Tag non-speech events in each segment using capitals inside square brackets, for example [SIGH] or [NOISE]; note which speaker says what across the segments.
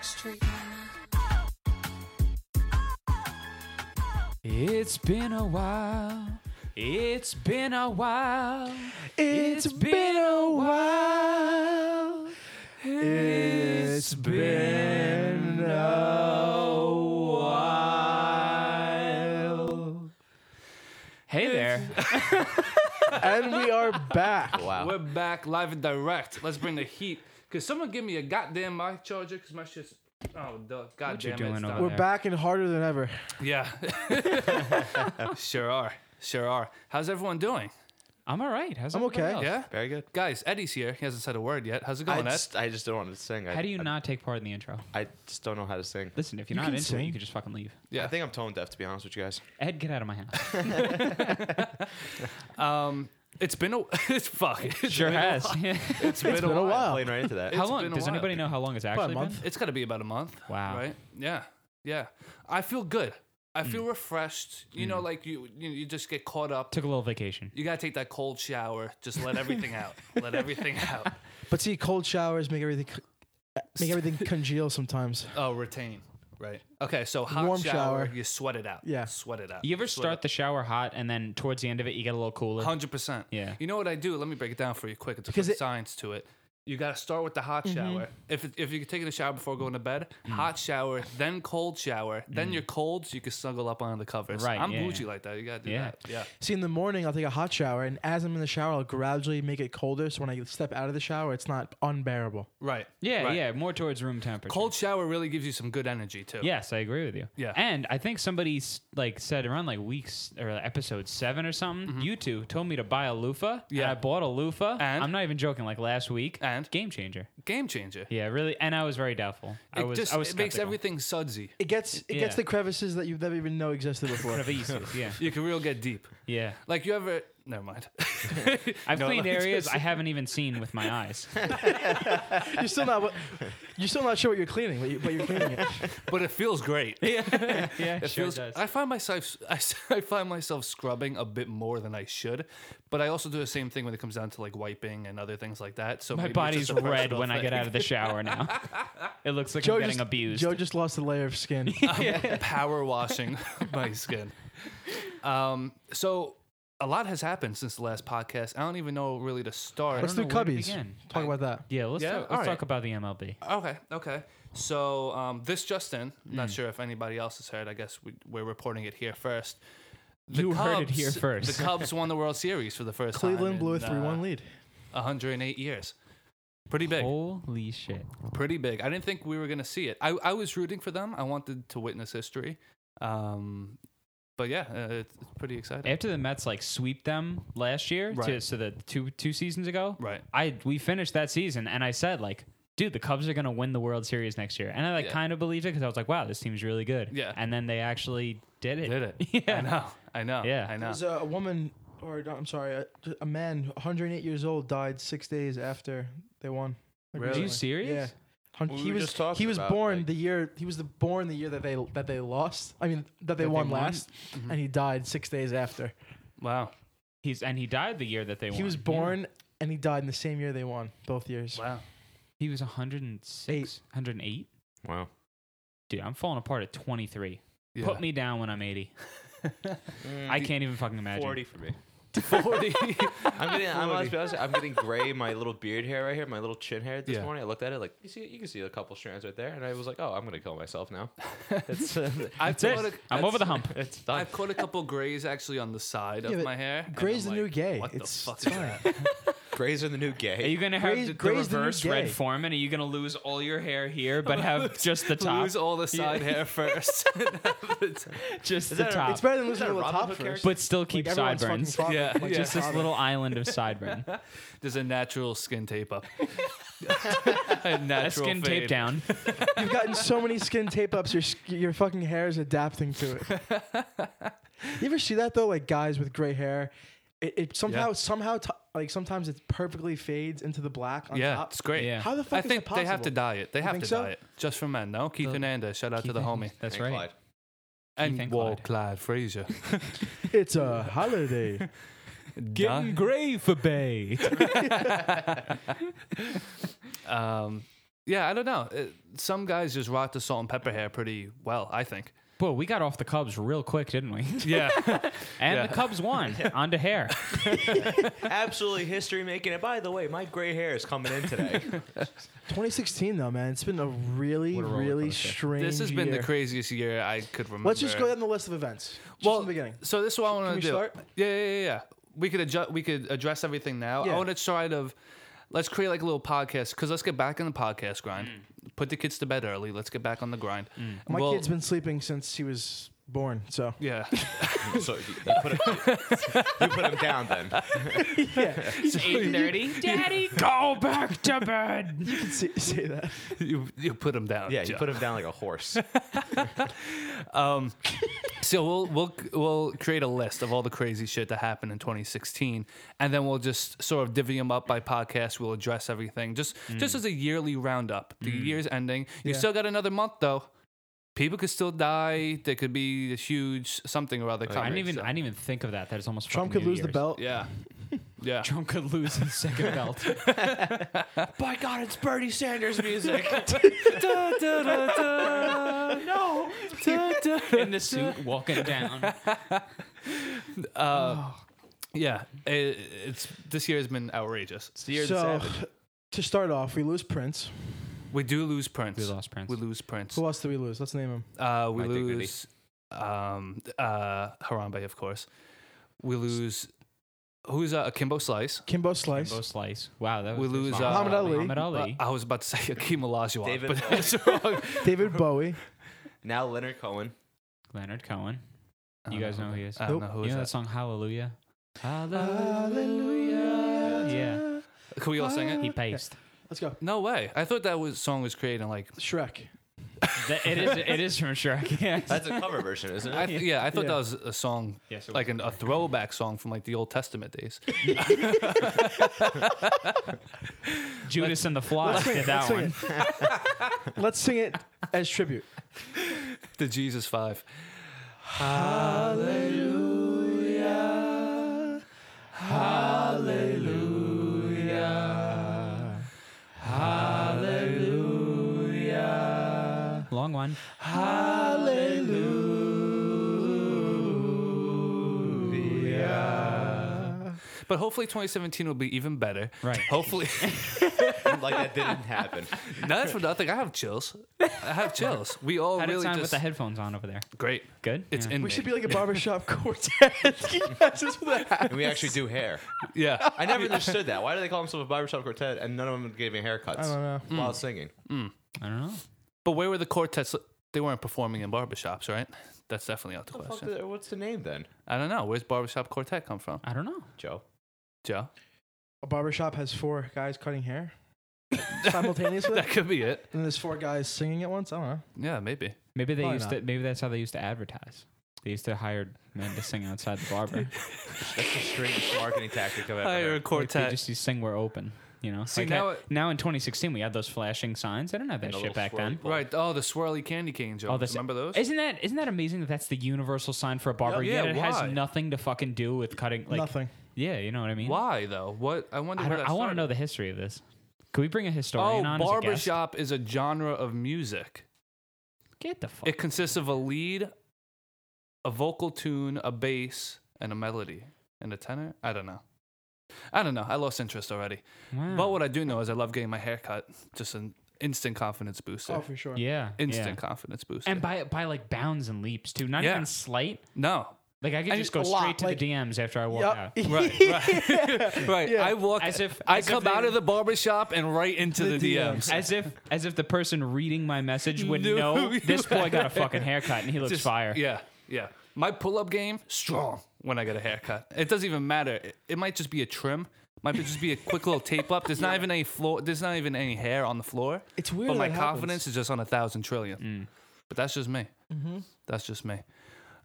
Speaker 1: Street Mama.
Speaker 2: It's been a while. It's been a while.
Speaker 3: It's been a while. It's been a while.
Speaker 2: Hey there.
Speaker 3: And we are back.
Speaker 4: [LAUGHS]
Speaker 2: We're back live and direct. Let's bring the heat. Could someone give me a goddamn mic charger? Because my shit's. Oh, duh. Goddamn
Speaker 5: you
Speaker 2: it,
Speaker 5: doing
Speaker 2: it's
Speaker 5: over
Speaker 2: down
Speaker 3: We're
Speaker 2: there.
Speaker 3: back and harder than ever.
Speaker 2: Yeah. [LAUGHS] sure are. Sure are. How's everyone doing?
Speaker 5: I'm all right. How's
Speaker 3: I'm
Speaker 5: everybody
Speaker 3: okay.
Speaker 5: else?
Speaker 2: Yeah?
Speaker 4: Very good.
Speaker 2: Guys, Eddie's here. He hasn't said a word yet. How's it
Speaker 4: I
Speaker 2: going, Ed?
Speaker 4: just, I just don't want to sing. I,
Speaker 5: How do you
Speaker 4: I,
Speaker 5: not take part in the intro?
Speaker 4: I just don't know how to sing.
Speaker 5: Listen, if you're
Speaker 3: You
Speaker 5: not
Speaker 3: can
Speaker 5: into it,
Speaker 3: sing.
Speaker 5: you can just fucking leave.
Speaker 2: Yeah.
Speaker 4: I think I'm tone deaf, to be honest with you guys.
Speaker 5: Ed, get out of my house.
Speaker 2: Um, it's been a. [LAUGHS] It's fuck.
Speaker 5: [LAUGHS]
Speaker 2: It's
Speaker 5: Sure
Speaker 2: been a
Speaker 5: has. [LAUGHS]
Speaker 2: while.
Speaker 5: how
Speaker 3: It's been a while.
Speaker 4: Playing right into that.
Speaker 2: It's
Speaker 5: long?
Speaker 2: been a
Speaker 5: Does
Speaker 2: while.
Speaker 5: anybody know [LAUGHS] how long it's actually
Speaker 3: month.
Speaker 5: been?
Speaker 2: It's got to be about a month.
Speaker 5: Wow.
Speaker 2: Right? Yeah. Yeah. I feel good. I feel refreshed. You know, like you, you you just get caught up.
Speaker 5: Took a little vacation.
Speaker 2: You gotta take that cold shower. Just let everything out. Let everything [LAUGHS] out.
Speaker 3: But see, cold showers make everything co- make everything congeal sometimes.
Speaker 2: Oh, retain. Right. Okay. So hot
Speaker 3: Warm
Speaker 2: shower,
Speaker 3: shower.
Speaker 2: You sweat it out.
Speaker 3: Yeah.
Speaker 2: Sweat it out.
Speaker 5: You ever start the shower hot and then towards the end of it you get a little cooler?
Speaker 2: Hundred percent.
Speaker 5: Yeah.
Speaker 2: You know what I do? Let me break it down for you quick. It's a
Speaker 3: Because
Speaker 2: quick
Speaker 3: it- Mm-hmm.
Speaker 2: science to it. You gotta start with the hot shower. If it- if you're taking a shower before going to bed,
Speaker 5: Mm.
Speaker 2: hot shower, then cold shower, then you're cold, so you can snuggle up under the covers.
Speaker 5: Right,
Speaker 2: I'm
Speaker 5: yeah,
Speaker 2: bougie
Speaker 5: yeah.
Speaker 2: like that. You gotta do
Speaker 5: Yeah.
Speaker 2: that. Yeah.
Speaker 3: See, in the morning, I'll take a hot shower, and as I'm in the shower, I'll gradually make it colder. So when I step out of the shower, it's not unbearable.
Speaker 2: Right.
Speaker 5: Yeah,
Speaker 2: Right.
Speaker 5: yeah. More towards room temperature.
Speaker 2: Cold shower really gives you some good energy too.
Speaker 5: Yes, I agree with you.
Speaker 2: Yeah.
Speaker 5: And I think somebody s- like said around like weeks or episode seven or something. You two told me to buy a loofah. and
Speaker 2: Mm-hmm. Yeah.
Speaker 5: I bought a loofah.
Speaker 2: And?
Speaker 5: I'm not even joking. Like last week.
Speaker 2: And?
Speaker 5: game changer.
Speaker 2: Game changer.
Speaker 5: Yeah, really. And I was very doubtful. I
Speaker 2: It
Speaker 5: was.
Speaker 2: just
Speaker 5: I was.
Speaker 2: it makes
Speaker 5: skeptical.
Speaker 2: everything sudsy.
Speaker 3: It gets it gets
Speaker 5: Yeah.
Speaker 3: the crevices that you never even know existed
Speaker 2: [LAUGHS]
Speaker 3: before.
Speaker 5: Crevices, yeah,
Speaker 2: You can real get deep. [LAUGHS]
Speaker 5: yeah.
Speaker 2: Like you ever? Never mind. [LAUGHS]
Speaker 5: I've
Speaker 2: No, [LAUGHS]
Speaker 5: cleaned
Speaker 2: let me
Speaker 5: areas
Speaker 2: just-
Speaker 5: I haven't even seen with my
Speaker 2: [LAUGHS]
Speaker 5: eyes.
Speaker 3: [LAUGHS] you're still not what- you're still not sure what you're cleaning, but, you, but you're cleaning it.
Speaker 2: but it feels great.
Speaker 5: yeah, [LAUGHS] yeah.
Speaker 2: It feels, I find myself [LAUGHS] I, s- I find myself scrubbing a bit more than I should, but I also do the same thing when it comes down to like wiping and other things like that. So
Speaker 5: my
Speaker 2: maybe it's
Speaker 5: body's
Speaker 2: just a
Speaker 5: red
Speaker 2: personal
Speaker 5: when I get
Speaker 2: [LAUGHS] thing.
Speaker 5: out of the shower now. it looks like I'm getting
Speaker 3: just,
Speaker 5: abused.
Speaker 3: Joe just lost a layer
Speaker 5: [LAUGHS]
Speaker 3: of skin.
Speaker 2: power washing [LAUGHS] my skin. Um, so a lot has happened since the last podcast. I don't even know really to start.
Speaker 3: Let's
Speaker 5: don't know
Speaker 3: do
Speaker 5: where to
Speaker 3: cubbies.
Speaker 5: begin.
Speaker 3: Talk about that.
Speaker 5: yeah, let's,
Speaker 2: Yeah,
Speaker 5: talk,
Speaker 2: all
Speaker 5: let's
Speaker 2: right.
Speaker 5: talk about the MLB.
Speaker 2: Okay, okay. So um, this just in. Not
Speaker 5: Mm.
Speaker 2: sure if anybody else has heard. I guess we, we're reporting it here first. The
Speaker 5: You heard it here
Speaker 2: Cubs-
Speaker 5: first.
Speaker 2: [LAUGHS] The Cubs won the World Series for the first
Speaker 3: Cleveland
Speaker 2: time.
Speaker 3: blew a
Speaker 2: in, uh,
Speaker 3: three-one lead.
Speaker 2: 108 years. Pretty big.
Speaker 5: Oh. Holy shit!
Speaker 2: pretty big. I didn't think we were gonna see it. I, I was rooting for them. I wanted to witness history. Um, but yeah, uh, it's, it's pretty exciting.
Speaker 5: After the Mets like sweep them last year, to,
Speaker 2: Right.
Speaker 5: so the two two seasons ago,
Speaker 2: Right.
Speaker 5: I we finished that season and I said like, dude, the Cubs are gonna win the World Series next year, and I like
Speaker 2: Yeah.
Speaker 5: kind of believed it because I was like, wow, this team's really good.
Speaker 2: Yeah.
Speaker 5: And then they actually did it.
Speaker 2: Did it?
Speaker 5: [LAUGHS] Yeah.
Speaker 2: I know. I know.
Speaker 5: Yeah.
Speaker 2: I know.
Speaker 3: There's a woman, or no, I'm sorry, a, a man, 108 years old, died six days after they won. Like,
Speaker 2: Really?
Speaker 5: Are you
Speaker 3: recently. Yeah.
Speaker 5: serious?
Speaker 3: Hun-
Speaker 4: We
Speaker 3: he
Speaker 4: were
Speaker 3: was
Speaker 4: just talking
Speaker 3: he was
Speaker 4: about,
Speaker 3: born
Speaker 4: like-
Speaker 3: the year he was the born the year that they that they lost. I mean that they
Speaker 5: That they
Speaker 3: won
Speaker 5: won? Hmm.
Speaker 3: last, and he died six days after.
Speaker 2: Mm-hmm. Wow.
Speaker 5: He's and he died the year that they won.
Speaker 3: He was born and he died in the same year they won both years.
Speaker 2: Wow.
Speaker 5: He was 106, 108.
Speaker 4: Wow.
Speaker 5: Dude, I'm falling apart at 23.
Speaker 2: Yeah.
Speaker 5: Put me down when I'm 80.
Speaker 2: [LAUGHS]
Speaker 5: I can't even fucking imagine.
Speaker 4: 40
Speaker 5: [LAUGHS]
Speaker 4: for [LAUGHS] me.
Speaker 2: forty.
Speaker 4: I'm getting. I'm, honest, be honest, I'm getting gray. My little beard hair right here, my little chin hair. This
Speaker 2: Yeah.
Speaker 4: morning, I looked at it like you see. You can see a couple strands right there, and I was like, "Oh, I'm gonna kill myself now." It's, uh,
Speaker 2: I've
Speaker 5: That's
Speaker 2: caught
Speaker 5: it.
Speaker 2: a-
Speaker 5: I'm over the
Speaker 2: [LAUGHS]
Speaker 5: hump.
Speaker 4: it's done.
Speaker 2: I've
Speaker 5: [LAUGHS]
Speaker 2: caught a couple grays actually on the side
Speaker 3: Yeah,
Speaker 2: of
Speaker 3: but
Speaker 2: my hair. and
Speaker 3: gray's
Speaker 2: I'm
Speaker 3: the new
Speaker 2: like,
Speaker 3: gay.
Speaker 2: What
Speaker 3: It's-
Speaker 2: the fuck
Speaker 3: it's
Speaker 2: is
Speaker 3: fine.
Speaker 2: that?
Speaker 4: Grays are the new
Speaker 5: Are
Speaker 4: gay.
Speaker 5: you gonna have
Speaker 3: Gray's-
Speaker 5: the, the
Speaker 3: gray's the new
Speaker 5: reverse red
Speaker 3: gay.
Speaker 5: form, and are you gonna lose all your hair here,
Speaker 3: [LAUGHS]
Speaker 5: but have just the [LAUGHS] top?
Speaker 2: Lose all the side hair first.
Speaker 5: just the top,
Speaker 3: It's better than
Speaker 4: that
Speaker 3: losing
Speaker 4: a
Speaker 3: the
Speaker 4: Robin
Speaker 3: top
Speaker 4: Hood
Speaker 3: first.
Speaker 4: character?
Speaker 5: but still keep
Speaker 3: Like, everyone's fucking
Speaker 5: sideburns.
Speaker 3: Robin-
Speaker 2: Yeah,
Speaker 3: like,
Speaker 5: [LAUGHS]
Speaker 2: yeah.
Speaker 5: Just
Speaker 3: just
Speaker 5: this
Speaker 3: Robin. [LAUGHS]
Speaker 5: little island of sideburn. [LAUGHS]
Speaker 2: There's a natural skin tape up. a
Speaker 5: A
Speaker 2: natural
Speaker 5: skin
Speaker 2: fade.
Speaker 5: tape down.
Speaker 3: You've gotten so many skin tape ups, your sk- your fucking hair is adapting to it.
Speaker 2: [LAUGHS]
Speaker 3: you ever see that though? Like guys with gray hair, it, it somehow
Speaker 2: Yeah.
Speaker 3: somehow t- like sometimes it perfectly fades into the black on
Speaker 2: Yeah,
Speaker 3: top.
Speaker 2: it's great.
Speaker 5: Yeah.
Speaker 3: How the fuck
Speaker 2: I
Speaker 3: is
Speaker 2: think
Speaker 3: that possible?
Speaker 2: they have to dye it. They have
Speaker 3: think
Speaker 2: to
Speaker 3: so?
Speaker 2: dye it just for men. No, Keith
Speaker 5: The-
Speaker 2: Hernandez. Shout
Speaker 5: [LAUGHS]
Speaker 2: out to the homie
Speaker 5: That's
Speaker 4: And
Speaker 5: right.
Speaker 4: Clyde.
Speaker 2: and
Speaker 5: and
Speaker 2: whoa,
Speaker 5: Clyde.
Speaker 2: Clyde Frazier.
Speaker 3: It's
Speaker 2: [LAUGHS]
Speaker 3: a holiday.
Speaker 2: Getting
Speaker 3: [LAUGHS]
Speaker 5: gray for bay.
Speaker 2: um, yeah, I don't know. It, some guys just rock the salt and pepper hair pretty well, I think.
Speaker 5: Boy, we got off the Cubs real quick,
Speaker 3: [LAUGHS]
Speaker 5: didn't we?
Speaker 2: Yeah.
Speaker 5: And
Speaker 2: Yeah.
Speaker 5: the Cubs won onto hair.
Speaker 4: Absolutely history making. And by the way, my gray hair is coming in
Speaker 5: [LAUGHS]
Speaker 4: today.
Speaker 3: 2016 though, man, it's been a really,
Speaker 5: What a roller
Speaker 3: really
Speaker 5: coaster.
Speaker 2: [LAUGHS]
Speaker 3: strange.
Speaker 2: this has been
Speaker 3: year.
Speaker 2: the craziest year I could remember.
Speaker 3: Let's just go down the list of events. Just
Speaker 2: well,
Speaker 3: from the beginning.
Speaker 2: So this is what I want
Speaker 3: we
Speaker 2: to do.
Speaker 3: start?
Speaker 2: Yeah, yeah, yeah, yeah. We could adjust. We could address everything now.
Speaker 3: Yeah.
Speaker 2: I want to try to. Let's create like a little podcast because let's get back on the podcast grind. Put the kids to bed early. Let's get back on the grind.
Speaker 3: My
Speaker 2: Well,
Speaker 3: kid's been sleeping since he was born,
Speaker 2: [LAUGHS]
Speaker 3: so
Speaker 2: Yeah,
Speaker 4: so you you put, him, you put him down then.
Speaker 5: It's 8.30. Daddy,
Speaker 3: [LAUGHS]
Speaker 5: go [LAUGHS] back to bed.
Speaker 3: you can say, say that.
Speaker 2: you you put them down.
Speaker 4: Yeah, you
Speaker 2: Joe.
Speaker 4: put him down like a horse.
Speaker 2: Um, so we'll we'll we'll create a list of all the crazy shit that happened in 2016, and then we'll just sort of divvy them up by podcast. We'll address everything just
Speaker 5: Hmm.
Speaker 2: just as a yearly roundup. The year's ending. You
Speaker 3: Yeah.
Speaker 2: still got another month though. People could still die. There could be a huge something or other coming.
Speaker 5: I didn't even
Speaker 2: so-
Speaker 5: I didn't even think of that. That is almost
Speaker 3: Trump
Speaker 5: fucking
Speaker 3: could
Speaker 5: New
Speaker 3: lose the
Speaker 5: Year's.
Speaker 3: belt.
Speaker 5: [LAUGHS]
Speaker 2: yeah, yeah.
Speaker 5: Trump could lose his
Speaker 3: [LAUGHS]
Speaker 5: second belt.
Speaker 4: By God, it's Bernie Sanders music.
Speaker 2: Da, da, da, da.
Speaker 5: no.
Speaker 2: Da, da, da.
Speaker 5: In the suit, walking down.
Speaker 2: Uh,
Speaker 5: Oh.
Speaker 2: yeah, it, it's this year has been outrageous.
Speaker 4: [LAUGHS] It's the year of the
Speaker 3: so
Speaker 4: savage.
Speaker 3: to start off, we lose Prince.
Speaker 2: We do lose Prince.
Speaker 5: We lost Prince.
Speaker 2: We lose Prince.
Speaker 3: Who else do we lose? Let's name him.
Speaker 2: Uh, we
Speaker 4: My dignity.
Speaker 2: lose um, uh, Harambe, of course. We lose who's uh, Akimbo Slice.
Speaker 3: Kimbo Slice.
Speaker 5: Kimbo Slice. Wow, that was
Speaker 2: We lose, uh,
Speaker 3: Muhammad Ali.
Speaker 5: Muhammad
Speaker 2: Uh,
Speaker 5: Ali.
Speaker 2: I was about to say [LAUGHS] Akeem Olajuwon,
Speaker 4: David
Speaker 2: but
Speaker 4: Bowie.
Speaker 2: that's [LAUGHS] wrong.
Speaker 3: David Bowie.
Speaker 4: Now Leonard Cohen.
Speaker 5: Leonard Cohen.
Speaker 2: I
Speaker 5: [LAUGHS] You
Speaker 2: don't
Speaker 5: guys know who he is.
Speaker 2: I don't
Speaker 3: Nope.
Speaker 2: know who
Speaker 5: you
Speaker 2: is
Speaker 5: know that?
Speaker 2: that.
Speaker 5: song Hallelujah?
Speaker 3: Hallelujah.
Speaker 5: Yeah.
Speaker 2: Can we all sing
Speaker 5: He
Speaker 2: it?
Speaker 5: paced.
Speaker 3: Let's go.
Speaker 2: No way. I thought that was song was created in like.
Speaker 3: Shrek.
Speaker 5: That- it is. It is from Shrek. [LAUGHS] Yes.
Speaker 4: That's a cover version, isn't
Speaker 2: I
Speaker 5: [LAUGHS]
Speaker 4: it?
Speaker 2: th- yeah, I thought
Speaker 3: Yeah.
Speaker 2: that was a song,
Speaker 5: Yes, it
Speaker 2: like an, a throwback song from like the Old Testament
Speaker 5: [LAUGHS]
Speaker 2: days.
Speaker 5: Judas and the Flock did that
Speaker 3: Sing
Speaker 5: one.
Speaker 3: it. [LAUGHS] Let's sing it as tribute.
Speaker 2: the Jesus Five.
Speaker 5: Long one.
Speaker 2: But hopefully 2017 will be even better.
Speaker 5: Right.
Speaker 2: Hopefully.
Speaker 4: [LAUGHS] like that didn't happen.
Speaker 2: No, that's what I think. I have chills.
Speaker 5: [LAUGHS]
Speaker 2: I have chills. We all
Speaker 5: How did it
Speaker 2: really
Speaker 5: sound
Speaker 2: just
Speaker 5: with the headphones on over there?
Speaker 2: great.
Speaker 5: Good.
Speaker 2: It's
Speaker 5: Yeah.
Speaker 2: in.
Speaker 3: We
Speaker 2: me.
Speaker 3: should be like a barbershop quartet. [LAUGHS] That's just what that
Speaker 4: And we actually do hair.
Speaker 2: yeah.
Speaker 5: [LAUGHS]
Speaker 4: I never understood that. Why do they call themselves a barbershop quartet and none of them gave me haircuts
Speaker 3: I don't know.
Speaker 4: while singing?
Speaker 2: Mm,
Speaker 5: I don't know.
Speaker 2: But where were the quartets? They weren't performing in barbershops, right? That's definitely out the
Speaker 4: What the fuck
Speaker 2: question.
Speaker 4: did they- what's the name then,
Speaker 2: I don't know. Where's barbershop quartet come from,
Speaker 5: I don't know.
Speaker 4: Joe?
Speaker 2: Joe?
Speaker 3: A barbershop has four guys cutting hair
Speaker 2: [LAUGHS]
Speaker 3: simultaneously,
Speaker 2: That
Speaker 3: and
Speaker 2: could be it.
Speaker 3: there's four guys singing at once. I don't know.
Speaker 2: Yeah, maybe.
Speaker 5: Maybe they
Speaker 3: Probably
Speaker 5: used
Speaker 3: not.
Speaker 5: to. Maybe that's how they used to advertise. They used to hire men to sing outside the
Speaker 2: [LAUGHS]
Speaker 5: barber.
Speaker 4: That's the strangest marketing tactic I've ever
Speaker 2: Hire a
Speaker 4: heard.
Speaker 5: Like,
Speaker 2: quartet.
Speaker 5: they just used to sing "We're Open." You know.
Speaker 2: See,
Speaker 5: Like,
Speaker 2: now
Speaker 5: I-
Speaker 2: it-
Speaker 5: now in 2016 we had those flashing signs. I didn't have that
Speaker 4: And a
Speaker 5: shit
Speaker 4: little
Speaker 5: back then.
Speaker 4: swirly ball.
Speaker 2: right. Oh, the swirly candy cane, Joe.
Speaker 5: Oh, that's-
Speaker 2: Remember those?
Speaker 5: Isn't that isn't that amazing that that's the universal sign for a barber?
Speaker 2: Yeah,
Speaker 5: yet it
Speaker 2: why?
Speaker 5: has nothing to fucking do with cutting. Like,
Speaker 3: Nothing.
Speaker 5: Yeah, you know what I mean.
Speaker 2: Why though? What I wonder.
Speaker 5: I,
Speaker 2: where
Speaker 5: don't-
Speaker 2: that
Speaker 5: I want to
Speaker 2: started.
Speaker 5: know the history of this. Could we bring a
Speaker 2: Oh,
Speaker 5: historian on as a guest?
Speaker 2: barbershop is a genre of music.
Speaker 5: Get the fuck.
Speaker 2: It consists of a lead, a vocal tune, a bass, and a melody, and a tenor. I don't know. I don't know. I lost interest already.
Speaker 5: Wow.
Speaker 2: But what I do know is I love getting my hair cut. Just an instant confidence booster.
Speaker 3: Oh, for sure.
Speaker 5: yeah.
Speaker 2: instant
Speaker 5: yeah.
Speaker 2: confidence booster.
Speaker 5: And by by like bounds and leaps too. Not
Speaker 2: Yeah.
Speaker 5: even slight.
Speaker 2: no,
Speaker 5: Like I could
Speaker 2: And
Speaker 5: just go
Speaker 3: a lot,
Speaker 5: straight to
Speaker 3: like-
Speaker 5: the DMs after I walk
Speaker 3: Yup. [LAUGHS]
Speaker 5: out.
Speaker 2: right, right, right. [LAUGHS]
Speaker 3: Yeah.
Speaker 2: I walk
Speaker 5: As if-
Speaker 2: I
Speaker 5: as if
Speaker 2: come
Speaker 5: they-
Speaker 2: out of the barbershop and right into the,
Speaker 3: The
Speaker 2: DMs.
Speaker 3: DMs.
Speaker 5: As if as if the person reading my message
Speaker 2: [LAUGHS]
Speaker 5: would
Speaker 2: Knew
Speaker 5: know
Speaker 2: who you
Speaker 5: this boy got a fucking
Speaker 2: [LAUGHS]
Speaker 5: haircut and he looks
Speaker 2: Just-
Speaker 5: fire.
Speaker 2: Yeah, yeah. My pull-up game strong when I get a haircut. It doesn't even matter. It, it might just be a trim. Might just be a quick little tape
Speaker 5: [LAUGHS]
Speaker 2: up. There's not even any floor. There's not even any hair on the floor.
Speaker 3: It's weird
Speaker 2: But
Speaker 3: how
Speaker 2: my
Speaker 3: that
Speaker 2: confidence is just on a thousand
Speaker 5: Mm.
Speaker 2: trillion. But that's just me.
Speaker 3: Mm-hmm.
Speaker 2: That's just me.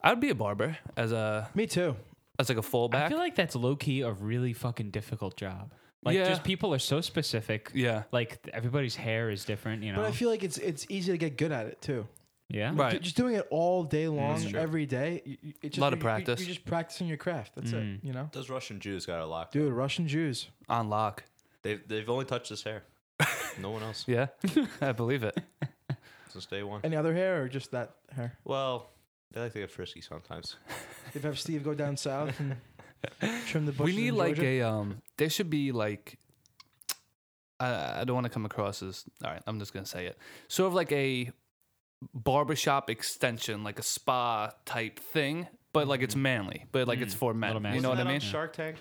Speaker 2: I'd be a barber as a
Speaker 3: Me too.
Speaker 2: as like a
Speaker 5: I
Speaker 2: fullback.
Speaker 5: feel like that's low key a really fucking difficult job. Like
Speaker 2: Yeah.
Speaker 5: just people are so specific.
Speaker 2: yeah.
Speaker 5: Like everybody's hair is different, you know.
Speaker 3: But I feel like it's it's easy to get good at it too.
Speaker 5: yeah.
Speaker 2: Right.
Speaker 3: Ju- Just doing it all
Speaker 4: Mm.
Speaker 3: day long,
Speaker 4: true.
Speaker 3: every day. you- you- It's just,
Speaker 2: Lot of
Speaker 3: you- you-
Speaker 2: practice.
Speaker 3: You're just practicing your craft. That's
Speaker 4: Mm.
Speaker 3: it. You know,
Speaker 4: Those Russian Jews got a lock.
Speaker 3: dude, Russian Jews.
Speaker 2: On lock.
Speaker 4: They've, they've only touched his hair. No one else
Speaker 5: [LAUGHS]
Speaker 2: Yeah, I believe it.
Speaker 4: since day one.
Speaker 3: Any other hair or just that hair?
Speaker 4: Well, they like to get frisky sometimes.
Speaker 3: If I have Steve go down south
Speaker 4: [LAUGHS]
Speaker 3: and trim the
Speaker 2: we
Speaker 3: bushes.
Speaker 2: need
Speaker 3: in
Speaker 2: like a
Speaker 3: Georgia.
Speaker 2: um. There should be like. I I don't want to come across as all right. I'm just gonna say it. Sort of like a barbershop extension, like a spa type thing, but like it's manly, but like it's
Speaker 5: Mm,
Speaker 2: for
Speaker 5: little
Speaker 2: men. You
Speaker 5: manly.
Speaker 2: know
Speaker 4: Wasn't
Speaker 2: what I
Speaker 4: that on
Speaker 2: mean?
Speaker 4: Shark Tank.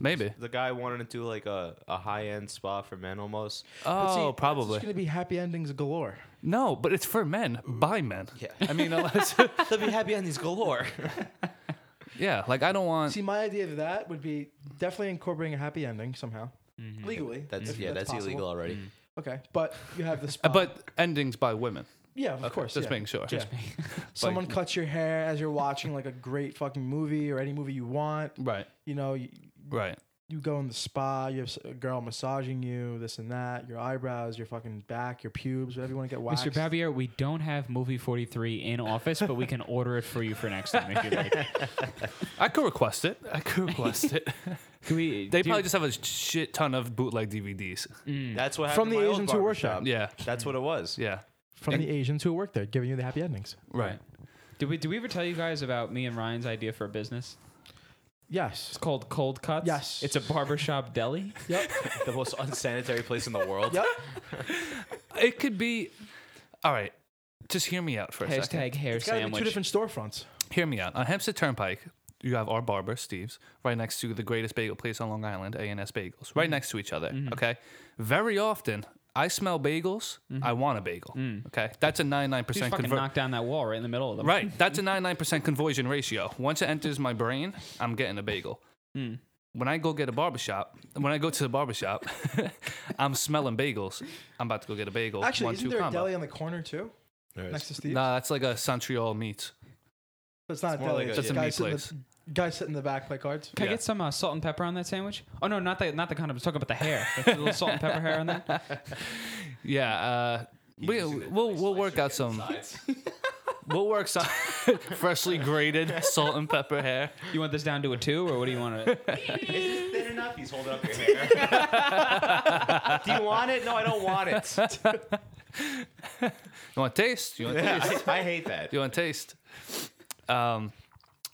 Speaker 2: Maybe.
Speaker 4: The guy wanted to do like a, a high end spa for men almost.
Speaker 3: But see,
Speaker 2: Oh,
Speaker 3: It's
Speaker 2: probably.
Speaker 3: gonna be happy endings galore.
Speaker 2: No, but it's for men
Speaker 3: Mm.
Speaker 2: by men.
Speaker 4: Yeah.
Speaker 2: I mean, unless,
Speaker 3: [LAUGHS]
Speaker 4: They'll be happy endings galore.
Speaker 2: [LAUGHS] yeah. Like I don't want.
Speaker 3: See, my idea of that would be definitely incorporating a happy ending somehow,
Speaker 5: Mm-hmm.
Speaker 3: legally.
Speaker 4: [LAUGHS] Mm. That's
Speaker 3: if
Speaker 4: yeah, that's,
Speaker 3: possible.
Speaker 4: illegal already.
Speaker 2: Mm.
Speaker 3: Okay, but you
Speaker 2: [LAUGHS]
Speaker 3: have the
Speaker 2: uh,
Speaker 3: spot.
Speaker 2: But endings by women.
Speaker 3: yeah, um, of course,
Speaker 2: Just
Speaker 3: yeah.
Speaker 2: making sure.
Speaker 3: Yeah. [LAUGHS] Someone cuts your hair as you're watching like a great fucking movie or any movie you want.
Speaker 2: Right.
Speaker 3: You know, you,
Speaker 2: Right.
Speaker 3: you go in the spa. You have s- a girl massaging you, this and that. Your eyebrows, your fucking back, your pubes, whatever you want to get waxed.
Speaker 5: Mr. Babier, we don't have movie 43 in office, but
Speaker 3: [LAUGHS]
Speaker 5: we can order it for you for next time if you'd like.
Speaker 2: I could request it. I
Speaker 3: [LAUGHS]
Speaker 2: could request it.
Speaker 5: Can we,
Speaker 2: [LAUGHS] They
Speaker 5: do- Mm.
Speaker 2: probably just have a shit ton of bootleg DVDs.
Speaker 4: Mm. That's what
Speaker 3: From
Speaker 4: happened
Speaker 3: the
Speaker 4: to my old
Speaker 3: Asian to worship.
Speaker 4: barbershop.
Speaker 2: Yeah.
Speaker 4: That's what it was.
Speaker 2: Yeah.
Speaker 3: from the Asians who work there, giving you the happy endings.
Speaker 2: Right.
Speaker 5: Did we, did we ever tell you guys about me and Ryan's idea for a business?
Speaker 3: Yes.
Speaker 5: It's called Cold Cuts.
Speaker 3: Yes.
Speaker 5: It's a barbershop deli.
Speaker 3: [LAUGHS] Yep.
Speaker 4: [LAUGHS] the most unsanitary place in the world.
Speaker 3: yep.
Speaker 2: It could be. All right. Just hear me out for a second.
Speaker 5: Hashtag hair
Speaker 3: It's got to be
Speaker 5: sandwich.
Speaker 3: two different storefronts.
Speaker 2: Hear me out. On Hempstead Turnpike, you have our barber, Steve's, right next to the greatest bagel place on Long Island, A&S Bagels, right next to each other. Okay. Very often, I smell bagels. I want a bagel. Okay. That's a 99%
Speaker 5: Dude, Mm-hmm. Mm. fucking
Speaker 2: conver-
Speaker 5: knock down that wall right in the middle of them.
Speaker 2: Right. That's a 99% conversion ratio. Once it enters my brain, I'm getting a bagel.
Speaker 5: Mm.
Speaker 2: When I go get a barbershop, when I go to the barbershop, [LAUGHS] I'm smelling bagels. I'm about to go get a bagel.
Speaker 3: Actually,
Speaker 2: one,
Speaker 3: isn't
Speaker 2: two
Speaker 3: there a
Speaker 2: combo.
Speaker 3: deli on the corner too,
Speaker 4: There
Speaker 2: [LAUGHS]
Speaker 3: next to Steve?
Speaker 2: No, that's like a Santriol meat.
Speaker 3: It's not
Speaker 4: It's
Speaker 3: a
Speaker 4: more
Speaker 3: deli.
Speaker 4: like a-
Speaker 3: just
Speaker 4: It's a
Speaker 3: guy
Speaker 2: meat
Speaker 3: sitting in
Speaker 2: place.
Speaker 3: The, guy sitting in the back play cards.
Speaker 5: Can
Speaker 2: Yeah.
Speaker 5: I get some uh, salt and pepper on that sandwich? Oh no, not the not the condom. I'm talking about the hair. a little salt and pepper hair on that.
Speaker 2: Yeah. Uh, we, we'll we'll work out some. [LAUGHS] We'll work some [LAUGHS] freshly grated salt and pepper hair.
Speaker 5: You want this down to a two, or what do you want? To,
Speaker 4: Thin enough. He's holding up
Speaker 2: [LAUGHS]
Speaker 4: your hair. [LAUGHS] Do you want it? No, I don't want it.
Speaker 2: [LAUGHS] You want taste? You want taste?
Speaker 4: I, [LAUGHS] I hate that.
Speaker 2: Do you want taste? Um,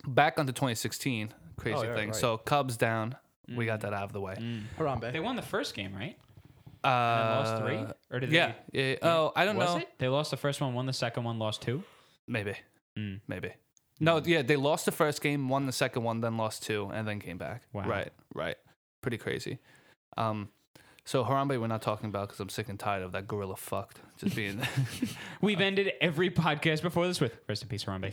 Speaker 2: back onto 2016, crazy
Speaker 4: Oh, yeah,
Speaker 2: thing.
Speaker 4: right.
Speaker 2: So Cubs down. We
Speaker 5: Mm.
Speaker 2: got that out of the way.
Speaker 3: Harambe.
Speaker 5: they won the first game, right?
Speaker 2: Uh,
Speaker 5: They lost three, or did
Speaker 2: yeah, yeah, Oh, I
Speaker 5: they?
Speaker 2: don't
Speaker 5: Was
Speaker 2: know.
Speaker 5: it? They lost the first one, won the second one, lost two.
Speaker 2: Maybe.
Speaker 5: Mm.
Speaker 2: Maybe. No, yeah, they lost the first game, won the second one, then lost two, and then came back.
Speaker 5: Wow.
Speaker 2: Right, right. Pretty crazy. Um, so Harambe, we're not talking about because I'm sick and tired of that gorilla fucked
Speaker 5: [LAUGHS]
Speaker 2: just being. Uh,
Speaker 5: We've ended every podcast before this with rest in peace, Harambe.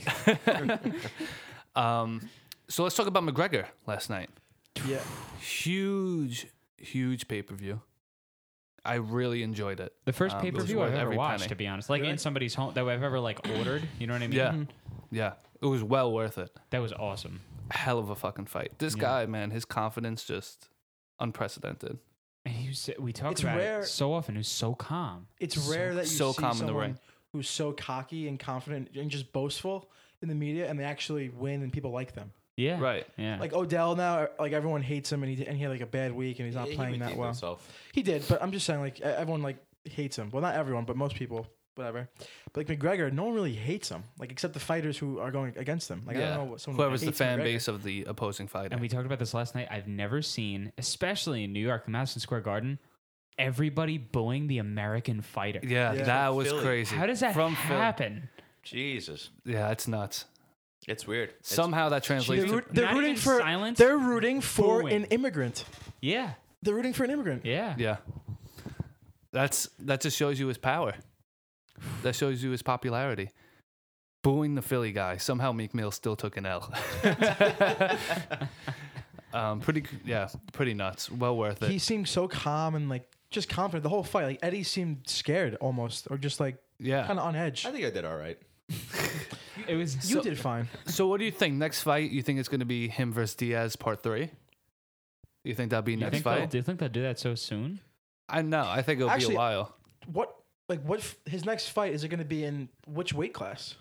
Speaker 2: um, so let's talk about McGregor last night.
Speaker 3: Yeah.
Speaker 2: Huge, huge pay per view. I really enjoyed it.
Speaker 5: The first
Speaker 2: Um,
Speaker 5: pay per
Speaker 2: it
Speaker 5: view
Speaker 2: was
Speaker 5: I've
Speaker 2: worth
Speaker 5: ever
Speaker 2: every
Speaker 5: watched,
Speaker 2: penny.
Speaker 5: to be honest, like
Speaker 3: Really?
Speaker 5: in somebody's home that I've ever like ordered. You know what I mean?
Speaker 3: Mm-hmm.
Speaker 2: Yeah, Mm-hmm. yeah. It was well worth it.
Speaker 5: That was awesome.
Speaker 2: Hell of a fucking fight. This
Speaker 5: Yeah.
Speaker 2: guy, man, his confidence just unprecedented.
Speaker 5: And he was, we talk
Speaker 3: It's
Speaker 5: about
Speaker 3: rare-
Speaker 5: it so often. He was so calm.
Speaker 3: It's
Speaker 5: So-
Speaker 3: rare that you
Speaker 2: so
Speaker 3: see
Speaker 2: calm in the
Speaker 3: someone
Speaker 2: ring.
Speaker 3: who's so cocky and confident and just boastful in the media, and they actually win, and people like them.
Speaker 5: Yeah.
Speaker 2: Right.
Speaker 5: Yeah.
Speaker 3: Like Odell now, er, like everyone hates him, and he and he had like a bad week, and he's not
Speaker 4: He
Speaker 3: playing that
Speaker 4: redeemed
Speaker 3: well.
Speaker 4: himself.
Speaker 3: He did, but I'm just saying, like e- everyone like hates him. Well, not everyone, but most people, whatever. But like McGregor, no one really hates him, like except the fighters who are going against him. Like I don't know what someone
Speaker 2: Whoever's the
Speaker 3: hates
Speaker 2: fan
Speaker 3: McGregor.
Speaker 2: base of the opposing fighter.
Speaker 5: And we talked about this last night. I've never seen, especially in New York, Madison Square Garden, everybody booing the American fighter.
Speaker 2: yeah,
Speaker 3: Yeah.
Speaker 2: that was
Speaker 4: Philly.
Speaker 2: crazy.
Speaker 5: How does that
Speaker 2: From Philly.
Speaker 5: happen?
Speaker 4: Jesus,
Speaker 2: Yeah, it's nuts.
Speaker 4: it's weird. It's-
Speaker 2: Somehow that
Speaker 3: They're,
Speaker 2: translates.
Speaker 3: root-
Speaker 2: To,
Speaker 3: they're
Speaker 5: Not
Speaker 3: rooting
Speaker 5: even
Speaker 3: for
Speaker 5: silence?
Speaker 3: they're rooting for
Speaker 5: Booing.
Speaker 3: an immigrant.
Speaker 5: Yeah.
Speaker 3: They're rooting for an immigrant.
Speaker 5: Yeah.
Speaker 2: yeah, that's that just shows you his power. That shows you his popularity. Booing the Philly guy somehow Meek Mill still took an L. [LAUGHS] um, pretty yeah, pretty nuts. Well worth it.
Speaker 3: He seemed so calm and like just confident the whole fight. Like Eddie seemed scared almost, or just like
Speaker 2: yeah.
Speaker 3: kind of on edge.
Speaker 4: I think I did all right.
Speaker 5: [LAUGHS] It was.
Speaker 3: You
Speaker 5: so-
Speaker 3: did fine.
Speaker 2: So what do you think? Next fight? You think it's going to be him versus Diaz part three? You think that'll be
Speaker 5: You
Speaker 2: next
Speaker 5: think they'll-
Speaker 2: fight?
Speaker 5: do you think they'll do that so
Speaker 2: [LAUGHS]
Speaker 5: soon?
Speaker 2: I know. I think it'll be
Speaker 3: Actually,
Speaker 2: a while.
Speaker 3: What like what f- his next fight is it going to be in which weight class?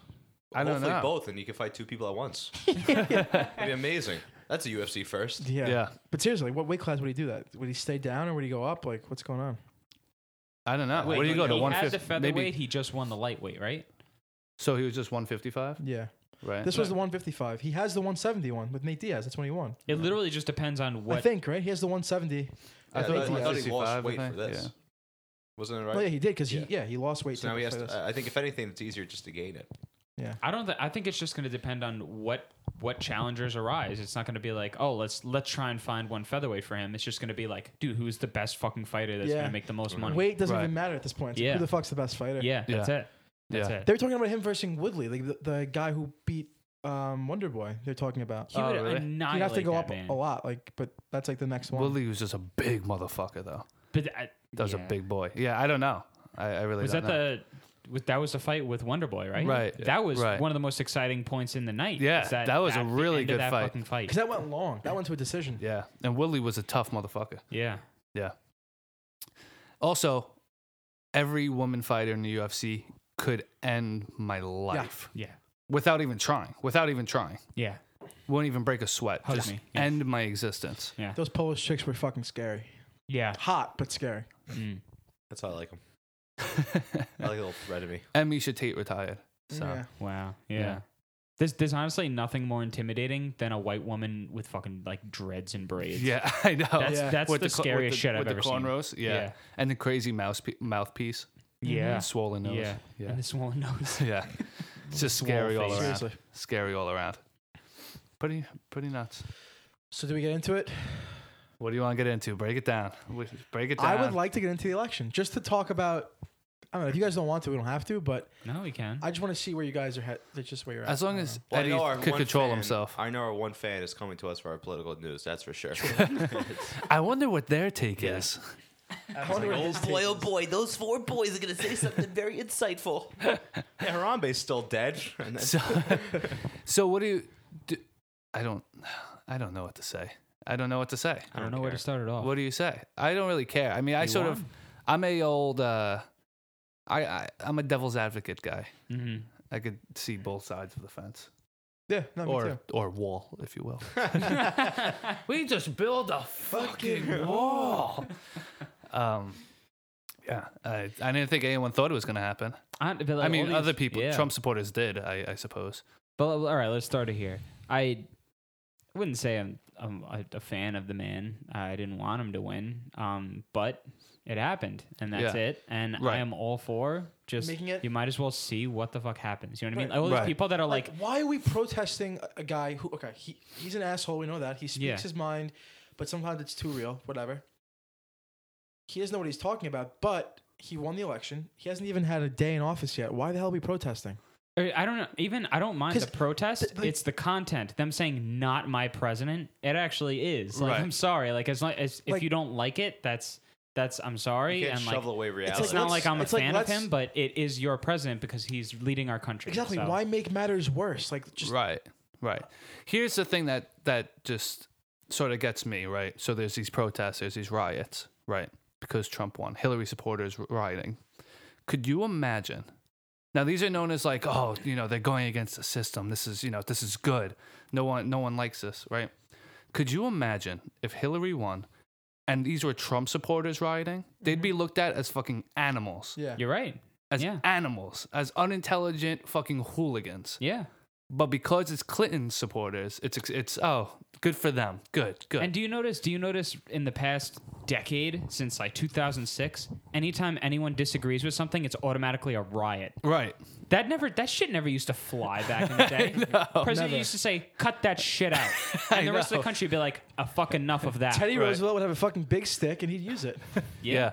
Speaker 2: I don't
Speaker 4: Hopefully
Speaker 2: know.
Speaker 4: both, and you can fight two people at once. It'd be amazing. That's a UFC first.
Speaker 2: Yeah.
Speaker 3: But seriously, what weight class would he do that? Would he stay down or would he go up? Like what's going on?
Speaker 2: I don't know.
Speaker 5: Wait,
Speaker 2: Where do you go to
Speaker 5: he
Speaker 2: one
Speaker 5: had the
Speaker 2: fifty?
Speaker 5: featherweight.
Speaker 2: Maybe.
Speaker 5: He just won the lightweight, right?
Speaker 2: So he was just one fifty five,
Speaker 3: Yeah.
Speaker 2: right?
Speaker 3: This was the 155. He has the 171 with Nate Diaz. That's when he won.
Speaker 5: It literally just depends on what.
Speaker 3: I think, right? He has the 170.
Speaker 2: I
Speaker 1: I,
Speaker 2: thought
Speaker 1: thought,
Speaker 3: he
Speaker 1: I thought he
Speaker 2: 65,
Speaker 1: lost
Speaker 2: I
Speaker 1: weight for
Speaker 2: think,
Speaker 1: this.
Speaker 2: yeah.
Speaker 1: Wasn't it right?
Speaker 3: Oh, yeah, he did because
Speaker 1: Yeah.
Speaker 3: he, yeah, he lost weight.
Speaker 1: so now
Speaker 3: to
Speaker 1: he
Speaker 3: play
Speaker 1: has
Speaker 3: this.
Speaker 1: to, uh, I I think if anything, it's easier just to gain it.
Speaker 5: I don't. Th- I think it's just going to depend on what what challengers arise. It's not going to be like, oh, let's let's try and find one featherweight for him. It's just going to be like, dude, who's the best fucking fighter that's
Speaker 3: Yeah.
Speaker 5: going to make the most money?
Speaker 3: Weight doesn't
Speaker 2: Right.
Speaker 3: even matter at this point. It's
Speaker 5: Yeah.
Speaker 3: Who the fuck's the best fighter?
Speaker 5: Yeah, that's
Speaker 2: Mm-hmm. Yeah.
Speaker 5: it. That's
Speaker 2: Yeah.
Speaker 5: it.
Speaker 3: They were talking about him versus Woodley, like the, the guy who beat um, Wonder Boy. They're talking about.
Speaker 5: He
Speaker 2: Oh,
Speaker 5: would
Speaker 2: really? You'd
Speaker 5: annihilate
Speaker 3: He'd have to go
Speaker 5: that
Speaker 3: up
Speaker 5: man.
Speaker 3: a lot, like, but that's like the next one.
Speaker 2: Willie was just a big motherfucker, though.
Speaker 5: But I,
Speaker 2: That was
Speaker 5: yeah.
Speaker 2: a big boy. Yeah, I don't know. I, I really
Speaker 5: Was
Speaker 2: don't
Speaker 5: that
Speaker 2: know.
Speaker 5: the? With, that was the fight with Wonder Boy, right?
Speaker 2: Right.
Speaker 5: That was
Speaker 2: Right.
Speaker 5: one of the most exciting points in the night.
Speaker 2: Yeah,
Speaker 5: is
Speaker 2: that was a
Speaker 5: at the
Speaker 2: really
Speaker 5: end of
Speaker 2: good
Speaker 5: that
Speaker 2: fight.
Speaker 5: Fucking fight.
Speaker 3: Because that went long. That went to a decision.
Speaker 2: yeah, and Willie was a tough motherfucker.
Speaker 5: Yeah.
Speaker 2: Also, every woman fighter in the UFC could end my life
Speaker 5: Yeah.
Speaker 2: without even trying. Without even trying,
Speaker 5: Yeah.
Speaker 2: won't even break a sweat.
Speaker 5: Hug
Speaker 2: just
Speaker 5: me, yeah.
Speaker 2: end my existence. [LAUGHS]
Speaker 3: Those Polish chicks were fucking scary.
Speaker 5: Yeah.
Speaker 3: Hot, but scary.
Speaker 5: Mm.
Speaker 1: That's how I like him. I like a little threat of me.
Speaker 2: and Misha Tate retired. So
Speaker 3: Yeah.
Speaker 5: Wow. Yeah.
Speaker 2: Yeah.
Speaker 5: There's, there's honestly nothing more intimidating than a white woman with fucking like dreads and braids.
Speaker 2: Yeah, [LAUGHS] I know.
Speaker 5: That's,
Speaker 3: Yeah.
Speaker 5: that's
Speaker 2: With
Speaker 5: the,
Speaker 2: co- with
Speaker 5: scariest
Speaker 2: the-
Speaker 5: shit I've
Speaker 2: with
Speaker 5: ever
Speaker 2: the cornrows,
Speaker 5: seen.
Speaker 2: yeah. and the crazy mouse pe- mouthpiece, Mm-hmm.
Speaker 5: Yeah.
Speaker 2: swollen nose.
Speaker 5: Yeah.
Speaker 2: yeah, [LAUGHS]
Speaker 5: And the swollen nose.
Speaker 2: yeah. It's just scary all
Speaker 5: face.
Speaker 2: around.
Speaker 3: Seriously.
Speaker 2: Scary all around. Pretty, pretty nuts.
Speaker 3: So, do we get into it?
Speaker 2: What do you want to get into? Break it down. We- Break it down.
Speaker 3: I would like to get into the election just to talk about. I don't know if you guys don't want to, we don't have to, but
Speaker 5: No, we can.
Speaker 3: I just want to see where you guys are head. That's just where you're at.
Speaker 2: as long
Speaker 3: I
Speaker 2: as
Speaker 3: don't
Speaker 1: Well, I
Speaker 2: Eddie
Speaker 1: know our
Speaker 2: could
Speaker 1: one
Speaker 2: control
Speaker 1: fan-
Speaker 2: himself.
Speaker 1: I know our one fan is coming to us for our political news. That's for sure.
Speaker 2: I wonder what their take is.
Speaker 3: know. I wonder what his take is.
Speaker 1: boy, those four boys are going to say something very insightful. [LAUGHS] yeah, Harambe's still dead. And that's-
Speaker 2: So, so what do you? Do, I don't. I don't know what to say. I don't know what to say.
Speaker 5: I don't know where to
Speaker 1: care.
Speaker 5: start at all.
Speaker 2: What do you say? I don't really care. I mean, I
Speaker 5: Oh. You
Speaker 2: sort of,
Speaker 5: won.
Speaker 2: I'm a old, uh, I, I I'm a devil's advocate guy.
Speaker 5: hmm
Speaker 2: I could see both sides of the fence,
Speaker 3: Yeah, no, me
Speaker 2: or
Speaker 3: too.
Speaker 2: or wall, if you
Speaker 5: [LAUGHS]
Speaker 2: will.
Speaker 5: Mm-hmm.
Speaker 2: [LAUGHS] we just build a fucking wall. um, yeah, I I didn't think anyone thought it was gonna happen.
Speaker 5: I, but, like,
Speaker 2: I mean,
Speaker 5: all these-
Speaker 2: other people,
Speaker 5: yeah.
Speaker 2: Trump supporters did, I, I suppose.
Speaker 5: But all right, let's start it here. I wouldn't say I'm, I'm a- a fan of the man. I didn't want him to win, um, but it happened, and that's
Speaker 2: Yeah.
Speaker 5: it. And I
Speaker 2: Right.
Speaker 5: am all for just
Speaker 3: Making it-
Speaker 5: You might as well see what the fuck happens. You know what I mean?
Speaker 3: Right.
Speaker 5: All these
Speaker 2: Right.
Speaker 5: people that are
Speaker 3: Like,
Speaker 5: like,
Speaker 3: why are we protesting a- a guy who? Okay, he, he's an asshole. We know that he speaks
Speaker 5: Yeah.
Speaker 3: his mind, but sometimes it's too real. Whatever. He doesn't know what he's talking about, but he won the election. He hasn't even had a day in office yet. Why the hell are we protesting?
Speaker 5: I I don't know. Even I don't mind the
Speaker 3: 'Cause
Speaker 5: protest.
Speaker 3: th- like-
Speaker 5: it's the content. Them saying "not my president." It actually is. Like
Speaker 2: Right.
Speaker 5: I'm sorry. Like as long as if
Speaker 3: Like-
Speaker 5: you don't like it, that's that's I'm sorry.
Speaker 1: You can't
Speaker 5: and like
Speaker 1: shovel away reality.
Speaker 5: it's not
Speaker 3: let's-
Speaker 5: like I'm a
Speaker 3: it's like,
Speaker 5: fan of
Speaker 3: let's-
Speaker 5: him, but it is your president because he's leading our country.
Speaker 3: Exactly.
Speaker 5: so-
Speaker 3: Why make matters worse? Like just
Speaker 2: right right here's the thing that that just sort of gets me right so there's these protests there's these riots right because trump won hillary supporters rioting could you imagine now these are known as like oh you know they're going against the system this is you know this is good no one no one likes this right could you imagine if hillary won and these were trump supporters rioting they'd be looked at as fucking animals
Speaker 3: Mm-hmm. yeah.
Speaker 5: You're right.
Speaker 2: as
Speaker 5: Yeah.
Speaker 2: animals as unintelligent fucking hooligans
Speaker 5: Yeah.
Speaker 2: but because it's Clinton supporters, it's it's oh good for them, good good.
Speaker 5: And do you notice? Do you notice in the past decade, since like 2006, anytime anyone disagrees with something, it's automatically a riot.
Speaker 2: right,
Speaker 5: That never. That shit never used to fly back
Speaker 3: [LAUGHS]
Speaker 5: in the day. President used to say, "Cut that shit out,"
Speaker 2: I
Speaker 5: and the rest of the
Speaker 2: know.
Speaker 5: country would be like, "A fuck enough of that."
Speaker 3: Teddy
Speaker 2: Right.
Speaker 3: Roosevelt would have a fucking big stick and he'd use it.
Speaker 2: yeah,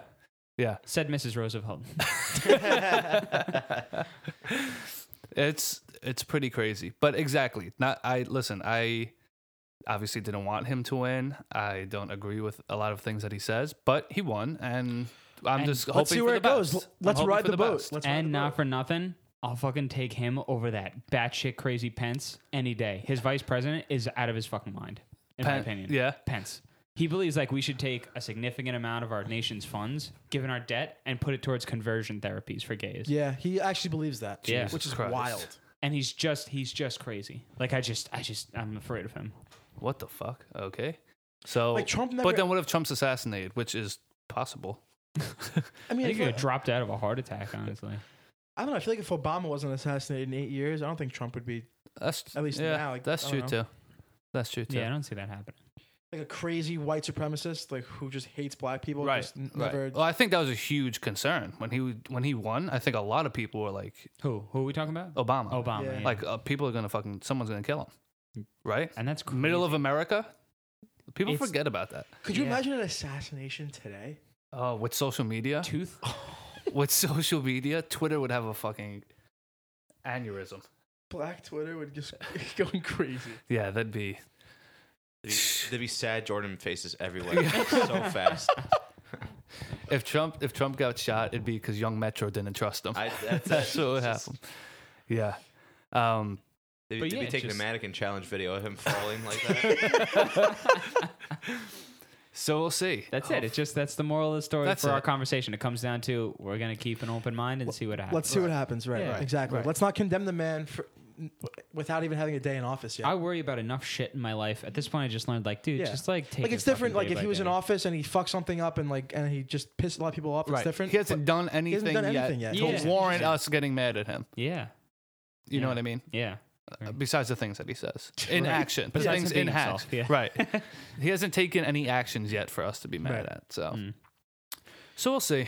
Speaker 2: yeah.
Speaker 5: Said Mrs. Roosevelt.
Speaker 2: It's it's pretty crazy, but exactly. Not I listen. I obviously didn't want him to win. I don't agree with a lot of things that he says, but he won, and I'm
Speaker 5: And
Speaker 2: just hoping
Speaker 3: Let's see
Speaker 2: for
Speaker 3: where
Speaker 2: the
Speaker 3: it goes.
Speaker 2: best. I'm
Speaker 3: Let's
Speaker 2: hoping
Speaker 3: ride
Speaker 2: for
Speaker 3: the, boat.
Speaker 2: best.
Speaker 3: Let's ride
Speaker 5: and
Speaker 3: the
Speaker 5: not
Speaker 3: boat.
Speaker 5: for nothing, I'll fucking take him over that batshit crazy Pence any day. His vice president is out of his fucking mind, in my
Speaker 2: Pen-
Speaker 5: opinion.
Speaker 2: yeah.
Speaker 5: Pence. He believes like we should take a significant amount of our nation's funds, given our debt, and put it towards conversion therapies for gays.
Speaker 3: Yeah, he actually believes that.
Speaker 5: Yeah.
Speaker 3: Which is
Speaker 2: Christ.
Speaker 3: wild.
Speaker 5: And he's just he's just crazy. Like I just I just I'm afraid of him.
Speaker 2: What the fuck? Okay, so Oh.
Speaker 3: Like, Trump never-
Speaker 2: But then what if Trump's assassinated, which is possible?
Speaker 3: I mean,
Speaker 5: I think
Speaker 3: if,
Speaker 5: he
Speaker 3: uh,
Speaker 5: dropped out of a heart attack, honestly.
Speaker 3: I don't know. I feel like if Obama wasn't assassinated in eight years, I don't think Trump would be
Speaker 2: That's
Speaker 3: At least
Speaker 2: yeah,
Speaker 3: now, like,
Speaker 2: that's
Speaker 3: I
Speaker 2: true
Speaker 3: don't
Speaker 2: too. That's true too.
Speaker 5: Yeah, I don't see that happening.
Speaker 3: like a crazy white supremacist, like who just hates black people.
Speaker 2: Right,
Speaker 3: Just n-
Speaker 2: right.
Speaker 3: never.
Speaker 2: Well, I think that was a huge concern when he w- when he won. I think a lot of people were like
Speaker 5: Who? Who are we talking about?
Speaker 2: Obama.
Speaker 5: Obama.
Speaker 3: Yeah.
Speaker 5: yeah.
Speaker 2: Like uh, people are gonna fucking someone's gonna kill him, right?
Speaker 5: and that's crazy.
Speaker 2: Middle of America. People
Speaker 5: It's-
Speaker 2: forget about that.
Speaker 3: Could you
Speaker 5: yeah.
Speaker 3: imagine an
Speaker 2: [LAUGHS]
Speaker 3: assassination today?
Speaker 2: Oh, with social media,
Speaker 5: tooth.
Speaker 2: with [LAUGHS] social media, Twitter would have a fucking aneurysm.
Speaker 3: Black Twitter would just [LAUGHS] going crazy.
Speaker 2: [LAUGHS] Yeah, that'd be.
Speaker 1: There'd be, there'd be sad Jordan faces
Speaker 5: [LAUGHS]
Speaker 1: everywhere so fast.
Speaker 2: If Trump if Trump got shot, it'd be because Young Metro didn't trust him.
Speaker 1: I,
Speaker 5: [LAUGHS]
Speaker 1: that's,
Speaker 2: [LAUGHS] That's what would happen. Yeah. Um,
Speaker 1: They'd,
Speaker 5: But
Speaker 1: they'd
Speaker 5: yeah,
Speaker 1: be
Speaker 5: it's
Speaker 1: taking
Speaker 5: just-
Speaker 1: a mannequin challenge video of him falling like that.
Speaker 2: so we'll see.
Speaker 5: That's it. It's just that's the moral of the story
Speaker 2: That's
Speaker 5: for our
Speaker 2: it.
Speaker 5: conversation. It comes down to we're gonna keep an open mind and see what happens.
Speaker 3: Let's see what happens. Right.
Speaker 5: Yeah. Right.
Speaker 3: Exactly.
Speaker 2: Right.
Speaker 3: Let's not condemn the man for n- without even having a day in office yet.
Speaker 5: I worry about enough shit in my life. At this point, I just learned like, dude,
Speaker 3: Yeah.
Speaker 5: just like take.
Speaker 3: like
Speaker 5: it
Speaker 3: it's different.
Speaker 5: fucking
Speaker 3: Like
Speaker 5: day
Speaker 3: if he
Speaker 5: by
Speaker 3: was in
Speaker 5: day.
Speaker 3: office and he fucked something up and like and he just pissed a lot of people off. It's
Speaker 2: Right.
Speaker 3: different.
Speaker 2: He hasn't done anything,
Speaker 3: hasn't done anything
Speaker 2: yet,
Speaker 3: yet.
Speaker 5: Yeah.
Speaker 2: to warrant us getting mad at him.
Speaker 5: Yeah,
Speaker 2: You know
Speaker 5: Yeah.
Speaker 2: what I mean?
Speaker 5: yeah.
Speaker 2: Uh, Besides the things that he says in
Speaker 5: Right.
Speaker 2: action, the
Speaker 5: Besides
Speaker 2: things
Speaker 5: him
Speaker 2: in
Speaker 5: being
Speaker 2: hacks.
Speaker 5: himself, yeah. [LAUGHS]
Speaker 2: Right. he hasn't taken any actions yet for us to be mad
Speaker 3: Right.
Speaker 2: at. So,
Speaker 5: Mm.
Speaker 2: so we'll see.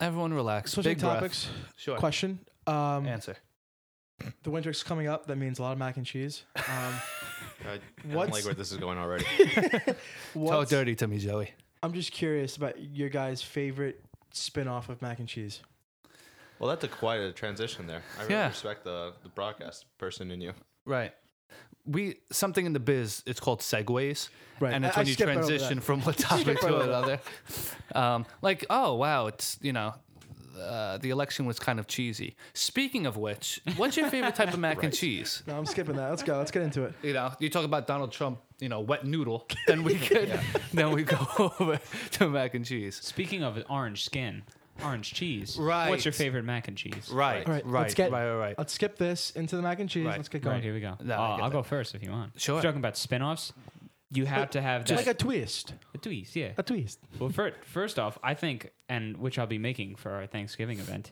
Speaker 2: Everyone relax.
Speaker 3: Switching
Speaker 2: Big breath.
Speaker 3: topics.
Speaker 2: Sure.
Speaker 3: Question. Um,
Speaker 2: Answer.
Speaker 3: the winter's coming up. That means a lot of mac and cheese. Um,
Speaker 2: [LAUGHS]
Speaker 1: I, I
Speaker 3: What's-
Speaker 1: don't like where this is going already.
Speaker 2: Tell
Speaker 3: what's-
Speaker 2: dirty to me, Joey.
Speaker 3: I'm just curious about your guys' favorite spin-off of mac and cheese.
Speaker 1: Well, that's a quite a transition there. I really
Speaker 2: Yeah.
Speaker 1: respect the, the broadcast person in you.
Speaker 2: Right. We something in the biz. It's called segues,
Speaker 3: Right.
Speaker 2: and it's
Speaker 3: I- I
Speaker 2: when you
Speaker 3: skipped right over
Speaker 2: transition
Speaker 3: that. [LAUGHS]
Speaker 2: from one topic
Speaker 3: Skipped right
Speaker 2: to
Speaker 3: over that.
Speaker 2: another. Um, like, oh wow, it's you know, uh, the election was kind of cheesy. Speaking of which, what's your favorite type of mac and cheese?
Speaker 3: No, I'm skipping that. Let's go. Let's get into it.
Speaker 2: You know, you talk about Donald Trump, you know, wet noodle. [LAUGHS] Then
Speaker 3: [LAUGHS]
Speaker 2: we could, then we go [LAUGHS] over to mac and cheese.
Speaker 5: Speaking of orange skin, orange cheese.
Speaker 2: Right.
Speaker 5: What's your favorite mac and cheese?
Speaker 2: Right,
Speaker 3: All
Speaker 2: right,
Speaker 3: right,
Speaker 2: right,
Speaker 3: let's get-
Speaker 2: right, right,
Speaker 3: [LAUGHS]
Speaker 2: right.
Speaker 3: Let's skip this into the mac and cheese.
Speaker 2: Right.
Speaker 3: Let's get
Speaker 5: Right,
Speaker 3: going.
Speaker 5: here we go.
Speaker 2: No, I
Speaker 5: Uh,
Speaker 2: get
Speaker 5: I'll go
Speaker 2: that.
Speaker 5: first if you want.
Speaker 2: Sure.
Speaker 5: If you're talking about spin-offs. You have to have that.
Speaker 3: Like a twist.
Speaker 5: a twist, yeah.
Speaker 3: A twist.
Speaker 5: Well, first, first off, I think, and which I'll be making for our Thanksgiving event,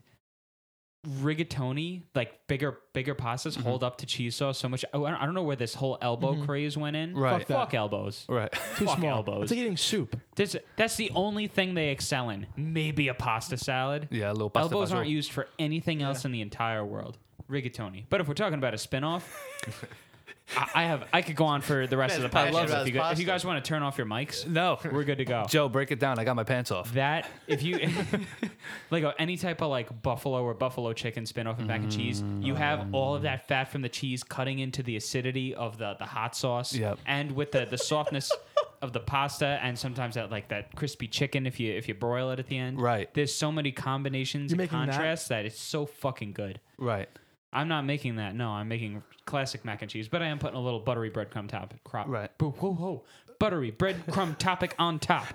Speaker 5: rigatoni, like bigger bigger pastas, hold up to cheese sauce so much. Oh, I, I don't know where this whole elbow craze went in.
Speaker 2: Right.
Speaker 5: Fuck,
Speaker 2: Fuck
Speaker 3: that.
Speaker 5: elbows.
Speaker 2: Right. [LAUGHS]
Speaker 3: Too
Speaker 5: Fuck
Speaker 3: small.
Speaker 5: elbows.
Speaker 3: It's like eating soup.
Speaker 5: This, that's the only thing they excel in. Maybe a pasta salad.
Speaker 2: Yeah, a little pasta
Speaker 5: elbows
Speaker 2: fagioli.
Speaker 5: aren't used for anything else in the entire world. Rigatoni. But if we're talking about a spinoff, I, I have I could go on for the rest of the
Speaker 1: Man's passionate
Speaker 5: podcast.
Speaker 1: about
Speaker 5: If, you
Speaker 1: his
Speaker 5: guys- if
Speaker 1: pasta.
Speaker 5: you guys want to turn off your mics,
Speaker 2: No,
Speaker 5: we're good to go.
Speaker 2: Joe, break it down. I got my pants off.
Speaker 5: That if you [LAUGHS] like uh, any type of like buffalo or buffalo chicken spin off of mac and cheese,
Speaker 2: Mm.
Speaker 5: you have all of that fat from the cheese cutting into the acidity of the the hot sauce,
Speaker 2: Yep.
Speaker 5: and with the the softness [LAUGHS] of the pasta, and sometimes that like that crispy chicken if you if you broil it at the end.
Speaker 2: Right.
Speaker 5: There's so many combinations
Speaker 3: You're
Speaker 5: and
Speaker 3: making that?
Speaker 5: contrasts that? it's so fucking good.
Speaker 2: Right.
Speaker 5: I'm not making that. No, I'm making classic mac and cheese, but I am putting a little buttery breadcrumb top. Crop,
Speaker 2: Right.
Speaker 5: Whoa, whoa, whoa. Buttery breadcrumb [LAUGHS] topic on top.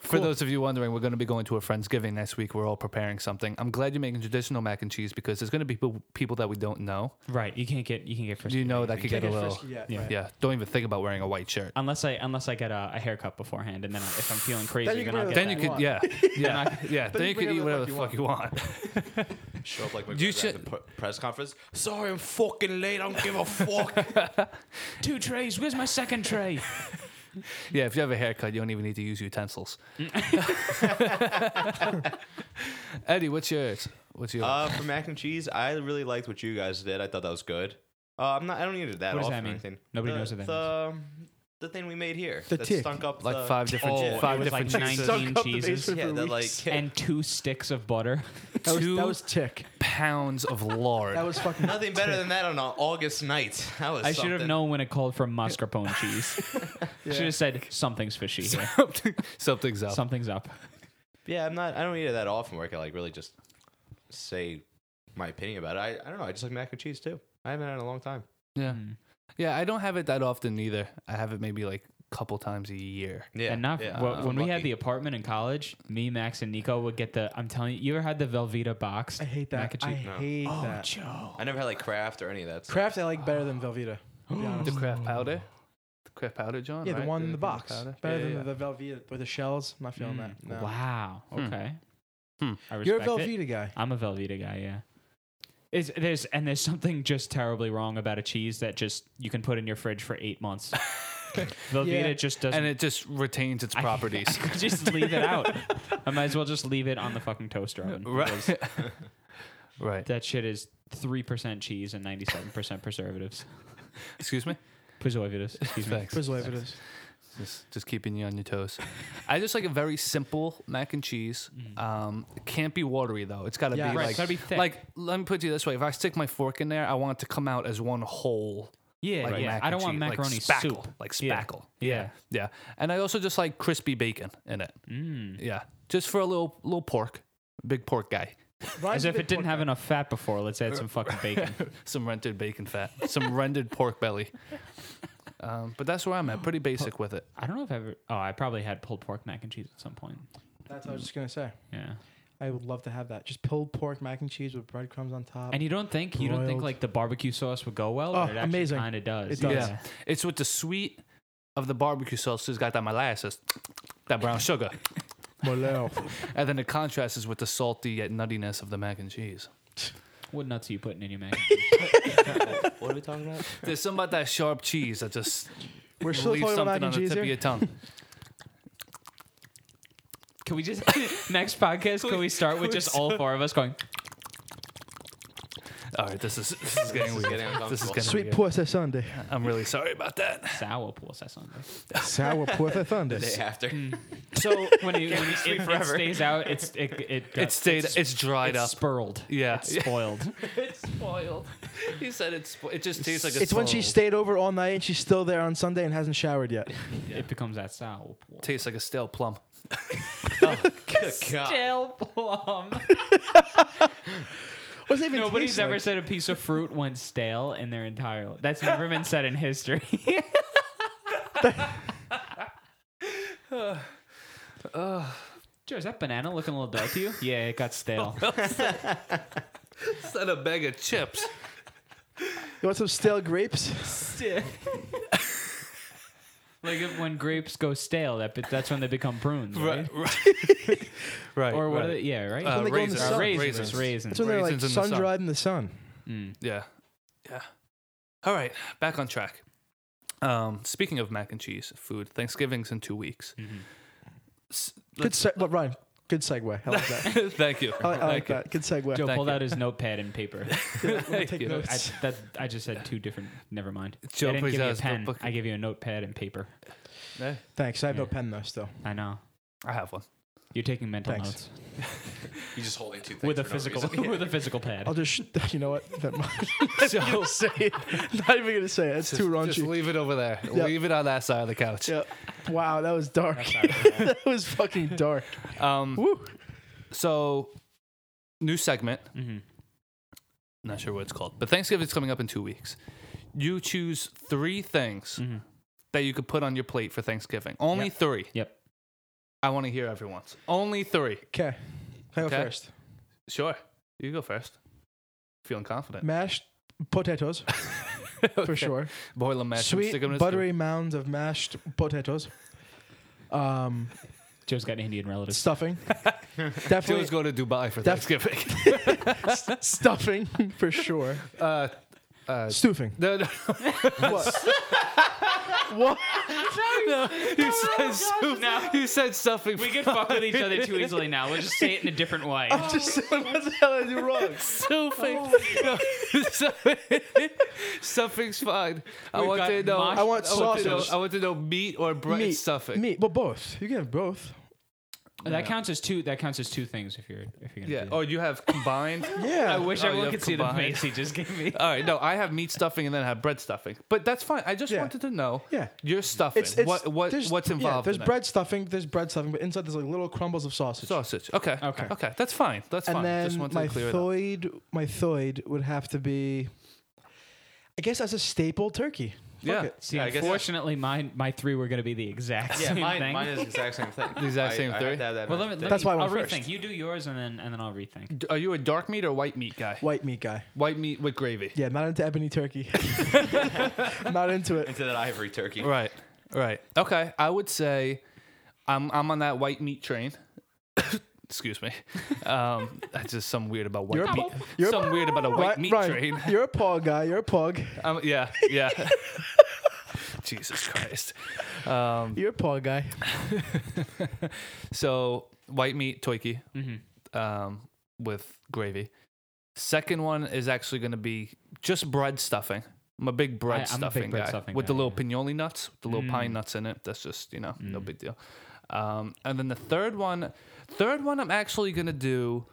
Speaker 2: For those of you wondering, we're going to be going to a Friendsgiving next week. We're all preparing something. I'm glad you're making traditional mac and cheese because there's going to be people, people that we don't know.
Speaker 5: Right. You can't get. You can get.
Speaker 2: You
Speaker 5: Frisky.
Speaker 2: know that could get a
Speaker 3: Can't get
Speaker 2: little.
Speaker 3: frisky yet,
Speaker 2: yeah.
Speaker 3: right.
Speaker 2: yeah. Don't even think about wearing a white shirt.
Speaker 5: Unless I unless I get a, a haircut beforehand, and then I, if I'm feeling crazy,
Speaker 3: Then
Speaker 5: then,
Speaker 3: you can
Speaker 5: I'll get
Speaker 3: wear the
Speaker 2: Then you
Speaker 5: that.
Speaker 3: you
Speaker 2: could, [LAUGHS]
Speaker 3: want.
Speaker 2: yeah, yeah, yeah. [LAUGHS] Then
Speaker 3: you
Speaker 2: you
Speaker 3: bring
Speaker 2: could eat whatever the fuck you want.
Speaker 1: Show up like my
Speaker 2: You
Speaker 1: you should...
Speaker 2: should-
Speaker 1: at the pr- press conference. Sorry, I'm fucking late. I don't give a fuck.
Speaker 5: two trays. Where's my second [LAUGHS] tray?
Speaker 2: [LAUGHS] Yeah, if you have a haircut, you don't even need to use [LAUGHS] utensils. Mm. [LAUGHS] Eddie, what's yours? What's yours?
Speaker 1: uh, for mac and cheese, I really liked what you guys did. I thought that was good. Uh, I'm not. I don't need it that
Speaker 5: What does
Speaker 1: often
Speaker 5: that
Speaker 1: or
Speaker 5: mean?
Speaker 1: anything.
Speaker 5: Nobody
Speaker 1: the,
Speaker 5: knows what that
Speaker 1: the, means. The thing we made here.
Speaker 3: The
Speaker 1: that
Speaker 3: tick.
Speaker 1: stunk up
Speaker 2: like
Speaker 1: the,
Speaker 2: five different,
Speaker 1: Oh,
Speaker 2: five
Speaker 5: it was
Speaker 2: different
Speaker 5: like
Speaker 2: cheeses,
Speaker 5: 19
Speaker 3: Suck up the
Speaker 5: cheeses
Speaker 3: basement
Speaker 1: Yeah,
Speaker 3: for
Speaker 1: that like
Speaker 3: weeks.
Speaker 1: and
Speaker 5: and two sticks of butter. [LAUGHS]
Speaker 3: That was,
Speaker 2: two
Speaker 3: that was tick.
Speaker 2: pounds of lard.
Speaker 3: [LAUGHS] That was fucking.
Speaker 1: nothing better than that on an August night. [LAUGHS] That was.
Speaker 5: I should have
Speaker 1: something.
Speaker 5: known when it called for
Speaker 3: [LAUGHS]
Speaker 5: mascarpone cheese. Should have said something's fishy. here.
Speaker 2: Something's up.
Speaker 5: Something's up.
Speaker 1: Yeah, I'm not. I don't eat it that often. Where I can like really just say my opinion about it. I, I don't know. I just like mac and cheese too. I haven't had it in a long time.
Speaker 2: Yeah.
Speaker 5: Mm.
Speaker 2: Yeah, I don't have it that often either. I have it maybe like a couple times a year.
Speaker 1: Yeah,
Speaker 5: and not
Speaker 1: yeah,
Speaker 5: well,
Speaker 1: I'm
Speaker 5: when we had
Speaker 1: lucky.
Speaker 5: the apartment in college, me, Max, and Nico would get the. I'm telling you, you ever had the Velveeta box?
Speaker 3: I hate
Speaker 5: Mac
Speaker 3: that.
Speaker 5: and
Speaker 3: I
Speaker 5: cheese.
Speaker 1: No.
Speaker 3: hate
Speaker 5: oh,
Speaker 3: that.
Speaker 5: Joe.
Speaker 1: I never had like Kraft or any of that. stuff.
Speaker 3: Kraft I like better than Velveeta. to be
Speaker 2: The
Speaker 3: honest.
Speaker 2: craft powder. The Kraft powder, John?
Speaker 3: Yeah,
Speaker 2: right?
Speaker 3: the one in the
Speaker 2: Kraft
Speaker 3: box.
Speaker 2: powder?
Speaker 3: Better
Speaker 2: Yeah,
Speaker 3: than
Speaker 2: yeah,
Speaker 3: the Velveeta with the shells. I'm not feeling
Speaker 5: Mm.
Speaker 3: that. No.
Speaker 5: Wow.
Speaker 2: Hmm.
Speaker 5: Okay.
Speaker 2: Hmm.
Speaker 5: I
Speaker 3: You're a
Speaker 5: respect it.
Speaker 3: Velveeta guy.
Speaker 5: I'm a Velveeta guy. Yeah. Is there's and there's something just terribly wrong about a cheese that just you can put in your fridge for eight
Speaker 2: [LAUGHS]
Speaker 5: months. Velveeta
Speaker 3: Yeah.
Speaker 5: just
Speaker 2: yeah.
Speaker 5: doesn't.
Speaker 2: And it just retains
Speaker 3: [LAUGHS]
Speaker 2: its
Speaker 5: I- [LAUGHS]
Speaker 2: properties.
Speaker 5: I could just leave it out. I might as well just leave it on the fucking toaster oven. because
Speaker 2: [LAUGHS] right. right.
Speaker 5: That shit is three percent cheese and ninety seven percent preservatives.
Speaker 2: Excuse me?
Speaker 5: Preservatives. Excuse me.
Speaker 2: Thanks.
Speaker 3: Preservatives.
Speaker 2: Just, just keeping you on your toes. I just like a very simple mac and cheese. Um, it can't be watery though. It's got to
Speaker 3: Mm-hmm. Yeah,
Speaker 2: be
Speaker 3: right.
Speaker 2: like,
Speaker 5: It's gotta be thick.
Speaker 2: like. Let me put it this way: if I stick my fork in there, I want it to come out as one whole.
Speaker 5: Yeah.
Speaker 2: Like
Speaker 5: yeah.
Speaker 2: mac
Speaker 5: I
Speaker 2: and
Speaker 5: don't want
Speaker 2: cheese, like
Speaker 5: macaroni
Speaker 2: spackle,
Speaker 5: soup.
Speaker 2: like
Speaker 5: Yeah.
Speaker 2: spackle.
Speaker 5: Yeah.
Speaker 2: Yeah, and I also just like crispy bacon in it.
Speaker 5: Mm.
Speaker 2: Yeah, just for a little little pork, big pork guy,
Speaker 3: Ryan's
Speaker 5: As
Speaker 3: a
Speaker 5: if
Speaker 3: big
Speaker 5: it didn't
Speaker 3: pork
Speaker 5: have
Speaker 3: guy.
Speaker 5: enough fat before. Let's add
Speaker 2: [LAUGHS]
Speaker 5: some fucking bacon.
Speaker 2: some rendered bacon fat, some rendered pork belly. Um, but that's where I'm at. Pretty basic with it.
Speaker 5: I don't know if I ever. Oh, I probably had pulled pork mac and cheese at some point.
Speaker 3: That's what I was just gonna say.
Speaker 5: Yeah.
Speaker 3: I would love to have that. Just pulled pork mac and cheese with breadcrumbs on top.
Speaker 5: And you don't think you don't think
Speaker 3: broiled.
Speaker 5: like the barbecue sauce would go well?
Speaker 3: Oh,
Speaker 5: but it
Speaker 3: amazing.
Speaker 5: Kind of does.
Speaker 3: It does.
Speaker 2: Yeah. It's with the sweet of the barbecue sauce. It's got that molasses, that brown sugar,
Speaker 5: [LAUGHS]
Speaker 3: Moleo.
Speaker 2: and then it contrasts with the salty yet nuttiness of the mac and cheese.
Speaker 5: What nuts are you putting in your mac? and cheese?
Speaker 1: [LAUGHS] What are we talking about?
Speaker 2: There's something about that sharp cheese that just
Speaker 3: We're
Speaker 2: leaves
Speaker 3: still talking
Speaker 2: something
Speaker 3: about mac
Speaker 2: on the
Speaker 3: and cheese
Speaker 2: tip
Speaker 3: here.
Speaker 2: of your tongue.
Speaker 5: Can we just [LAUGHS] next podcast? Can we start with just all four of us going?
Speaker 2: All right, this is this is getting
Speaker 1: This is
Speaker 2: weird.
Speaker 1: getting
Speaker 2: This is
Speaker 1: uncomfortable.
Speaker 2: getting
Speaker 3: Sweet
Speaker 2: weird.
Speaker 3: pussy Sunday.
Speaker 5: [LAUGHS]
Speaker 2: I'm really sorry about that.
Speaker 5: sour pulse or something.
Speaker 3: Sour pussy Sunday.
Speaker 1: Day after.
Speaker 5: Mm. So when, [LAUGHS] it, when it, it, it stays out, it's it it, got-
Speaker 2: It stayed.
Speaker 5: It's,
Speaker 2: It's, dried
Speaker 5: it's
Speaker 2: up.
Speaker 5: spurled.
Speaker 2: yeah,
Speaker 5: It's spoiled.
Speaker 2: it's spoiled. He said it's. Spo- it just tastes like
Speaker 3: It's when she stayed over all night and she's still there on Sunday and hasn't showered yet.
Speaker 5: It becomes that sour pulse.
Speaker 2: tastes like a stale plum.
Speaker 1: [LAUGHS] Good God.
Speaker 5: Stale plum.
Speaker 3: What's it even
Speaker 5: Nobody's
Speaker 3: taste
Speaker 5: ever
Speaker 3: like?
Speaker 5: said a piece of fruit went stale in their entire life. That's never been said in history. [LAUGHS] Joe, is that banana looking a little dark
Speaker 2: [LAUGHS]
Speaker 5: to you? Yeah, it got stale.
Speaker 2: It's not a bag of chips.
Speaker 3: You want some stale grapes?
Speaker 5: like if, when grapes go stale, that be- that's when they become prunes, right?
Speaker 2: right, right.
Speaker 5: Or what?
Speaker 2: right.
Speaker 5: Are they, yeah, right.
Speaker 2: Uh,
Speaker 3: when they go in the
Speaker 2: raisins,
Speaker 3: sun.
Speaker 5: raisins,
Speaker 2: raisins,
Speaker 5: raisins.
Speaker 3: That's when they're like
Speaker 2: Raisins in the sun.
Speaker 3: sun dried in the sun.
Speaker 5: Mm.
Speaker 2: Yeah, yeah. All right, back on track. Um, speaking of mac and cheese food, Thanksgiving's in two weeks.
Speaker 5: Mhm.
Speaker 2: S-
Speaker 3: Good
Speaker 2: let's-
Speaker 3: se- but Ryan, good segue. I
Speaker 2: [LAUGHS]
Speaker 3: like that.
Speaker 2: Thank you.
Speaker 3: I, I like
Speaker 2: Thank you.
Speaker 3: that. Good segue.
Speaker 5: Joe
Speaker 2: Thank
Speaker 5: pulled
Speaker 2: you.
Speaker 5: out his notepad and
Speaker 2: [LAUGHS]
Speaker 3: [LAUGHS]
Speaker 5: paper.
Speaker 2: Thank
Speaker 3: take
Speaker 2: you.
Speaker 3: notes.
Speaker 5: I, that, I just said two different. Never mind.
Speaker 2: Joe
Speaker 5: I didn't
Speaker 2: pulls
Speaker 5: give you
Speaker 2: out
Speaker 5: a
Speaker 2: his
Speaker 5: pen.
Speaker 2: notebook.
Speaker 5: I gave you a notepad and paper.
Speaker 3: Thanks. I have no
Speaker 5: Yeah.
Speaker 3: pen though. Still,
Speaker 5: I know.
Speaker 2: I have
Speaker 3: [LAUGHS]
Speaker 2: one.
Speaker 5: You're taking mental
Speaker 3: Thanks.
Speaker 5: notes
Speaker 1: He's just holding two things
Speaker 5: with a
Speaker 1: for no
Speaker 5: physical
Speaker 1: reason.
Speaker 5: [LAUGHS] with a physical pad.
Speaker 3: I'll just. Sh- [LAUGHS] you know what? That
Speaker 2: [LAUGHS] So
Speaker 3: I'm gonna say it. [LAUGHS] Not even gonna say it. It's
Speaker 2: just,
Speaker 3: too
Speaker 2: just
Speaker 3: raunchy.
Speaker 2: leave it over there.
Speaker 3: Yeah.
Speaker 2: Leave it on that side of the couch.
Speaker 3: Yeah. Wow, that was dark. [LAUGHS] that was fucking dark.
Speaker 2: Um,
Speaker 3: Woo.
Speaker 2: so, new segment.
Speaker 5: Mhm.
Speaker 2: Not sure what it's called, but Thanksgiving's coming up in two weeks. You choose three things
Speaker 5: Mhm.
Speaker 2: that you could put on your plate for Thanksgiving. Only
Speaker 5: Yep.
Speaker 2: three.
Speaker 5: Yep.
Speaker 2: I want to hear everyone's. Only three.
Speaker 3: Okay. I go
Speaker 2: Okay.
Speaker 3: first.
Speaker 2: Sure. You go first. Feeling confident.
Speaker 3: Mashed
Speaker 2: [LAUGHS]
Speaker 3: potatoes [LAUGHS] for sure.
Speaker 2: Boil them, mash 'em, stick 'em in
Speaker 3: Sweet
Speaker 2: a stew.
Speaker 3: buttery mounds of mashed potatoes. Um,
Speaker 5: Joe's got Indian relatives. [LAUGHS]
Speaker 2: [LAUGHS]
Speaker 3: stuffing.
Speaker 2: Joe's
Speaker 3: Definitely
Speaker 2: going to Dubai for
Speaker 3: Def-
Speaker 2: Thanksgiving. [LAUGHS]
Speaker 3: [LAUGHS] stuffing for sure.
Speaker 2: uh, uh,
Speaker 3: Stoofing.
Speaker 2: no, no,
Speaker 3: What? what?
Speaker 2: you
Speaker 3: Oh,
Speaker 2: said, soup.
Speaker 5: No.
Speaker 3: [LAUGHS]
Speaker 2: you said stuffing.
Speaker 5: We can fuck with each other too easily now. We'll just say it in a different way.
Speaker 3: Just what the hell did I
Speaker 5: [LAUGHS]
Speaker 3: do wrong? Oh.
Speaker 2: Stuffing. [LAUGHS] stuffing's fine. I
Speaker 5: We've
Speaker 2: want
Speaker 5: got
Speaker 2: to know.
Speaker 5: mosh-
Speaker 2: I want,
Speaker 3: I
Speaker 2: I want, to know
Speaker 3: sausage.
Speaker 2: I want to know meat or bread
Speaker 3: Meat.
Speaker 2: stuffing.
Speaker 3: Meat. Well, both. You can have both.
Speaker 5: That counts as two. That counts as two things if you're if you're gonna
Speaker 2: Yeah.
Speaker 5: do
Speaker 2: Or you have combined.
Speaker 3: Oh, [LAUGHS] Yeah.
Speaker 5: I wish
Speaker 2: Oh, you
Speaker 5: everyone
Speaker 2: have
Speaker 5: could see
Speaker 2: combined.
Speaker 5: the face he just gave
Speaker 3: [LAUGHS]
Speaker 5: me.
Speaker 2: All right. No, I have meat stuffing and then I have bread stuffing. But that's fine. I just
Speaker 3: Yeah.
Speaker 2: wanted to know.
Speaker 3: Yeah.
Speaker 2: Your stuffing.
Speaker 3: It's, it's
Speaker 2: what what
Speaker 3: there's-
Speaker 2: what's
Speaker 3: yeah,
Speaker 2: involved?
Speaker 3: there's
Speaker 2: in it?
Speaker 3: bread stuffing. There's bread stuffing, but inside there's like little crumbles of sausage.
Speaker 2: sausage. Okay.
Speaker 5: Okay.
Speaker 2: Okay. That's fine. That's
Speaker 3: and
Speaker 2: fine.
Speaker 3: then
Speaker 2: just wanted
Speaker 3: my
Speaker 2: to clear it up.
Speaker 3: thoid, my thoid would have to be, I guess, as a staple, turkey.
Speaker 2: yeah.
Speaker 3: it.
Speaker 5: See,
Speaker 1: Yeah, I guess-
Speaker 5: unfortunately, mine my three were going to be the exact
Speaker 1: Yeah,
Speaker 5: same
Speaker 1: mine,
Speaker 5: thing.
Speaker 1: mine is the exact same
Speaker 5: [LAUGHS]
Speaker 1: thing.
Speaker 2: The exact
Speaker 1: I-
Speaker 2: same
Speaker 1: I,
Speaker 2: theory?
Speaker 1: have to have that
Speaker 5: well,
Speaker 1: much
Speaker 5: let me,
Speaker 1: thing.
Speaker 5: let
Speaker 3: That's
Speaker 5: me-
Speaker 3: why I
Speaker 5: I'll
Speaker 3: went
Speaker 5: rethink.
Speaker 3: first.
Speaker 5: You do yours, and then and then I'll rethink.
Speaker 2: D- Are you a dark meat or white meat guy?
Speaker 3: White meat guy.
Speaker 2: White meat with gravy.
Speaker 3: Yeah, not into ebony
Speaker 2: [LAUGHS]
Speaker 3: turkey. not into it.
Speaker 1: into that ivory turkey.
Speaker 2: Right. Right. Okay. I would say I'm I'm on that white meat train. [COUGHS] Excuse me. Um, [LAUGHS] that's just some weird about white
Speaker 3: You're a
Speaker 2: meat.
Speaker 3: po- you're a
Speaker 2: Some weird about a white
Speaker 3: Right,
Speaker 2: meat
Speaker 3: Ryan,
Speaker 2: train.
Speaker 3: You're a pog guy. You're a pog.
Speaker 2: Um, yeah. Yeah. [LAUGHS] Jesus Christ. Um,
Speaker 3: You're a pog guy.
Speaker 2: So white meat toiki
Speaker 3: Mm-hmm.
Speaker 5: Mhm.
Speaker 2: um, with gravy. Second one is actually going to be just bread stuffing. I'm a big bread
Speaker 5: I- I'm a big
Speaker 2: stuffing
Speaker 5: bread
Speaker 2: guy
Speaker 5: stuffing
Speaker 2: with
Speaker 5: guy,
Speaker 2: the little
Speaker 5: yeah. Mm.
Speaker 2: pignoli nuts, with the little pine nuts in it. That's just you know no big deal. Um, and then the third one, third one, I'm actually going to do.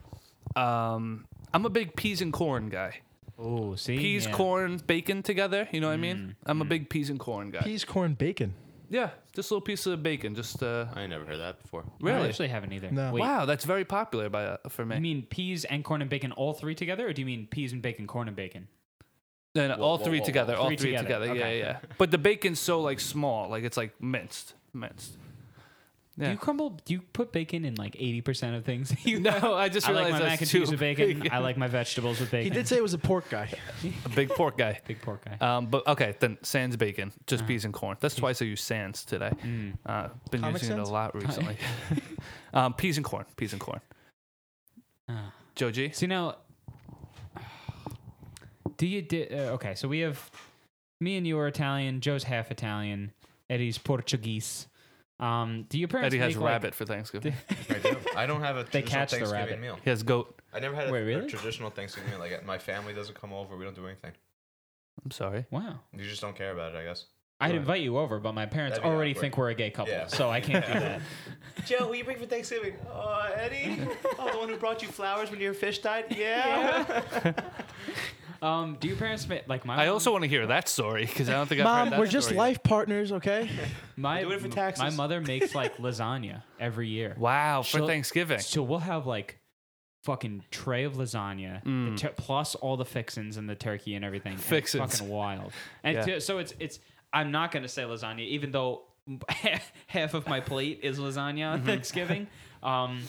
Speaker 2: Um, I'm a big peas and corn guy.
Speaker 5: Oh, see,
Speaker 2: Peas,
Speaker 5: yeah. Mm,
Speaker 2: corn, bacon together. You know what I mean? I'm a big peas and corn guy.
Speaker 3: Peas, corn, bacon.
Speaker 2: Yeah, just a little piece of bacon. Just uh,
Speaker 1: I ain't never heard that before.
Speaker 5: I
Speaker 2: really.
Speaker 5: actually haven't either.
Speaker 3: No.
Speaker 5: Wait,
Speaker 2: Wow, that's very popular by uh, for me.
Speaker 5: you mean peas and corn and bacon all three together, or do you mean peas and bacon, corn and bacon?
Speaker 2: No, no,
Speaker 1: Whoa,
Speaker 2: all
Speaker 1: whoa,
Speaker 2: three
Speaker 1: whoa,
Speaker 2: together.
Speaker 5: whoa.
Speaker 2: All
Speaker 5: Three
Speaker 2: three,
Speaker 5: together,
Speaker 2: together.
Speaker 5: okay.
Speaker 2: Yeah, yeah. But the bacon's so like small, like it's like minced, minced.
Speaker 5: Do
Speaker 2: Yeah.
Speaker 5: you crumble? Do you put bacon in like eighty percent of things? [LAUGHS] [LAUGHS] you
Speaker 2: No, I just
Speaker 5: I like
Speaker 2: realized
Speaker 5: my
Speaker 2: that's
Speaker 5: mac and
Speaker 2: too
Speaker 5: cheese with bacon. I like my vegetables with
Speaker 3: He
Speaker 5: bacon.
Speaker 3: did say it was a pork guy.
Speaker 2: [LAUGHS] A big pork guy.
Speaker 5: big pork guy.
Speaker 2: Um, but okay, then sans bacon, just
Speaker 5: Uh-huh.
Speaker 2: peas and corn. That's twice I use sans today.
Speaker 5: Mm.
Speaker 2: Uh, been
Speaker 3: Comic
Speaker 2: using it
Speaker 3: sans?
Speaker 2: a lot recently. [LAUGHS]
Speaker 5: [LAUGHS]
Speaker 2: um, peas and corn. Peas and corn. Uh.
Speaker 5: Ah.
Speaker 2: Joe G.
Speaker 5: See now, do you di- uh, okay? So we have me and you are Italian. Joe's half Italian. Eddie's Portuguese. Um, do your parents?
Speaker 2: Eddie has
Speaker 5: make, like- [LAUGHS]
Speaker 2: rabbit for Thanksgiving.
Speaker 1: I, do. I don't have a
Speaker 5: They
Speaker 1: traditional
Speaker 5: catch the
Speaker 1: Thanksgiving
Speaker 5: rabbit.
Speaker 1: meal.
Speaker 2: He has goat.
Speaker 1: I never had a,
Speaker 5: Wait,
Speaker 1: a
Speaker 5: really?
Speaker 1: traditional Thanksgiving meal. Like my family doesn't come over. We don't do anything.
Speaker 2: I'm sorry.
Speaker 5: wow.
Speaker 1: You just don't care about it, I guess.
Speaker 5: I'd invite you over, but my parents
Speaker 1: That'd be
Speaker 5: already
Speaker 1: awkward.
Speaker 5: think we're a gay couple,
Speaker 1: Yeah.
Speaker 5: Oh, so I can't do
Speaker 1: [LAUGHS]
Speaker 5: that.
Speaker 4: Joe, what you bring for Thanksgiving? Uh, Eddie? [LAUGHS]
Speaker 5: [LAUGHS]
Speaker 4: Oh, the one who brought you flowers when your fish died? Yeah.
Speaker 5: [LAUGHS] Um, do your parents ma- like my?
Speaker 2: I also want to hear that story because I don't think I've heard
Speaker 3: Mom,
Speaker 2: that
Speaker 3: we're just
Speaker 2: story yet.
Speaker 3: life
Speaker 2: [LAUGHS]
Speaker 3: partners, okay?
Speaker 5: my
Speaker 4: Do it for
Speaker 5: m-
Speaker 4: taxes.
Speaker 5: My mother makes like lasagna every year.
Speaker 2: Wow, for
Speaker 5: She'll-
Speaker 2: Thanksgiving.
Speaker 5: So we'll have like fucking tray of lasagna, the
Speaker 2: Mm.
Speaker 5: tur- plus all the fixins and the turkey and everything. and it's
Speaker 2: Fixins.
Speaker 5: fucking wild.
Speaker 2: [LAUGHS]
Speaker 5: And
Speaker 2: Yeah.
Speaker 5: to- so it's it's. I'm not gonna say lasagna, even though [LAUGHS] half of my plate is lasagna
Speaker 2: Mm-hmm.
Speaker 5: on Thanksgiving. Um,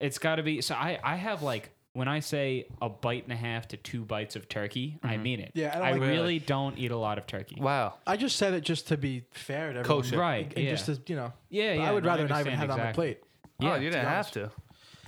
Speaker 5: it's got to be. So I I have like. When I say a bite and a half to two bites of turkey, I
Speaker 2: Mm-hmm.
Speaker 5: mean it.
Speaker 3: Yeah, I don't like-
Speaker 5: really don't eat a lot of turkey.
Speaker 2: Wow. Oh,
Speaker 3: I just said it just to be fair to everyone.
Speaker 2: Kosher.
Speaker 5: Right,
Speaker 3: And
Speaker 5: yeah.
Speaker 3: just to, you know.
Speaker 5: Yeah,
Speaker 3: but
Speaker 5: yeah.
Speaker 3: I would
Speaker 5: no,
Speaker 3: rather not even
Speaker 5: understand
Speaker 3: have it on my
Speaker 5: exactly.
Speaker 3: plate.
Speaker 2: oh,
Speaker 5: Yeah,
Speaker 2: you
Speaker 5: to
Speaker 2: didn't
Speaker 3: be
Speaker 2: have
Speaker 3: honest.
Speaker 2: to.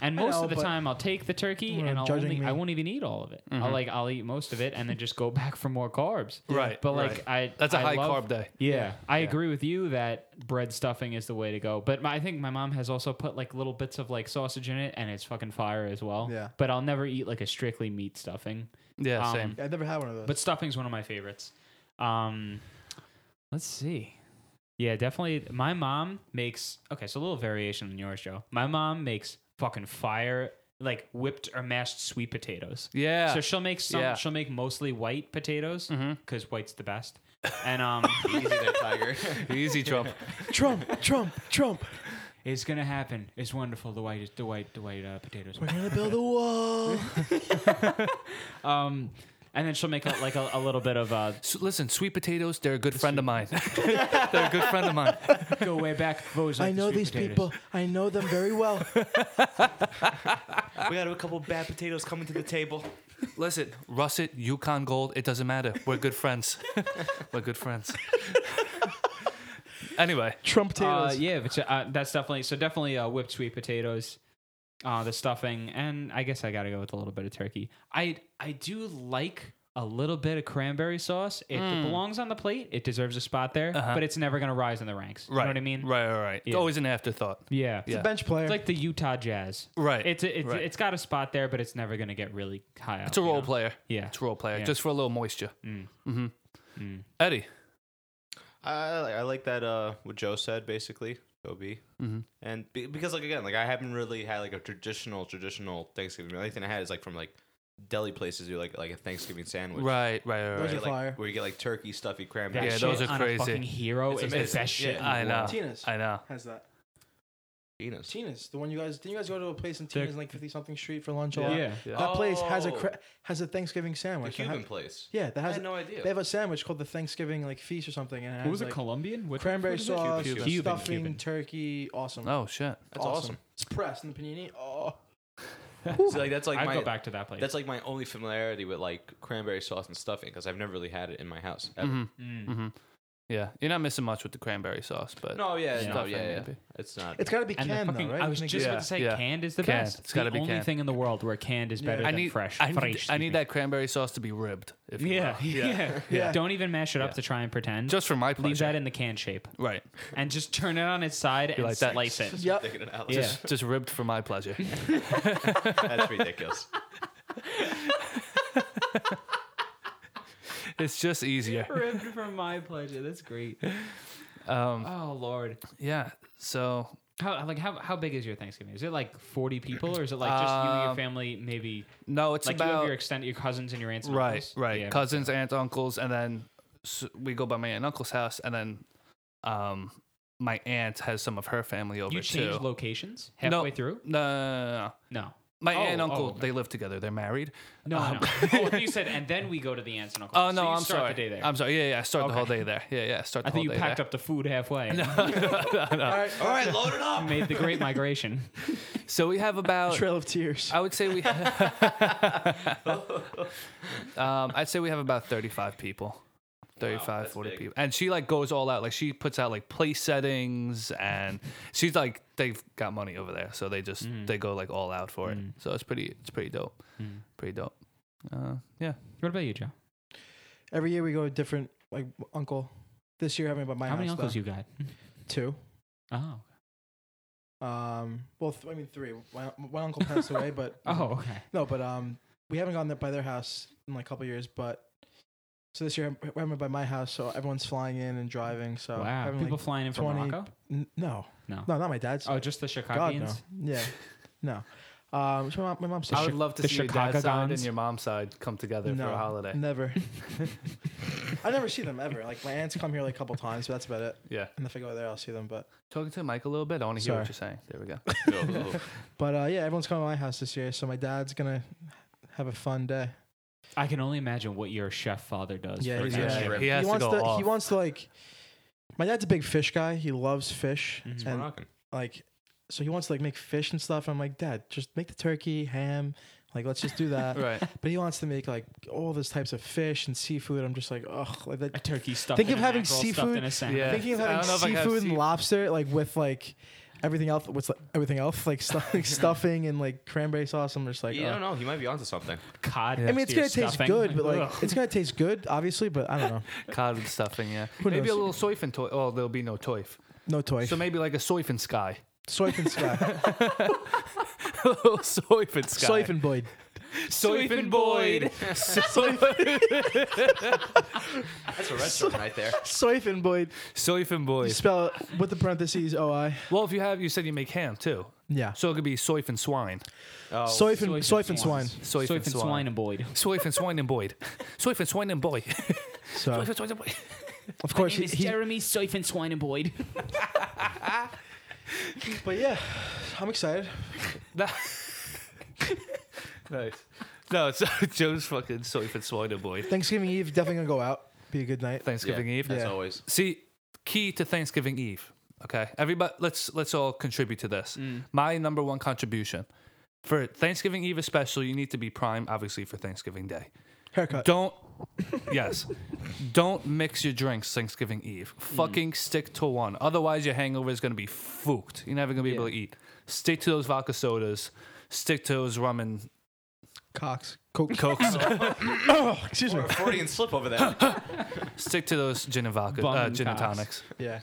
Speaker 5: And most
Speaker 3: know,
Speaker 5: of the
Speaker 3: but-
Speaker 5: time, I'll take the turkey
Speaker 3: You're
Speaker 5: and I'll
Speaker 3: judging
Speaker 5: only,
Speaker 3: me.
Speaker 5: I won't even eat all of it. I'll
Speaker 2: Mm-hmm.
Speaker 5: like I'll eat most of it and then just go [LAUGHS] back for more carbs.
Speaker 2: Right,
Speaker 5: But like I
Speaker 2: right. That's a
Speaker 5: a
Speaker 2: high carb day.
Speaker 5: Yeah, I agree with you that bread stuffing is the way to go. But my, I think my mom has also put like little bits of like sausage in it and it's fucking fire as well.
Speaker 3: Yeah.
Speaker 5: But I'll never eat like a strictly meat stuffing.
Speaker 2: Yeah,
Speaker 5: Um,
Speaker 2: same.
Speaker 3: Yeah, I never had one of those.
Speaker 5: But stuffing's one of my favorites. Um, let's see. Yeah, definitely. My mom makes okay. So a little variation on yours, Joe. My mom makes fucking fire like whipped or mashed sweet potatoes.
Speaker 2: Yeah.
Speaker 5: So she'll make some.
Speaker 2: Yeah.
Speaker 5: She'll make mostly white potatoes
Speaker 3: Mm-hmm.
Speaker 5: because white's the
Speaker 3: [LAUGHS]
Speaker 5: best. And um,
Speaker 1: Easy there, tiger.
Speaker 2: [LAUGHS] Easy, Trump.
Speaker 5: [LAUGHS]
Speaker 3: Trump, Trump, Trump.
Speaker 5: it's gonna happen. It's wonderful. The white, the white, the white uh, potatoes.
Speaker 3: We're gonna build
Speaker 5: [LAUGHS]
Speaker 3: a wall.
Speaker 5: Um, and then she'll make a, like a, a little bit of
Speaker 3: [LAUGHS]
Speaker 5: uh,
Speaker 2: S- listen, sweet potatoes, they're a good friend
Speaker 5: [LAUGHS]
Speaker 2: of mine. [LAUGHS] they're a good friend of mine.
Speaker 5: go way back. Those
Speaker 3: I
Speaker 5: like the
Speaker 3: know
Speaker 5: sweet
Speaker 3: these
Speaker 5: potatoes. Uh,
Speaker 3: people. I know them
Speaker 5: [LAUGHS]
Speaker 3: very well.
Speaker 4: we got a couple bad potatoes coming to the table.
Speaker 2: Listen, russet, Yukon gold, it doesn't matter. We're
Speaker 5: [LAUGHS]
Speaker 2: good friends. We're good friends. anyway,
Speaker 3: Trump potatoes.
Speaker 5: Uh, yeah, but uh, that's definitely so. Definitely uh, whipped sweet potatoes, uh, the stuffing, and I guess I gotta go with a little bit of turkey. I I do like a little bit of cranberry sauce. It
Speaker 2: Mm.
Speaker 5: belongs on the plate. It deserves a spot there, but it's never gonna rise in the ranks. You
Speaker 2: Uh-huh. right.
Speaker 5: know what I mean?
Speaker 2: Right, right, right. It's
Speaker 5: Yeah.
Speaker 2: Always an afterthought.
Speaker 5: Yeah.
Speaker 2: Yeah.
Speaker 3: Bench player.
Speaker 5: It's like the Utah Jazz.
Speaker 2: Right.
Speaker 5: It's a, it's
Speaker 2: right.
Speaker 5: it's got a spot there, but it's never gonna get really high up.
Speaker 2: It's a
Speaker 5: you
Speaker 2: role
Speaker 5: know?
Speaker 2: player.
Speaker 5: Yeah.
Speaker 2: It's a role player,
Speaker 5: Yeah.
Speaker 2: just for a little moisture.
Speaker 5: Mm.
Speaker 2: hmm
Speaker 5: Mm.
Speaker 2: Eddie.
Speaker 1: I, I like that. Uh, what Joe said basically. Kobe.
Speaker 2: Mm-hmm.
Speaker 1: And be, because like again, like I haven't really had like a traditional traditional Thanksgiving. meal. The only thing I had is like from like deli places do like like a Thanksgiving sandwich.
Speaker 2: Right, right, right.
Speaker 1: Where
Speaker 3: Those
Speaker 1: you
Speaker 2: right.
Speaker 3: are
Speaker 1: get, like-
Speaker 3: fire.
Speaker 1: where you get like turkey, stuffy
Speaker 5: That
Speaker 1: cranberry.
Speaker 2: Yeah,
Speaker 5: shit
Speaker 2: those are
Speaker 5: on a
Speaker 2: crazy.
Speaker 5: fucking hero
Speaker 1: It's
Speaker 5: is the
Speaker 1: amazing.
Speaker 5: best shit.
Speaker 1: Yeah.
Speaker 5: in the
Speaker 2: I know.
Speaker 5: world.
Speaker 3: Tina's
Speaker 2: I know.
Speaker 3: has that.
Speaker 1: Tina's.
Speaker 3: Tina's, the one you guys didn't you guys go to a place in
Speaker 5: They're-
Speaker 3: Tina's in like fifty something street for lunch? a lot?
Speaker 5: Yeah.
Speaker 2: Yeah.
Speaker 3: That place has a
Speaker 1: Oh.
Speaker 3: cra- has a Thanksgiving
Speaker 1: The
Speaker 3: sandwich. that
Speaker 1: Cuban
Speaker 3: ha-
Speaker 1: place.
Speaker 3: yeah, that
Speaker 1: I
Speaker 3: has.
Speaker 1: had no idea.
Speaker 3: they have a sandwich called the Thanksgiving like feast or something, and it has
Speaker 5: What was it?
Speaker 3: like,
Speaker 5: Colombian? What
Speaker 3: cranberry
Speaker 5: what is it?
Speaker 3: sauce,
Speaker 2: Cuban,
Speaker 5: Cuban,
Speaker 3: stuffing,
Speaker 5: Cuban.
Speaker 3: turkey. Awesome.
Speaker 2: Oh shit.
Speaker 1: that's awesome.
Speaker 3: It's pressed in the panini. Oh,
Speaker 1: So, like that's like
Speaker 5: I'd
Speaker 1: my
Speaker 5: go back to that place.
Speaker 1: that's like my only familiarity with like cranberry sauce and stuffing because I've never really had it in my house. ever.
Speaker 5: Mm.
Speaker 2: hmm Yeah, you're not missing much with the cranberry sauce, but
Speaker 1: No, yeah,
Speaker 5: Yeah.
Speaker 1: no,
Speaker 2: Stuffing,
Speaker 1: yeah, yeah.
Speaker 2: maybe.
Speaker 1: It's not.
Speaker 3: it's got to be
Speaker 5: And
Speaker 3: canned
Speaker 5: the fucking,
Speaker 3: though, right?
Speaker 5: I was
Speaker 3: Make
Speaker 5: just
Speaker 3: it-
Speaker 2: Yeah.
Speaker 5: about to say,
Speaker 2: Yeah.
Speaker 5: canned is the
Speaker 2: Canned.
Speaker 5: best.
Speaker 2: It's gotta
Speaker 5: the
Speaker 2: be
Speaker 5: only
Speaker 2: canned.
Speaker 5: thing in the world where canned is
Speaker 3: Yeah.
Speaker 5: better
Speaker 3: I
Speaker 5: than
Speaker 2: need
Speaker 5: fresh.
Speaker 2: I need,
Speaker 5: Fresh, excuse
Speaker 2: I need
Speaker 5: me.
Speaker 2: that cranberry sauce to be ribbed. If you
Speaker 5: Yeah,
Speaker 2: will.
Speaker 5: yeah, yeah,
Speaker 3: Yeah.
Speaker 5: Don't even mash it up to try and pretend.
Speaker 2: Just for my pleasure.
Speaker 5: leave that in the can shape
Speaker 2: Right.
Speaker 5: and just turn it on its side and
Speaker 2: like that?
Speaker 5: slice it.
Speaker 3: Yep.
Speaker 1: Thinking it out.
Speaker 5: Yeah.
Speaker 2: Just ribbed for
Speaker 5: [LAUGHS]
Speaker 2: my pleasure.
Speaker 1: [LAUGHS]
Speaker 2: [LAUGHS]
Speaker 1: That's ridiculous.
Speaker 2: it's just easier.
Speaker 5: Ribbed for my pleasure. That's
Speaker 2: [LAUGHS]
Speaker 5: great.
Speaker 2: Um,
Speaker 5: Oh Lord.
Speaker 2: yeah. So
Speaker 5: How like how how big is your Thanksgiving? Is it like forty people, or is it like just you, and your
Speaker 2: Um,
Speaker 5: family, maybe
Speaker 2: no, it's
Speaker 5: like you
Speaker 2: about
Speaker 5: have your extended, your cousins and your aunts? And
Speaker 2: right,
Speaker 5: uncles?
Speaker 2: right.
Speaker 5: Yeah.
Speaker 2: Cousins, aunt, uncles, and then s we go by my aunt and uncle's house, and then um, my aunt has some of her family over
Speaker 5: You
Speaker 2: too.
Speaker 5: change locations
Speaker 2: No.
Speaker 5: halfway through?
Speaker 2: no, no, no, no.
Speaker 5: No.
Speaker 2: My
Speaker 5: Oh,
Speaker 2: aunt and
Speaker 5: oh,
Speaker 2: uncle,
Speaker 5: okay.
Speaker 2: they live together. They're married.
Speaker 5: No,
Speaker 2: Um,
Speaker 5: [LAUGHS] no. oh, I thought you said, and then we go to the aunts and uncles.
Speaker 2: Oh no,
Speaker 5: so you
Speaker 2: I'm
Speaker 5: start
Speaker 2: sorry.
Speaker 5: The day there.
Speaker 2: I'm sorry. Yeah, yeah. I start the whole
Speaker 5: Okay.
Speaker 2: day there. Yeah, yeah. I start the
Speaker 5: I
Speaker 2: whole
Speaker 5: think you
Speaker 2: day
Speaker 5: packed
Speaker 2: [LAUGHS] there.
Speaker 5: up the food [LAUGHS] halfway. [LAUGHS]
Speaker 3: All right,
Speaker 1: All
Speaker 3: [LAUGHS]
Speaker 1: right, load it up.
Speaker 5: Made the great [LAUGHS] migration.
Speaker 2: So we have about.
Speaker 3: Trail of Tears.
Speaker 2: I would say we. [LAUGHS]
Speaker 1: [LAUGHS]
Speaker 2: um, I'd say we have about 35 people. 35,
Speaker 1: that's
Speaker 2: 40
Speaker 1: big.
Speaker 2: people. And she like goes all out. Like she puts out like place settings and [LAUGHS] she's like they've got money over there. So they just
Speaker 1: Mm.
Speaker 2: they go like all out for it. So it's pretty it's pretty dope. Pretty dope. Uh, yeah.
Speaker 5: Hmm. What about you, Joe?
Speaker 3: Every year we go to different like uncle. This year having about my
Speaker 5: How many
Speaker 3: house,
Speaker 5: uncles
Speaker 3: though.
Speaker 5: you got?
Speaker 3: Two.
Speaker 5: Oh.
Speaker 3: Um, well, th- I mean three. One, one uncle
Speaker 5: [LAUGHS]
Speaker 3: passed away, but
Speaker 5: Oh, okay.
Speaker 3: no, but um, we haven't gone there by their house in like a couple years, but. So this year we're having it by my house, so everyone's flying in and driving. So
Speaker 5: wow.
Speaker 3: having,
Speaker 5: People
Speaker 3: like,
Speaker 5: flying in from
Speaker 3: 20
Speaker 5: Morocco?
Speaker 3: n- no,
Speaker 5: No.
Speaker 3: no, not my dad's.
Speaker 5: Oh, just the
Speaker 3: God, no.
Speaker 5: Chicagoans?
Speaker 3: [LAUGHS] Yeah, no. Um, so my mom, my mom's
Speaker 2: I
Speaker 3: side-
Speaker 2: would love to
Speaker 5: the
Speaker 2: see your dad's side
Speaker 5: Chicago-gons?
Speaker 2: and your mom's side come together for a holiday. [LAUGHS]
Speaker 3: Never. [LAUGHS] I never see them ever. Like my aunts come here like a couple times, but that's about it.
Speaker 2: Yeah.
Speaker 3: And if I go there, I'll see them. But
Speaker 2: Talking to Mike a little bit. I want to hear what
Speaker 3: Sorry.
Speaker 2: you're saying. There we go. [LAUGHS]
Speaker 3: but uh, yeah, everyone's coming to my house this year, so my dad's gonna have a fun day.
Speaker 5: I can only imagine what your chef father does.
Speaker 3: Yeah,
Speaker 5: for
Speaker 3: he's
Speaker 5: that.
Speaker 1: Yeah.
Speaker 2: He has
Speaker 3: he
Speaker 2: to
Speaker 3: wants
Speaker 2: go
Speaker 3: to.
Speaker 2: off.
Speaker 3: He wants to like. My dad's a big fish guy. He loves fish,
Speaker 2: Mm-hmm.
Speaker 5: Mhm.
Speaker 3: and like, so he wants to like make fish and stuff. I'm like, Dad, just make the turkey, ham. Like, let's just do
Speaker 2: [LAUGHS]
Speaker 3: that.
Speaker 2: right.
Speaker 3: But he wants to make like all those types of fish and seafood. I'm just like, ugh, like that.
Speaker 5: A turkey stuffed
Speaker 3: Think
Speaker 5: in
Speaker 3: of
Speaker 5: a
Speaker 3: having
Speaker 5: mackerel, stuffed
Speaker 3: seafood-
Speaker 5: in a salmon.
Speaker 2: Yeah.
Speaker 3: thinking of
Speaker 2: I
Speaker 3: having
Speaker 2: don't know if I can have
Speaker 3: seafood and
Speaker 2: sea-
Speaker 3: lobster, like with like everything else. What's like, everything else? Like,
Speaker 2: [LAUGHS]
Speaker 3: stuff, like stuffing and like cranberry sauce. I'm just like,
Speaker 1: You
Speaker 3: oh.
Speaker 1: don't know. He might be onto something.
Speaker 5: Cod.
Speaker 3: I mean, it's gonna taste good, but like, it's gonna taste good, obviously. But I don't know.
Speaker 2: Cod and stuffing, yeah.
Speaker 3: Who
Speaker 2: maybe a
Speaker 3: knows?
Speaker 2: little soyfin toy. Oh, there'll be no toif.
Speaker 3: No toy.
Speaker 2: So maybe like a soyfin sky.
Speaker 3: Soyfin
Speaker 2: [LAUGHS]
Speaker 3: sky.
Speaker 2: a little soyfin sky.
Speaker 3: Soyfin Boyd.
Speaker 2: Soyfin [LAUGHS] Boyd. Soyfin
Speaker 1: That's a
Speaker 3: [LAUGHS]
Speaker 1: restaurant right there.
Speaker 3: Soyfin Boyd.
Speaker 2: Soyfin
Speaker 3: You
Speaker 2: Boyd.
Speaker 3: spell it with the parentheses O I.
Speaker 2: Well, if you have, you said you make ham too.
Speaker 3: Yeah.
Speaker 2: So it could be soyfin swine.
Speaker 1: Oh,
Speaker 3: Soyfin Soyfin swine.
Speaker 2: Soyfin,
Speaker 5: Soyfin
Speaker 2: swine.
Speaker 5: swine and Boyd.
Speaker 2: Soyfin swine and Boyd. Soyfin swine and Boyd.
Speaker 3: So
Speaker 2: Soyfin swine and Boyd.
Speaker 3: of course, he, he-
Speaker 5: Jeremy Soyfin swine and Boyd.
Speaker 3: but yeah, I'm excited.
Speaker 2: [LAUGHS] nice. No, it's [LAUGHS] Joe's fucking soyfin swine and Boyd.
Speaker 3: Thanksgiving Eve definitely gonna go out. Be a good night.
Speaker 2: Thanksgiving
Speaker 1: yeah,
Speaker 2: Eve.
Speaker 1: As
Speaker 3: Yeah.
Speaker 1: always.
Speaker 2: See, key to Thanksgiving Eve. Okay, everybody, let's let's all contribute to this. My number one contribution for Thanksgiving Eve, especially, you need to be prime, obviously, for Thanksgiving Day.
Speaker 3: Haircut.
Speaker 2: Don't, [LAUGHS] yes, don't mix your drinks Thanksgiving Eve. Fucking stick to one. Otherwise, your hangover is gonna be fooked. You're never gonna be able to eat. Stick to those vodka sodas. Stick to those rum and
Speaker 3: Cox. Coke.
Speaker 2: cokes.
Speaker 3: [LAUGHS] oh, excuse
Speaker 2: [LAUGHS]
Speaker 3: me.
Speaker 1: Or a Freudian slip over
Speaker 3: [LAUGHS]
Speaker 1: there.
Speaker 2: stick to those gin and vodka,
Speaker 5: Bum
Speaker 2: uh,
Speaker 5: and
Speaker 2: gin and
Speaker 5: cocks.
Speaker 2: tonics.
Speaker 3: Yeah.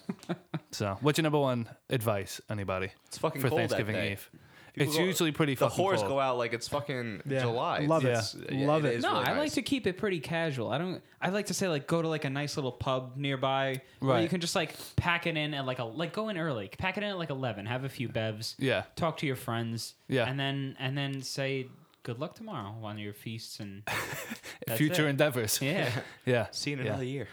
Speaker 2: So, what's your number one advice, anybody?
Speaker 1: It's fucking
Speaker 2: for
Speaker 1: cold
Speaker 2: Thanksgiving
Speaker 1: that day.
Speaker 2: Eve.
Speaker 1: People
Speaker 2: it's
Speaker 1: go-
Speaker 2: usually pretty
Speaker 1: The
Speaker 2: fucking
Speaker 1: whores
Speaker 2: cold.
Speaker 1: go out like it's fucking
Speaker 3: Yeah.
Speaker 1: July.
Speaker 3: Love it.
Speaker 1: It's- yeah,
Speaker 3: Love it.
Speaker 1: is
Speaker 5: No,
Speaker 1: really
Speaker 5: I like
Speaker 1: nice.
Speaker 5: to keep it pretty casual. I don't. I like to say like go to like a nice little pub nearby where
Speaker 2: Right.
Speaker 5: you can just like pack it in at like a like go in early, pack it in at like eleven, have a few bevs,
Speaker 2: Yeah.
Speaker 5: talk to your friends,
Speaker 2: Yeah.
Speaker 5: and then and then say good luck
Speaker 2: [LAUGHS]
Speaker 5: tomorrow on your feasts and that's
Speaker 2: Future
Speaker 5: it.
Speaker 2: endeavors.
Speaker 5: yeah.
Speaker 2: [LAUGHS] Yeah.
Speaker 1: See you in
Speaker 2: Yeah.
Speaker 1: another year.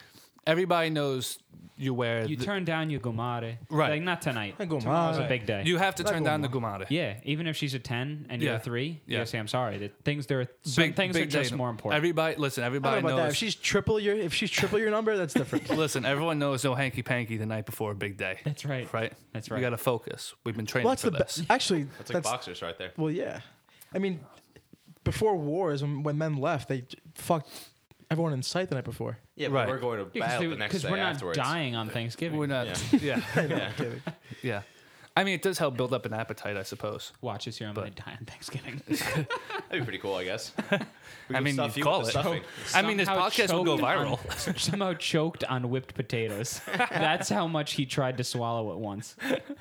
Speaker 2: Everybody knows you wear.
Speaker 5: You
Speaker 2: the-
Speaker 5: turn down your gumare.
Speaker 2: Right.
Speaker 5: Like not tonight.
Speaker 3: I go,
Speaker 5: Tomorrow's a
Speaker 3: "Mare."
Speaker 5: big day.
Speaker 2: you have to
Speaker 3: Like
Speaker 2: turn down the gumare.
Speaker 5: yeah, even if she's a ten and you're
Speaker 2: Yeah.
Speaker 5: a three,
Speaker 2: Yeah.
Speaker 5: you say I'm sorry. The things there are some things are
Speaker 2: day.
Speaker 5: just more important.
Speaker 2: Everybody, listen.
Speaker 3: I
Speaker 2: Everybody
Speaker 3: don't know about that.
Speaker 2: knows.
Speaker 3: If she's triple your, if she's triple your number,
Speaker 2: [LAUGHS]
Speaker 3: that's different.
Speaker 2: listen, everyone knows no hanky panky the night before a big day.
Speaker 5: That's right.
Speaker 2: Right.
Speaker 5: That's
Speaker 2: We
Speaker 5: right.
Speaker 2: got to focus. We've been training
Speaker 3: well, that's
Speaker 2: for
Speaker 3: the
Speaker 2: this.
Speaker 3: best. Actually,
Speaker 1: That's like boxers right there.
Speaker 3: Well, yeah. I mean, before wars, when, when men left, they fucked everyone in sight the night before.
Speaker 1: Yeah,
Speaker 2: but Right. we're
Speaker 1: we're going to
Speaker 5: Yeah, 'cause
Speaker 1: battle
Speaker 5: they-
Speaker 1: the next
Speaker 5: 'cause
Speaker 1: day
Speaker 5: we're not
Speaker 1: afterwards.
Speaker 5: dying on Thanksgiving.
Speaker 2: Uh, We're not. Yeah. [LAUGHS] yeah.
Speaker 1: Yeah.
Speaker 3: Kidding.
Speaker 2: I mean, it does help build up an appetite, I suppose.
Speaker 5: Watch this year. I'm gonna die on Thanksgiving.
Speaker 1: [LAUGHS] That'd be pretty cool, I
Speaker 3: [LAUGHS]
Speaker 1: guess. We
Speaker 2: I
Speaker 1: could
Speaker 2: mean,
Speaker 1: stuff
Speaker 2: you'd
Speaker 1: you
Speaker 2: call
Speaker 1: with the
Speaker 2: it.
Speaker 1: stuffing.
Speaker 2: [LAUGHS] I mean, this
Speaker 5: Somehow
Speaker 2: podcast will go
Speaker 5: choked
Speaker 2: viral.
Speaker 5: on- [LAUGHS] somehow choked on whipped
Speaker 2: [LAUGHS]
Speaker 5: potatoes. That's how much he tried to swallow at once. [LAUGHS]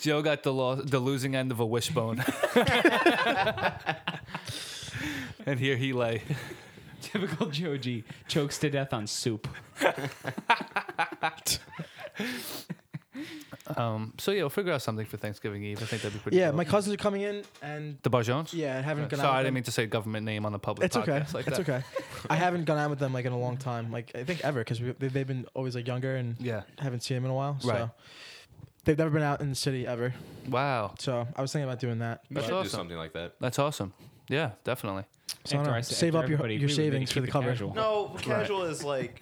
Speaker 2: Joe got the lo- the losing end of a wishbone, [LAUGHS] and here he lay.
Speaker 5: Typical Joji chokes to death on soup.
Speaker 2: Um, so yeah, we'll figure out something for Thanksgiving Eve. I think that'd be pretty.
Speaker 3: Yeah,
Speaker 2: cool.
Speaker 3: my cousins are coming in, and
Speaker 2: the Barjones.
Speaker 3: yeah, I haven't gone
Speaker 2: Sorry, I
Speaker 3: out.
Speaker 2: didn't
Speaker 3: with
Speaker 2: mean to say government name on the public.
Speaker 3: them. it's okay.
Speaker 2: podcast Like
Speaker 3: it's
Speaker 2: that.
Speaker 3: okay. I haven't gone out with them like in a long time. Like I think ever because they, they've been always like younger and
Speaker 2: Yeah.
Speaker 3: haven't seen them in a while. So
Speaker 2: Right.
Speaker 3: they've never been out in the city ever.
Speaker 2: Wow.
Speaker 3: So I was thinking about doing that.
Speaker 1: We
Speaker 2: That's
Speaker 1: should do
Speaker 2: awesome.
Speaker 1: something like that.
Speaker 2: That's awesome. Yeah, definitely.
Speaker 3: So I don't
Speaker 5: After
Speaker 3: know,
Speaker 5: I sa-
Speaker 3: save
Speaker 5: after
Speaker 3: up your
Speaker 5: everybody
Speaker 3: your
Speaker 5: agreed with me to
Speaker 3: savings for
Speaker 5: keep
Speaker 3: the
Speaker 5: it
Speaker 3: cover.
Speaker 5: casual.
Speaker 1: No, casual is
Speaker 3: [LAUGHS]
Speaker 1: like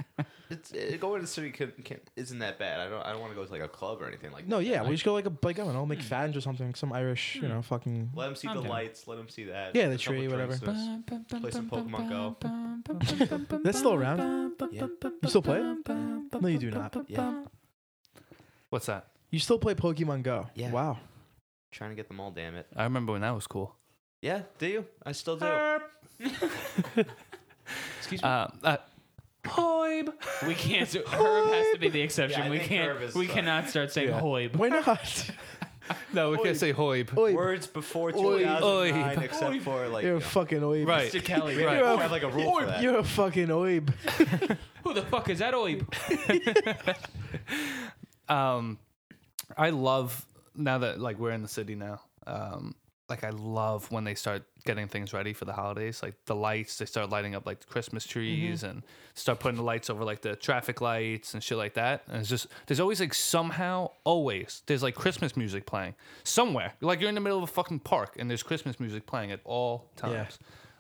Speaker 1: it's it, going to the city can, can, isn't that bad. I don't I don't want to go to like a club or anything like.
Speaker 3: No,
Speaker 1: that.
Speaker 3: yeah, we just go like a like I
Speaker 5: Mm.
Speaker 3: don't know, McFadden's or something, some Irish, you know, fucking.
Speaker 1: Let them see
Speaker 5: I'm
Speaker 1: the
Speaker 5: down.
Speaker 1: lights. Let them see that.
Speaker 3: Yeah, the
Speaker 1: A couple
Speaker 3: tree, whatever.
Speaker 1: drinks, there's- Play some Pokemon Go.
Speaker 3: [LAUGHS] That's still around.
Speaker 1: Yeah.
Speaker 3: You still play it? No, you do not.
Speaker 1: Yeah.
Speaker 2: What's that?
Speaker 3: You still play Pokemon Go?
Speaker 1: Yeah.
Speaker 3: Wow.
Speaker 1: Trying to get them all. Damn it.
Speaker 2: I remember when that was cool.
Speaker 1: Yeah. Do you? I still do.
Speaker 5: Excuse me.
Speaker 2: Uh, uh, Hoib.
Speaker 5: we can't. Do, Herb has to be the exception.
Speaker 1: Yeah, I
Speaker 5: we
Speaker 1: think
Speaker 5: can't.
Speaker 1: Herb is
Speaker 5: we
Speaker 1: fine.
Speaker 5: cannot start saying
Speaker 2: Yeah.
Speaker 5: hoib. [LAUGHS]
Speaker 3: Why not?
Speaker 2: No, we can't say Hoib.
Speaker 3: Oi,
Speaker 1: Words before
Speaker 3: Oi.
Speaker 1: 2009,
Speaker 2: Oi.
Speaker 1: except for like.
Speaker 3: you're
Speaker 1: You
Speaker 3: a fucking
Speaker 5: [LAUGHS]
Speaker 3: oib.
Speaker 2: Right.
Speaker 5: Mr. Kelly.
Speaker 1: know, we
Speaker 2: Right.
Speaker 1: have like a rule for that.
Speaker 3: You're a fucking oib.
Speaker 5: Who the fuck is that hoib?
Speaker 2: um i love now that like we're in the city now um like i love when they start getting things ready for the holidays like the lights they start lighting up like the christmas trees and start putting the lights over like the traffic lights and shit like that and it's just there's always like somehow always there's like christmas music playing somewhere like you're in the middle of a fucking park and there's christmas music playing at all times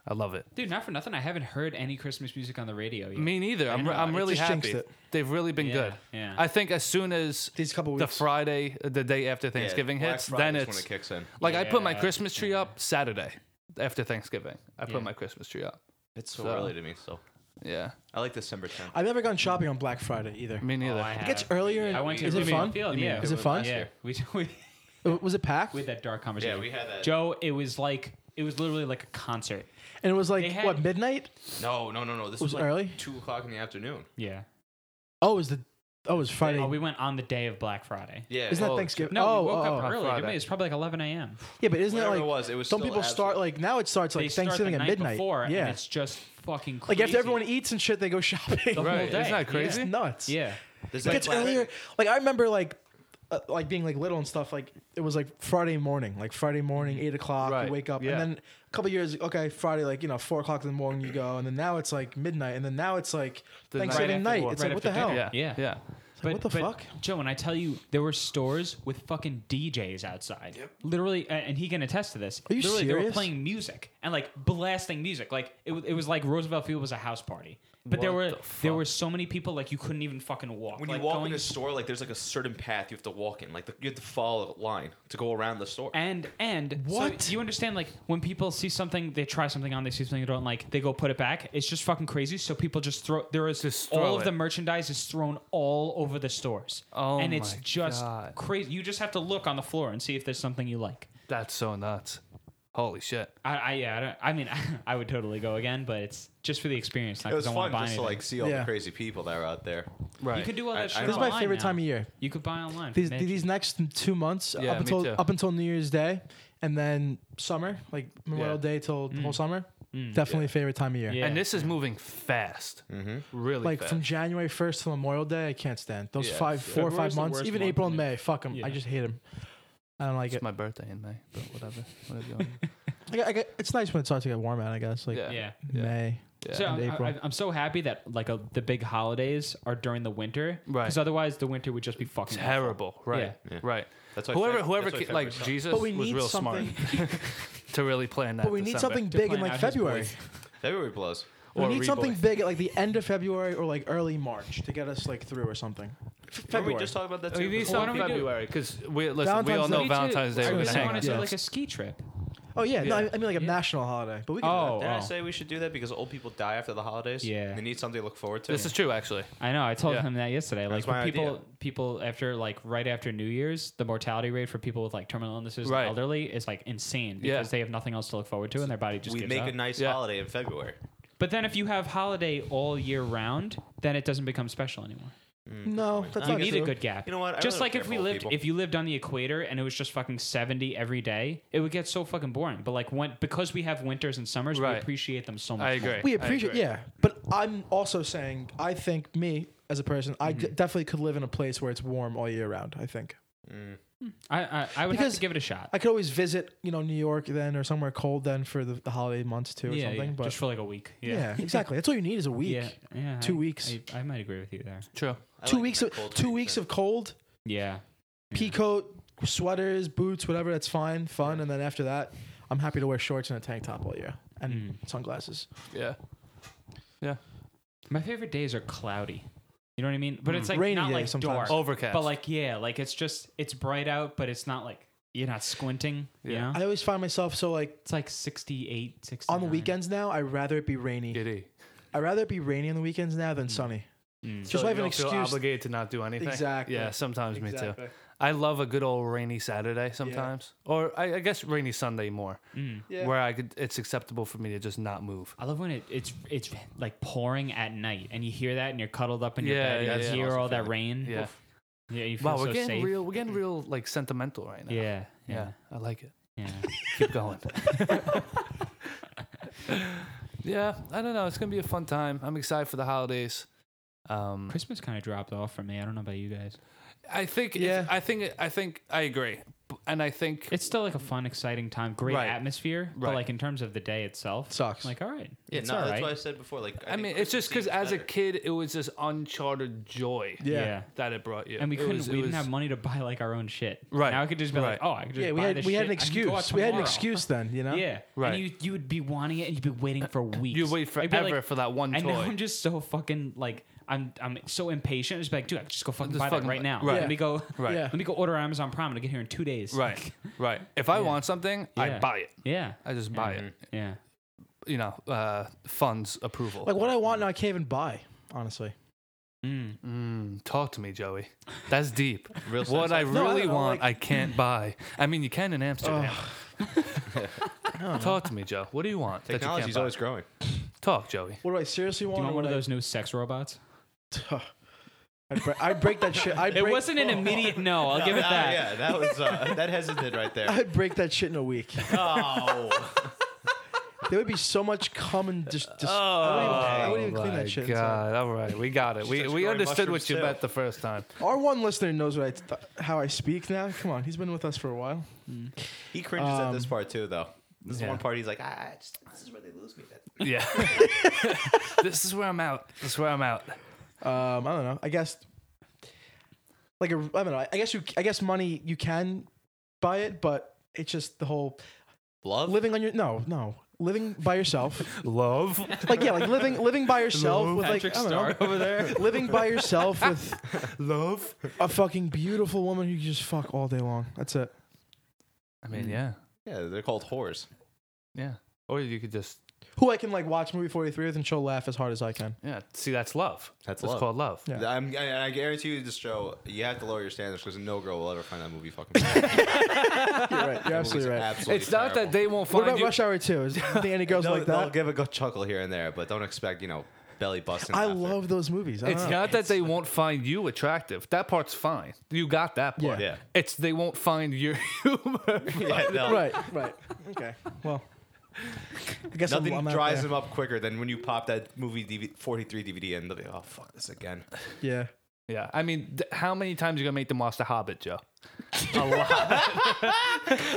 Speaker 2: i love it
Speaker 5: Dude, not for nothing. I haven't heard any Christmas music on the radio yet.
Speaker 2: me neither i'm,
Speaker 5: know,
Speaker 2: I'm
Speaker 5: it
Speaker 2: really
Speaker 3: just jinxed
Speaker 2: happy
Speaker 3: it.
Speaker 2: they've really been
Speaker 5: Yeah,
Speaker 2: good
Speaker 5: yeah.
Speaker 2: i think as soon as
Speaker 3: These couple
Speaker 2: the
Speaker 3: weeks.
Speaker 2: Friday, uh, the day after
Speaker 1: Yeah,
Speaker 2: Thanksgiving
Speaker 1: Black
Speaker 2: hits,
Speaker 1: Friday's
Speaker 2: then it's
Speaker 1: when it kicks in.
Speaker 2: like I put my
Speaker 5: Yeah,
Speaker 2: Christmas tree up Saturday after Thanksgiving. I put
Speaker 5: Yeah.
Speaker 2: my Christmas tree up.
Speaker 1: It's so,
Speaker 2: So-
Speaker 1: early to me. So
Speaker 2: Yeah,
Speaker 1: I like December 10th.
Speaker 3: I've never gone shopping on Black Friday either.
Speaker 2: me
Speaker 5: Oh,
Speaker 2: neither.
Speaker 5: I
Speaker 3: It gets
Speaker 5: have.
Speaker 3: earlier.
Speaker 5: I
Speaker 3: and-
Speaker 5: went to
Speaker 3: Is it
Speaker 5: Cleveland
Speaker 3: fun?
Speaker 5: Field. Yeah.
Speaker 3: Is it fun?
Speaker 5: Yeah. We, we [LAUGHS]
Speaker 3: Uh, Was it packed?
Speaker 5: we had that dark conversation.
Speaker 1: Yeah, we had that.
Speaker 5: Joe, it was like it was literally like a concert.
Speaker 3: And it was like
Speaker 5: They had-
Speaker 3: what midnight?
Speaker 1: No, no, no, no. This
Speaker 3: Was
Speaker 1: was,
Speaker 3: it
Speaker 1: like
Speaker 3: early?
Speaker 1: two o'clock in the afternoon.
Speaker 5: Yeah.
Speaker 3: Oh, it was the oh, it was Friday.
Speaker 5: Oh, we went on the day of Black Friday.
Speaker 1: Yeah.
Speaker 3: Isn't that
Speaker 2: Oh,
Speaker 3: Thanksgiving?
Speaker 5: No,
Speaker 3: oh,
Speaker 5: we woke
Speaker 3: oh,
Speaker 5: up
Speaker 3: oh.
Speaker 2: on
Speaker 5: early.
Speaker 2: Friday.
Speaker 5: It was probably like 11 a.m.
Speaker 3: yeah, but isn't it
Speaker 1: Whatever
Speaker 3: like
Speaker 1: it was, it was
Speaker 3: some
Speaker 1: still
Speaker 3: people start
Speaker 1: absolute-
Speaker 3: like now? It starts
Speaker 5: They
Speaker 3: like
Speaker 5: start
Speaker 3: Thanksgiving
Speaker 5: the
Speaker 3: at
Speaker 5: night
Speaker 3: midnight.
Speaker 5: Before,
Speaker 3: yeah,
Speaker 5: and it's just fucking crazy.
Speaker 3: like after everyone eats and shit, they go [LAUGHS] shopping.
Speaker 5: the whole
Speaker 2: Right,
Speaker 5: day.
Speaker 2: isn't that crazy?
Speaker 5: Yeah.
Speaker 3: it's nuts.
Speaker 5: Yeah.
Speaker 1: There's
Speaker 3: it
Speaker 1: like
Speaker 3: gets
Speaker 1: Black-
Speaker 3: earlier. Like I remember, like uh, like being like little and stuff. Like it was like Friday morning, like Friday morning, eight o'clock.
Speaker 2: Right,
Speaker 3: You wake up,
Speaker 2: yeah.
Speaker 3: and then a couple years, okay, Friday, like you know, four o'clock in the morning, you go, and then now it's like midnight, and then now it's like
Speaker 2: The night
Speaker 3: Thanksgiving
Speaker 5: after
Speaker 3: night.
Speaker 5: war-
Speaker 3: It's
Speaker 5: right
Speaker 3: like what
Speaker 5: after
Speaker 3: the hell?
Speaker 5: dinner. Yeah.
Speaker 2: yeah, yeah.
Speaker 3: Like, what the fuck?
Speaker 5: Joe, when I tell you there were stores with fucking DJs outside, literally, a- and he can attest to this.
Speaker 3: Are you
Speaker 5: literally, they were
Speaker 3: serious?
Speaker 5: playing music and like blasting music. Like it, wa- it was like Roosevelt Field was a house party, but there were
Speaker 2: What the
Speaker 5: there
Speaker 2: fuck?
Speaker 5: were so many people like you couldn't even fucking walk.
Speaker 1: when
Speaker 5: like,
Speaker 1: you walk
Speaker 5: going,
Speaker 1: in a store, like there's like a certain path you have to walk in. Like the, you have to follow a line to go around the store.
Speaker 5: and and so
Speaker 3: What?
Speaker 5: you understand? Like when people see something, they try something on, they see something they don't like, they go put it back. It's just fucking crazy. So people just throw there is
Speaker 2: Just
Speaker 5: all
Speaker 2: throw
Speaker 5: of
Speaker 2: it.
Speaker 5: the merchandise is thrown all over the stores,
Speaker 2: Oh
Speaker 5: and it's
Speaker 2: my
Speaker 5: just
Speaker 2: God.
Speaker 5: crazy. You just have to look on the floor and see if there's something you like.
Speaker 2: That's so nuts. Holy shit.
Speaker 5: I, I yeah, I, don't, I mean, [LAUGHS] I would totally go again, but it's just for the experience. Not
Speaker 1: it was
Speaker 5: because I want
Speaker 1: fun
Speaker 5: to buy
Speaker 1: just to
Speaker 5: anything.
Speaker 1: like see all
Speaker 3: Yeah.
Speaker 1: the crazy people that are out there.
Speaker 2: Right.
Speaker 5: you could do all
Speaker 1: I-
Speaker 5: that
Speaker 1: I- This
Speaker 5: shit.
Speaker 3: This is my
Speaker 5: online
Speaker 3: favorite
Speaker 5: now.
Speaker 3: time of year.
Speaker 5: You could buy online.
Speaker 3: These
Speaker 5: Mitch.
Speaker 3: these next two months
Speaker 2: Yeah,
Speaker 3: up
Speaker 2: me
Speaker 3: until
Speaker 2: too.
Speaker 3: up until New Year's Day, and then summer, like Memorial
Speaker 2: Yeah.
Speaker 3: Day till the whole summer.
Speaker 5: Mm.
Speaker 3: Definitely favorite time of year.
Speaker 5: Mm-hmm. Yeah.
Speaker 2: and this is moving fast.
Speaker 1: Mm-hmm.
Speaker 2: Really
Speaker 3: like
Speaker 2: fast.
Speaker 3: from January 1st to Memorial Day, I can't stand those
Speaker 2: Yeah,
Speaker 3: five,
Speaker 2: yeah.
Speaker 3: four or
Speaker 5: February's
Speaker 3: five
Speaker 5: the
Speaker 3: months.
Speaker 5: worst
Speaker 3: Even
Speaker 5: month
Speaker 3: April
Speaker 5: in
Speaker 3: and
Speaker 5: May.
Speaker 3: May, fuck 'em. I
Speaker 5: Yeah.
Speaker 3: just hate them. I don't like
Speaker 2: it's
Speaker 3: it.
Speaker 2: my birthday in May,
Speaker 5: [LAUGHS]
Speaker 2: but whatever. whatever you want.
Speaker 3: I got- I got- it's nice when it starts to get warm out. I guess like
Speaker 2: Yeah.
Speaker 5: yeah,
Speaker 2: Yeah.
Speaker 3: May.
Speaker 5: So
Speaker 3: And
Speaker 5: I'm,
Speaker 3: April.
Speaker 5: I- I'm so happy that like a, the big holidays are during the winter,
Speaker 2: Right.
Speaker 5: Because otherwise, the winter would just be fucking awful.
Speaker 2: Terrible, right?
Speaker 5: Yeah.
Speaker 1: Yeah.
Speaker 2: Right.
Speaker 1: That's why
Speaker 2: whoever,
Speaker 1: Feb-
Speaker 2: whoever,
Speaker 1: that's why
Speaker 2: ca- like
Speaker 1: February's tough.
Speaker 2: Jesus
Speaker 3: But we
Speaker 2: was
Speaker 3: need
Speaker 2: real
Speaker 3: something.
Speaker 2: smart [LAUGHS] to really plan that.
Speaker 3: But we need
Speaker 2: December.
Speaker 3: something big in
Speaker 5: plan
Speaker 3: like
Speaker 5: out his
Speaker 2: [LAUGHS]
Speaker 3: February.
Speaker 5: boys.
Speaker 1: February blows.
Speaker 2: Or
Speaker 3: we need
Speaker 2: Reebok.
Speaker 3: something big at like the end of February or like early March to get us like through or something.
Speaker 1: February.
Speaker 3: February.
Speaker 1: we just talking about that
Speaker 2: We
Speaker 1: too?
Speaker 2: Oh, need
Speaker 1: before?
Speaker 5: Well, why
Speaker 2: something
Speaker 5: don't we do-
Speaker 2: February because we listen. we
Speaker 3: Valentine's
Speaker 2: all know
Speaker 3: Day.
Speaker 2: Valentine's Day.
Speaker 5: I
Speaker 2: We're
Speaker 5: was
Speaker 2: gonna hang
Speaker 5: want
Speaker 2: out.
Speaker 5: to do
Speaker 3: Yeah.
Speaker 5: like a ski trip.
Speaker 3: Oh yeah, no, I
Speaker 2: Yeah.
Speaker 3: I mean like a national holiday, but we can.
Speaker 5: Oh,
Speaker 1: Didn't I
Speaker 5: oh.
Speaker 1: say we should do that because old people die after the holidays?
Speaker 5: Yeah.
Speaker 1: They need something to look forward to.
Speaker 2: This is true, actually.
Speaker 5: I know. I told
Speaker 2: Yeah.
Speaker 5: him that yesterday. Like
Speaker 1: That's my
Speaker 5: when people,
Speaker 1: idea.
Speaker 5: people after like right after New Year's, the mortality rate for people with like terminal illnesses, and
Speaker 2: Right.
Speaker 5: elderly, is like insane
Speaker 2: Yeah.
Speaker 5: because they have nothing else to look forward to, and their body just
Speaker 1: we
Speaker 5: gives
Speaker 1: make
Speaker 5: up.
Speaker 1: a nice
Speaker 2: Yeah.
Speaker 1: holiday in February.
Speaker 5: But then if you have holiday all year round, then it doesn't become special anymore.
Speaker 3: no, that's
Speaker 5: You
Speaker 3: not
Speaker 5: need
Speaker 3: true.
Speaker 5: a good gap.
Speaker 1: You know what? I
Speaker 5: just
Speaker 1: really
Speaker 5: like
Speaker 1: don't
Speaker 5: if
Speaker 1: care
Speaker 5: we
Speaker 1: for old
Speaker 5: lived,
Speaker 1: people.
Speaker 5: if you lived on the equator and it was just fucking seventy every day, it would get so fucking boring. But like when because we have winters and summers, we
Speaker 2: Right.
Speaker 5: appreciate them so much.
Speaker 2: I
Speaker 5: more.
Speaker 2: agree.
Speaker 3: We
Speaker 2: I
Speaker 3: appreciate,
Speaker 2: agree.
Speaker 3: yeah. But I'm also saying, I think me as a person,
Speaker 2: Mm-hmm.
Speaker 3: I d- definitely could live in a place where it's warm all year round. I think
Speaker 1: Mm.
Speaker 5: Hmm. I I, I would have
Speaker 3: Because
Speaker 5: to give it a shot.
Speaker 3: I could always visit, you know, New York then or somewhere cold then for the, the holiday months too or
Speaker 5: yeah,
Speaker 3: something.
Speaker 5: yeah,
Speaker 3: But
Speaker 5: just for like a week.
Speaker 3: yeah. [LAUGHS] exactly. That's all you need is a week.
Speaker 5: Yeah, yeah,
Speaker 3: Two
Speaker 5: I-
Speaker 3: weeks.
Speaker 5: I, I might agree with you there.
Speaker 2: True.
Speaker 1: I
Speaker 3: Two
Speaker 1: like
Speaker 3: weeks
Speaker 1: the
Speaker 3: of
Speaker 1: cold
Speaker 3: two
Speaker 1: weeks
Speaker 3: weeks
Speaker 1: and-
Speaker 3: of cold,
Speaker 5: Yeah.
Speaker 3: pea coat, sweaters, boots, whatever. That's fine, fun. And then after that, I'm happy to wear shorts and a tank top all year and
Speaker 5: Mm.
Speaker 3: sunglasses.
Speaker 2: Yeah.
Speaker 5: My favorite days are cloudy. You know what I mean? But it's
Speaker 2: Mm.
Speaker 5: like
Speaker 3: Hmm. Rainy
Speaker 5: not
Speaker 3: day
Speaker 5: like
Speaker 3: sometimes.
Speaker 5: dark,
Speaker 3: Oh,
Speaker 2: Overcast.
Speaker 5: but like yeah, like it's just it's bright out, but it's not like you're not squinting. You
Speaker 2: Yeah.
Speaker 5: know?
Speaker 3: I always find myself so like
Speaker 5: it's like 68, 69.
Speaker 3: on the weekends now. I would rather it be rainy.
Speaker 2: giddy.
Speaker 3: I would rather it be rainy on the weekends now
Speaker 5: [LAUGHS]
Speaker 3: than sunny.
Speaker 5: Mm.
Speaker 3: Just so I have
Speaker 2: you
Speaker 3: an
Speaker 2: don't feel
Speaker 3: excuse-
Speaker 2: obligated to not do anything.
Speaker 3: Exactly.
Speaker 2: Yeah. Sometimes me too. I love a good old rainy Saturday sometimes, or I, I guess rainy Sunday more,
Speaker 5: Mm.
Speaker 3: Yeah.
Speaker 2: where I could. It's acceptable for me to just not move.
Speaker 5: I love when it, it's it's like pouring at night, and you hear that, and you're cuddled up in your
Speaker 2: Yeah,
Speaker 5: bed,
Speaker 2: yeah,
Speaker 5: and you
Speaker 2: yeah.
Speaker 5: hear
Speaker 1: Awesome
Speaker 5: all that
Speaker 1: feeling.
Speaker 5: rain.
Speaker 2: Yeah.
Speaker 5: Oof. yeah, you feel
Speaker 2: Wow,
Speaker 5: Mm-hmm. so
Speaker 2: we're getting
Speaker 5: safe.
Speaker 2: real. We're getting real like sentimental right now.
Speaker 5: Yeah,
Speaker 2: Yeah.
Speaker 5: yeah,
Speaker 2: I like it.
Speaker 5: yeah.
Speaker 2: [LAUGHS] Keep going. yeah. I don't know. It's gonna be a fun time. I'm excited for the holidays. Um,
Speaker 5: Christmas kind of dropped off for me. I don't know about you guys.
Speaker 2: I think.
Speaker 3: Yeah.
Speaker 2: I think. I think. I agree. B- And I think.
Speaker 5: It's still like a fun, exciting time. Great
Speaker 2: Right.
Speaker 5: atmosphere, but
Speaker 2: Right.
Speaker 5: like in terms of the day itself,
Speaker 3: Sucks.
Speaker 5: Like, all right,
Speaker 1: Yeah,
Speaker 5: it's
Speaker 1: no,
Speaker 5: all
Speaker 1: that's
Speaker 5: right.
Speaker 1: what I said before. Like,
Speaker 2: I mean, it's just because as a kid, it was this uncharted joy
Speaker 3: Yeah.
Speaker 5: yeah.
Speaker 2: that it brought you.
Speaker 5: And we
Speaker 2: It
Speaker 5: couldn't.
Speaker 2: was- it
Speaker 5: we didn't
Speaker 2: was-
Speaker 5: have money to buy like our own shit.
Speaker 2: Right.
Speaker 5: Now I could just be like,
Speaker 2: Right.
Speaker 5: oh, I could just
Speaker 3: Yeah, we
Speaker 5: buy
Speaker 3: had
Speaker 5: this
Speaker 3: we had
Speaker 5: shit.
Speaker 3: an
Speaker 5: I can go out
Speaker 3: excuse. We had an
Speaker 5: tomorrow.
Speaker 3: excuse then, you
Speaker 5: [LAUGHS]
Speaker 3: know.
Speaker 5: Yeah.
Speaker 2: Right.
Speaker 5: And you you would be wanting it, and you'd be waiting for weeks.
Speaker 2: [COUGHS] You wait
Speaker 5: I'd be
Speaker 2: forever
Speaker 5: like-
Speaker 2: for that one
Speaker 5: And now
Speaker 2: toy.
Speaker 5: [LAUGHS] I'm just so fucking like I'm I'm so impatient. It's like, dude, I could just go fucking
Speaker 2: Just
Speaker 5: buy
Speaker 2: fucking
Speaker 5: that right
Speaker 2: buy-
Speaker 5: now.
Speaker 2: right.
Speaker 5: Let me go.
Speaker 2: Right.
Speaker 3: Yeah.
Speaker 5: [LAUGHS] Let me go order Amazon Prime and I get here in two days.
Speaker 2: Right. Right. If I want something, I
Speaker 5: Yeah.
Speaker 2: buy it.
Speaker 5: yeah.
Speaker 2: I just buy it.
Speaker 5: Yeah.
Speaker 2: You know, uh, funds approval.
Speaker 3: Like what I want now, I can't even buy. Honestly,
Speaker 5: Mm.
Speaker 2: Mm, talk to me, Joey. That's deep.
Speaker 1: [LAUGHS] Real
Speaker 2: what I
Speaker 3: I
Speaker 2: really
Speaker 3: don't know,
Speaker 2: want,
Speaker 3: like-
Speaker 2: I [LAUGHS] can't buy. I mean, you can in Amsterdam. [LAUGHS] talk to me, Joe. What do you want? that you can't
Speaker 1: technology's
Speaker 2: buy?
Speaker 1: always growing.
Speaker 2: Talk, Joey.
Speaker 3: what do I seriously
Speaker 5: Do
Speaker 3: want?
Speaker 5: you
Speaker 3: or
Speaker 5: want one
Speaker 3: what
Speaker 5: of
Speaker 3: I-
Speaker 5: those new sex robots?
Speaker 3: [LAUGHS] I'd, bre- I'd break that shit.
Speaker 5: [LAUGHS]
Speaker 3: I'd
Speaker 5: It
Speaker 3: break, uh,
Speaker 5: wasn't an immediate no. I'll give it that.
Speaker 1: yeah, that was
Speaker 2: [LAUGHS]
Speaker 1: uh, that hesitant right
Speaker 3: [LAUGHS]
Speaker 1: there.
Speaker 3: [LAUGHS] I'd break that shit in a week.
Speaker 1: Oh,
Speaker 3: There would be so much cum and just. just I wouldn't even, I wouldn't even clean that shit. inside.
Speaker 2: Oh God. All right. We got it. We,
Speaker 1: starts
Speaker 2: we
Speaker 1: growing
Speaker 2: understood what
Speaker 1: mushrooms
Speaker 2: you
Speaker 1: too.
Speaker 2: meant the first [LAUGHS] time.
Speaker 3: Our one listener knows what I th- how I speak now. Come on, he's been with us for a while.
Speaker 5: Mm.
Speaker 1: he cringes at this
Speaker 3: Um,
Speaker 1: part too, though. This is
Speaker 2: yeah.
Speaker 1: one part he's like, ah, I just, this is where they lose me. That
Speaker 2: Yeah. [LAUGHS] this is where I'm out. This is where I'm out.
Speaker 3: Um, I don't know. I guess like a, I don't know. I guess you. I guess money you can buy it, but it's just the whole
Speaker 1: love.
Speaker 3: living on your no no living by yourself.
Speaker 2: Love.
Speaker 3: like yeah, like living
Speaker 5: [LAUGHS]
Speaker 3: living by yourself with like
Speaker 5: Patrick
Speaker 3: I don't
Speaker 5: Star
Speaker 3: know,
Speaker 5: over there. [LAUGHS]
Speaker 3: living by yourself with
Speaker 2: Love.
Speaker 3: a fucking beautiful woman who you just fuck all day long. That's it.
Speaker 2: I mean, yeah.
Speaker 1: Yeah, they're called whores.
Speaker 2: Yeah. Or you could just
Speaker 3: Who I can like watch movie forty three with and she'll laugh as hard as I can.
Speaker 2: yeah. See, that's love.
Speaker 1: That's
Speaker 2: It's
Speaker 1: love.
Speaker 2: called love.
Speaker 3: Yeah.
Speaker 1: I'm, and I guarantee you, this show, you have to lower your standards because no girl will ever find that movie
Speaker 3: [LAUGHS]
Speaker 1: fucking. bad.
Speaker 3: You're right. You're
Speaker 1: That movie's
Speaker 3: absolutely right.
Speaker 1: absolutely
Speaker 2: it's not that
Speaker 1: terrible.
Speaker 2: they won't
Speaker 3: What
Speaker 2: find
Speaker 3: about
Speaker 2: you.
Speaker 3: Rush Hour Two? [LAUGHS] Is there any girls
Speaker 1: They'll,
Speaker 3: like
Speaker 1: they'll
Speaker 3: that?
Speaker 1: give a good chuckle here and there, but don't expect you know belly busting.
Speaker 3: I
Speaker 1: laughter.
Speaker 3: love those movies. I don't
Speaker 2: It's
Speaker 3: know.
Speaker 2: not that they won't find you attractive. That part's fine. You got that part.
Speaker 1: Yeah. Yeah.
Speaker 2: It's they won't find your [LAUGHS] humor.
Speaker 1: Yeah, they'll-
Speaker 3: [LAUGHS] right. Right. Okay. Well, I guess
Speaker 1: Nothing
Speaker 3: I'm, I'm out
Speaker 1: dries
Speaker 3: there. [LAUGHS]
Speaker 1: them up quicker than when you pop that movie DV- 43 DVD in. They'll be, oh, fuck this again.
Speaker 3: Yeah.
Speaker 2: Yeah, I mean, th- how many times are you gonna make them watch The Hobbit, Joe? A lot.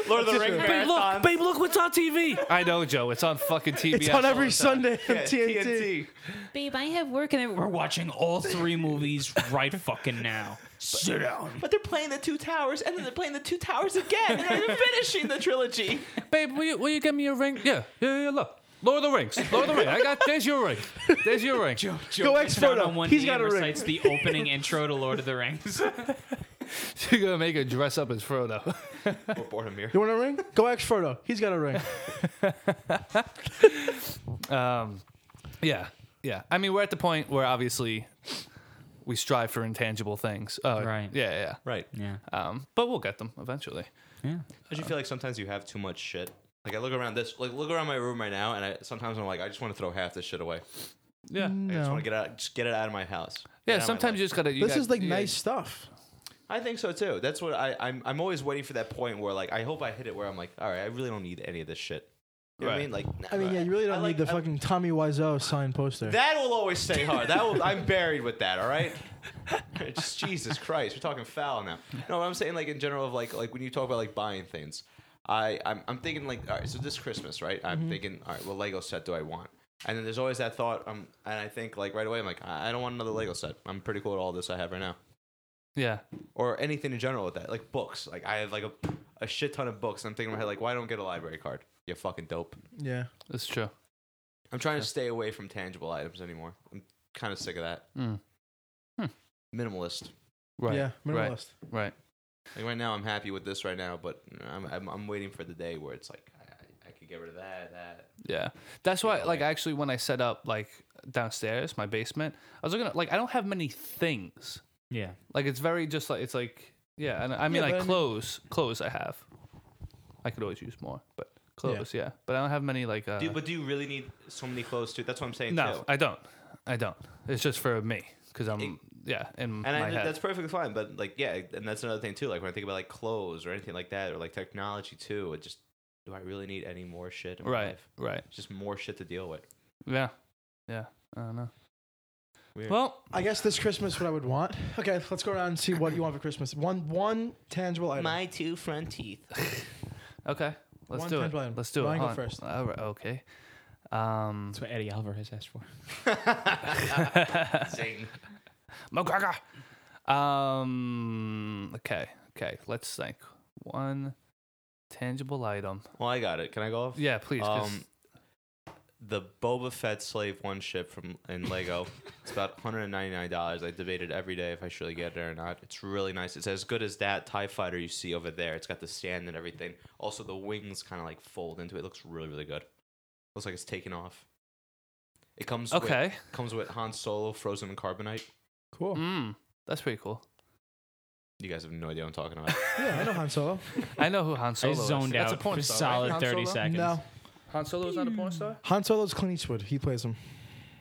Speaker 4: Lord of the Rings
Speaker 2: babe,
Speaker 4: marathon.
Speaker 2: look, babe, look what's on TV. I know, Joe. It's on fucking TV.
Speaker 3: [LAUGHS] It's on every
Speaker 2: Sunday.
Speaker 3: Sunday on TNT.
Speaker 5: Babe, I have work and I- we're watching all three [LAUGHS] movies right fucking now. Sit down.
Speaker 4: But they're playing the Two Towers, and then they're playing the Two Towers again, and they're finishing the trilogy.
Speaker 2: babe, will you, will you get me a ring? Yeah, yeah, yeah. Look, Lord of the Rings, Lord of the Rings. I got. There's your ring. There's your ring. [LAUGHS]
Speaker 5: Joe gets
Speaker 3: expert
Speaker 5: down
Speaker 3: him.
Speaker 5: on one
Speaker 3: He's
Speaker 5: knee
Speaker 3: got
Speaker 5: and
Speaker 3: a ring.
Speaker 5: recites
Speaker 3: [LAUGHS]
Speaker 5: the opening intro to Lord of the Rings.
Speaker 2: You're gonna make her dress up as Frodo. [LAUGHS]
Speaker 3: [LAUGHS]
Speaker 1: Or Boromir.
Speaker 3: You want a ring? Go ask Frodo. He's got a ring.
Speaker 2: Um, yeah, yeah. I mean, we're at the point where obviously we strive for intangible things. Oh,
Speaker 5: Right.
Speaker 2: Yeah,
Speaker 1: Right.
Speaker 5: Yeah.
Speaker 2: yeah. Um, but we'll get them eventually.
Speaker 5: Yeah.
Speaker 1: Don't you feel like sometimes you have too much shit? Like I look around this, like look around my room right now, and I sometimes I'm like, I just want to throw half this shit away. I
Speaker 2: Yeah.
Speaker 1: just
Speaker 3: No.
Speaker 1: want to get out, just get it out of my house. Get
Speaker 2: Yeah.
Speaker 1: it out of my
Speaker 2: Sometimes
Speaker 1: life.
Speaker 2: you just gotta. You
Speaker 3: This
Speaker 2: got-
Speaker 3: is like
Speaker 2: you-
Speaker 3: nice stuff.
Speaker 1: I think so too. That's what I, I'm. I'm always waiting for that point where, like, I hope I hit it where I'm like, all right, I really don't need any of this shit. You know what I
Speaker 2: Right.
Speaker 1: mean? Like, nah,
Speaker 3: I mean, yeah, you really don't
Speaker 1: I
Speaker 3: need
Speaker 1: like-
Speaker 3: the
Speaker 1: I-
Speaker 3: fucking Tommy Wiseau signed poster.
Speaker 1: That will always stay hard. That will,
Speaker 3: [LAUGHS]
Speaker 1: I'm buried with that. All right. It's- Jesus Christ, we're talking foul now. No, what I'm saying like in general of like like when you talk about like buying things, I I'm, I'm thinking like all right, so this Christmas, right? I'm
Speaker 2: Mm-hmm.
Speaker 1: thinking all right, what Lego set do I want? And then there's always that thought, um, and I think like right away, I'm like, I I don't want another Lego set. I'm pretty cool with all this I have right now,
Speaker 2: Yeah.
Speaker 1: or anything in general with that, like books. Like I have like a a shit ton of books. And I'm thinking in my head like, why don't I get a library card? You fucking dope.
Speaker 3: Yeah.
Speaker 2: That's true.
Speaker 1: I'm trying to stay away from tangible items anymore. I'm kind of sick of that.
Speaker 2: Mm.
Speaker 1: Minimalist.
Speaker 2: Right.
Speaker 3: Yeah.
Speaker 2: Right.
Speaker 3: Minimalist.
Speaker 2: Right.
Speaker 1: Like right now, I'm happy with this right now, but I'm I'm, I'm waiting for the day where it's like I, I- I could get rid of that, that.
Speaker 2: Yeah. That's why,
Speaker 1: Yeah, like-
Speaker 2: like, actually, when I set up, like, downstairs, my basement, I was looking at, like, I don't have many things.
Speaker 5: Yeah.
Speaker 2: Like, it's very just like, it's like, yeah. And I mean,
Speaker 3: Yeah, but I
Speaker 2: like,
Speaker 3: mean-
Speaker 2: clothes, clothes I have. I could always use more, but clothes, yeah. But I don't have many, like, uh,
Speaker 1: Do, but do you really need so many clothes too? That's what I'm saying.
Speaker 2: no,
Speaker 1: too.
Speaker 2: I don't. I don't. It's just for me because I'm, yeah, in
Speaker 1: and
Speaker 2: Mm, my
Speaker 1: I,
Speaker 2: head.
Speaker 1: that's perfectly fine. But like, yeah, and that's another thing too. Like when I think about like clothes or anything like that, or like technology too, it just do I really need any more shit? In my
Speaker 2: right.
Speaker 1: life?
Speaker 2: Right.
Speaker 1: just more shit to deal with.
Speaker 2: Yeah. Yeah. I don't know.
Speaker 1: Weird.
Speaker 2: Well,
Speaker 3: I guess this Christmas, what I would want. Okay, let's go around and see what you want for Christmas. One, one tangible item.
Speaker 4: My two front teeth.
Speaker 2: okay. Let's
Speaker 3: One
Speaker 2: do it.
Speaker 3: tangible item.
Speaker 2: Let's do it.
Speaker 3: Ryan, go
Speaker 2: Hold on.
Speaker 3: first.
Speaker 2: All right, okay. Um,
Speaker 5: That's what Eddie Alvarez asked for.
Speaker 2: [LAUGHS]
Speaker 1: Zing.
Speaker 2: McGregor. Um. Okay. Okay. Let's think. One tangible item.
Speaker 1: Well, I got it. Can I go off?
Speaker 2: Yeah, please. 'cause-
Speaker 1: Um, the Boba Fett Slave One ship from in Lego. it's about $199. I debated every day if I should get it or not. It's really nice. It's as good as that TIE fighter you see over there. It's got the stand and everything. Also, the wings kind of like fold into it. looks really, really good. Looks like it's taking off. It comes with,
Speaker 2: okay.
Speaker 1: comes with Han Solo frozen in carbonite.
Speaker 3: Cool.
Speaker 2: Mm, that's pretty cool.
Speaker 1: You guys have no idea what I'm talking about.
Speaker 3: Yeah, I know
Speaker 5: [LAUGHS]
Speaker 3: Han Solo.
Speaker 2: I know who Han Solo
Speaker 5: I
Speaker 2: is.
Speaker 5: zoned
Speaker 2: That's
Speaker 5: out
Speaker 2: a porn
Speaker 5: for
Speaker 2: star, right?
Speaker 5: solid
Speaker 2: Han
Speaker 5: 30
Speaker 2: Solo?
Speaker 5: seconds.
Speaker 3: No,
Speaker 2: Han Solo is not a porn star.
Speaker 3: Han Solo's Clint Eastwood. He plays him.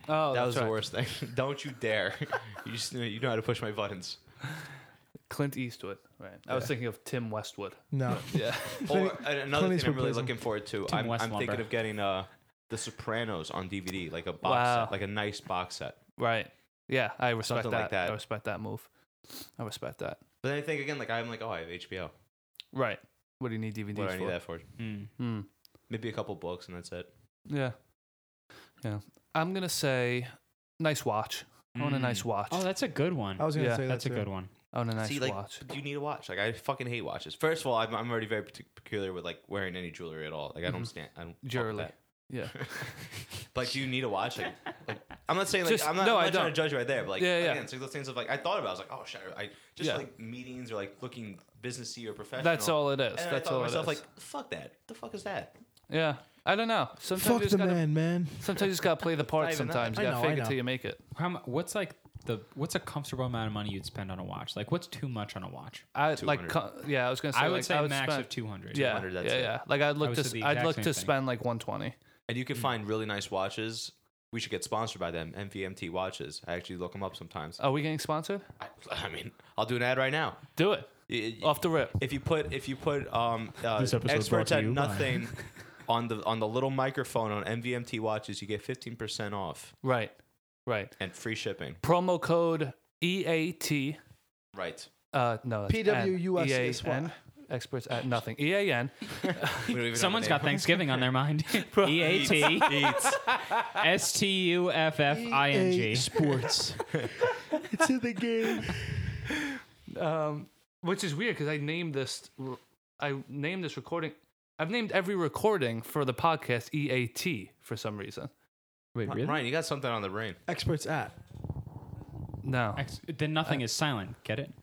Speaker 2: Oh,
Speaker 1: that
Speaker 2: that's
Speaker 1: was
Speaker 2: right.
Speaker 1: the worst thing. [LAUGHS] Don't you dare. you just know, you know how to push my buttons.
Speaker 2: Clint Eastwood. Right. I was thinking of Tim Westwood.
Speaker 3: No.
Speaker 2: [LAUGHS] Yeah.
Speaker 1: Or and another
Speaker 3: Clint
Speaker 1: thing
Speaker 3: Eastwood
Speaker 1: I'm really
Speaker 3: plays him.
Speaker 1: looking forward to.
Speaker 5: Tim
Speaker 1: I'm, I'm
Speaker 5: Westlumber.
Speaker 1: thinking of getting uh, The Sopranos on DVD, like a box
Speaker 2: Wow.
Speaker 1: set, like a nice box set.
Speaker 2: right. Yeah. I respect
Speaker 1: Something like that.
Speaker 2: I respect that move. I respect that.
Speaker 1: But then I think again, like I'm like, oh, I have HBO.
Speaker 2: Right. What do you need DVDs
Speaker 1: What do
Speaker 2: for?
Speaker 1: I need that for?
Speaker 5: Mm.
Speaker 2: Hmm.
Speaker 1: Maybe a couple books, and that's it.
Speaker 2: Yeah. Yeah. I'm gonna say nice watch. I want a nice
Speaker 5: Mm.
Speaker 2: watch.
Speaker 5: Oh, that's a good one.
Speaker 3: I was gonna
Speaker 2: Yeah,
Speaker 3: say that
Speaker 5: that's a
Speaker 3: too.
Speaker 5: good one.
Speaker 2: I want a nice
Speaker 1: See, like,
Speaker 2: watch.
Speaker 1: do you need a watch? Like I fucking hate watches. First of all, I'm, I'm already very partic- peculiar with like wearing any jewelry at all. Like I don't
Speaker 2: Mhm.
Speaker 1: stand. I don't fuck with
Speaker 2: Jewelry.
Speaker 1: that.
Speaker 2: Yeah.
Speaker 1: [LAUGHS] But, like, do you need a watch? Like, like I'm not saying like
Speaker 2: Just-
Speaker 1: I'm not,
Speaker 2: no,
Speaker 1: I'm
Speaker 2: I
Speaker 1: not trying
Speaker 2: don't.
Speaker 1: to judge you right there, but like
Speaker 2: Yeah, yeah.
Speaker 1: again, it's like those things of like I thought about. it. I was like, oh shit, I just
Speaker 2: Yeah.
Speaker 1: like meetings or like looking businessy or professional.
Speaker 2: That's all it is.
Speaker 1: And
Speaker 2: That's
Speaker 1: I thought
Speaker 2: all
Speaker 1: to myself,
Speaker 2: it is.
Speaker 1: like, fuck that. The fuck is that?
Speaker 2: yeah. I don't know. Sometimes you
Speaker 3: Fuck
Speaker 2: just
Speaker 3: the
Speaker 2: gotta
Speaker 3: man, man.
Speaker 2: sometimes you just gotta play the part
Speaker 1: even that.
Speaker 2: sometimes. You
Speaker 3: I
Speaker 2: gotta
Speaker 3: know, I
Speaker 2: fake it
Speaker 3: know.
Speaker 2: till you make it.
Speaker 5: How, mu- what's like the what's a comfortable amount of money you'd spend on a watch? Like what's too much on a watch?
Speaker 2: I like
Speaker 1: 200.
Speaker 2: co- yeah, I was gonna say
Speaker 5: I would
Speaker 2: like,
Speaker 5: say
Speaker 2: I would
Speaker 5: max
Speaker 2: spend,
Speaker 5: of 200.
Speaker 2: yeah,
Speaker 1: 200, that's
Speaker 2: yeah,
Speaker 1: it.
Speaker 2: yeah. Like I'd look
Speaker 5: would
Speaker 2: to
Speaker 5: say the
Speaker 2: s- I'd
Speaker 5: exact
Speaker 2: look to
Speaker 5: same thing.
Speaker 2: spend like 120.
Speaker 1: And you
Speaker 2: Mm.
Speaker 1: can find really nice watches. We should get sponsored by them, MVMT watches. I actually look them up sometimes.
Speaker 2: Are we getting sponsored?
Speaker 1: I, I mean, I'll do an ad right now.
Speaker 2: Do it.
Speaker 1: Y- y-
Speaker 2: Off the rip.
Speaker 1: If you put if you put um uh,
Speaker 4: This episode's brought
Speaker 1: experts
Speaker 4: to
Speaker 1: at
Speaker 4: you by- [LAUGHS]
Speaker 1: nothing on the on the little microphone on MVMT watches, you get fifteen percent off
Speaker 2: Right. Right.
Speaker 1: and free shipping.
Speaker 2: Promo code E A T.
Speaker 1: Right.
Speaker 2: Uh, no, that's N.
Speaker 3: PWUSSY.
Speaker 2: EAN, Experts at nothing. E A N.
Speaker 1: We don't even know
Speaker 5: [LAUGHS] Someone's
Speaker 1: the
Speaker 5: got
Speaker 1: name.
Speaker 5: Thanksgiving on their
Speaker 2: [LAUGHS]
Speaker 5: mind. [LAUGHS] E A T S T U F F I N
Speaker 3: EA
Speaker 5: G. [LAUGHS]
Speaker 3: E Sports. it's in the game.
Speaker 2: Um, which is weird because I named this. I named this recording. I've named every recording for the podcast E A T for some reason.
Speaker 5: Wait, really?
Speaker 1: Ryan, you got something on the brain.
Speaker 3: Experts at.
Speaker 2: No,
Speaker 5: Ex- Then nothing is silent. Get it?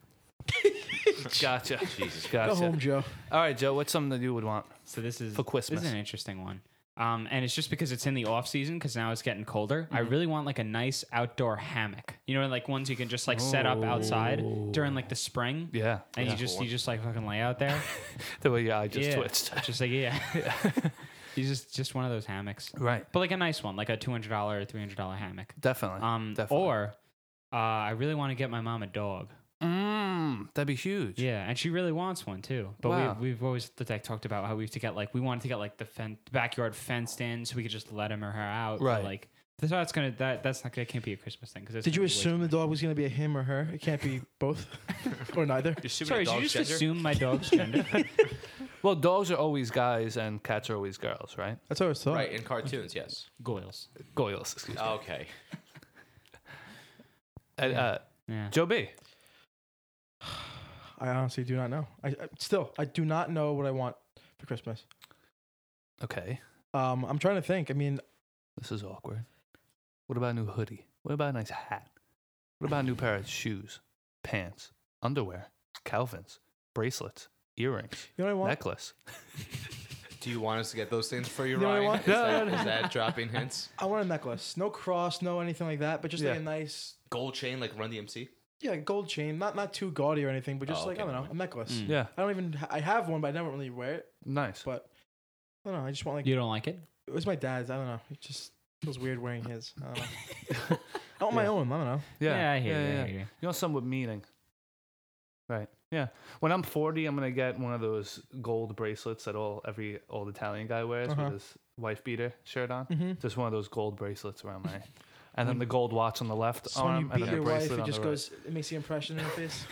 Speaker 5: [LAUGHS]
Speaker 2: gotcha.
Speaker 1: [LAUGHS] Jesus.
Speaker 3: Go
Speaker 2: Gotcha.
Speaker 3: home, Joe.
Speaker 2: All right, Joe. What's something that you would want?
Speaker 5: So this is
Speaker 2: For
Speaker 5: This
Speaker 2: Christmas.
Speaker 5: is an interesting one. Um, and it's just because it's in the off season because now it's getting colder. I really want like a nice outdoor hammock. You know, like ones you can just like set up outside during like the spring.
Speaker 2: Oh. Yeah.
Speaker 5: And you just you just like fucking lay out there.
Speaker 2: The way your eye just
Speaker 5: Yeah.
Speaker 2: twitched.
Speaker 5: just like yeah. [LAUGHS] you just just one of those hammocks.
Speaker 2: Right.
Speaker 5: But like a nice one, like a two hundred dollar or three hundred dollar hammock.
Speaker 2: Definitely.
Speaker 5: Um
Speaker 2: Definitely.
Speaker 5: or uh, I really want to get my mom a dog.
Speaker 2: Mm, that'd be huge.
Speaker 5: Yeah, and she really wants one too. But
Speaker 2: Wow.
Speaker 5: we, we've always like talked about how we have to get like we wanted to get like the fen- backyard fenced in so we could just let him or her out. but,
Speaker 2: Right.
Speaker 5: like that's how it's gonna that that's not that can't be a Christmas thing. Cause it's
Speaker 3: Did
Speaker 5: gonna
Speaker 3: you
Speaker 5: be way
Speaker 2: [LAUGHS]
Speaker 3: [LAUGHS] assume
Speaker 5: too
Speaker 3: the dog was going to be a him or her? It can't be both [LAUGHS] or neither.
Speaker 1: You're
Speaker 5: much.
Speaker 1: assuming
Speaker 5: Sorry,
Speaker 1: a
Speaker 5: did you
Speaker 1: dog's
Speaker 5: just
Speaker 1: gender?
Speaker 5: assume my dog's gender?
Speaker 2: [LAUGHS] Well, dogs are always guys and cats are always girls, right?
Speaker 3: That's what I was thought.
Speaker 1: Right, in cartoons, yes.
Speaker 5: Goyles.
Speaker 2: Goyles, excuse me.
Speaker 1: Okay.
Speaker 2: Uh, uh,
Speaker 5: Oh, Yeah.
Speaker 2: Joe B.
Speaker 3: I honestly do not know. I, I still I do not know what I want for Christmas.
Speaker 2: Okay,
Speaker 3: Um, I'm trying to think. I mean,
Speaker 2: this is awkward. What about a new hoodie? What about a nice hat? What about a new pair of shoes, pants, underwear, Calvin's, bracelets, earrings,
Speaker 3: you know what I want?
Speaker 2: necklace?
Speaker 1: Do you want us to get those things for you,
Speaker 3: You know what I
Speaker 1: Ryan?
Speaker 3: want?
Speaker 1: Is,
Speaker 2: No,
Speaker 1: that,
Speaker 2: no, no.
Speaker 1: is that dropping hints?
Speaker 3: I want a necklace. No cross, no anything like that, but just like
Speaker 2: Yeah.
Speaker 3: a nice
Speaker 1: [LAUGHS] Gold chain like Run DMC?
Speaker 3: yeah, gold chain. Not not too gaudy or anything, but just
Speaker 1: Oh,
Speaker 3: like I
Speaker 1: okay.
Speaker 3: don't know, a necklace.
Speaker 5: Mm.
Speaker 2: Yeah,
Speaker 3: I don't even I have one, but I never really wear it.
Speaker 2: nice.
Speaker 3: But I don't know. I just want like
Speaker 5: You don't like it?
Speaker 3: it was my dad's. I don't know. It just feels weird wearing his. I
Speaker 2: [LAUGHS]
Speaker 3: don't know. I want my own. I don't know.
Speaker 2: Yeah,
Speaker 5: I hear you. I hear you.
Speaker 2: You know, some with meaning. Right. Yeah. When I'm 40, I'm gonna get one of those gold bracelets that all every old Italian guy wears
Speaker 3: Uh-huh.
Speaker 2: with his wife beater shirt on.
Speaker 3: Mm-hmm.
Speaker 2: Just one of those gold bracelets around
Speaker 3: [LAUGHS]
Speaker 2: my, and then the gold watch on the left
Speaker 3: So when
Speaker 2: arm,
Speaker 3: you beat
Speaker 2: and then
Speaker 3: your
Speaker 2: the
Speaker 3: wife,
Speaker 2: bracelet
Speaker 3: it
Speaker 2: on
Speaker 3: just
Speaker 2: the right.
Speaker 3: goes. It makes the impression in your face.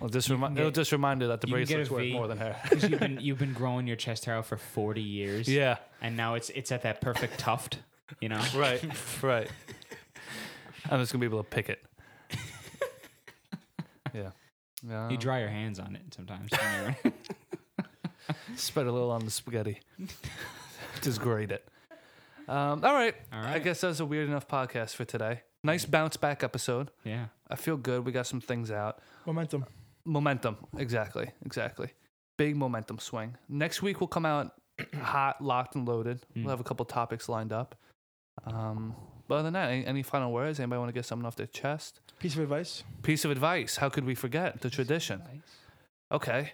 Speaker 2: Well, just remi-
Speaker 5: can
Speaker 2: it'll
Speaker 5: get-
Speaker 2: just remind her that the
Speaker 5: you can get
Speaker 2: bracelet's
Speaker 5: a
Speaker 2: worth
Speaker 5: V.
Speaker 2: more
Speaker 5: [LAUGHS]
Speaker 2: than her.
Speaker 5: 'Cause you've been you've been growing your chest hair out for forty years.
Speaker 2: yeah.
Speaker 5: And now it's it's at that perfect tuft. You know.
Speaker 2: Right.
Speaker 5: [LAUGHS]
Speaker 2: Right. I'm just gonna be able to pick it. Yeah. Yeah.
Speaker 5: You dry your hands on it sometimes. when you're-
Speaker 2: Spread a little on the spaghetti. [LAUGHS] Just grate it. Um, all, right.
Speaker 5: All
Speaker 2: [LAUGHS] I
Speaker 5: right.
Speaker 2: guess that was a weird enough podcast for today. Nice bounce back episode.
Speaker 5: yeah.
Speaker 2: I feel good. We got some things out.
Speaker 3: Momentum.
Speaker 2: Momentum. Exactly. Exactly. Big momentum swing. Next week we'll come out hot, locked, and loaded.
Speaker 5: Mm.
Speaker 2: We'll have a couple topics lined up. Um, but other than that, any, any final words? Anybody want to get something off their chest?
Speaker 3: Piece of advice.
Speaker 2: Piece of advice. How could we forget the tradition? Okay.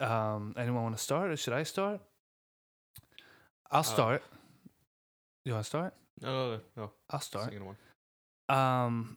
Speaker 2: Um, anyone want to start or should I start? I'll start. you want to start?
Speaker 1: No, no, no. no.
Speaker 2: I'll start.
Speaker 1: Second one.
Speaker 2: Um,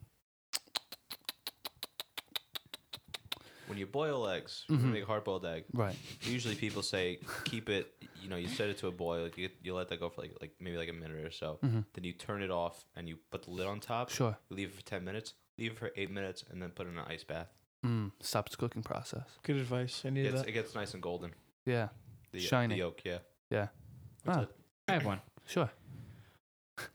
Speaker 1: When you boil eggs,
Speaker 5: Mm-hmm.
Speaker 2: Mhm.
Speaker 1: you make a hard boiled egg.
Speaker 2: right.
Speaker 1: Usually people say keep it, you know, you set it to a boil, you, you let that go for like, like maybe like a minute or so.
Speaker 2: Mhm.
Speaker 1: Then you turn it off and you put the lid on top,
Speaker 2: Sure.
Speaker 1: you leave it for 10 minutes, leave it for 8 minutes, and then put it in an ice bath.
Speaker 2: Mm, stops the cooking process.
Speaker 3: Good advice. I needed
Speaker 1: It's,
Speaker 3: that.
Speaker 1: it gets nice and golden.
Speaker 2: Yeah.
Speaker 1: The,
Speaker 2: Shiny.
Speaker 1: The yolk, yeah.
Speaker 2: Yeah.
Speaker 1: That's
Speaker 2: Ah.
Speaker 1: it.
Speaker 5: I have one.
Speaker 2: Sure.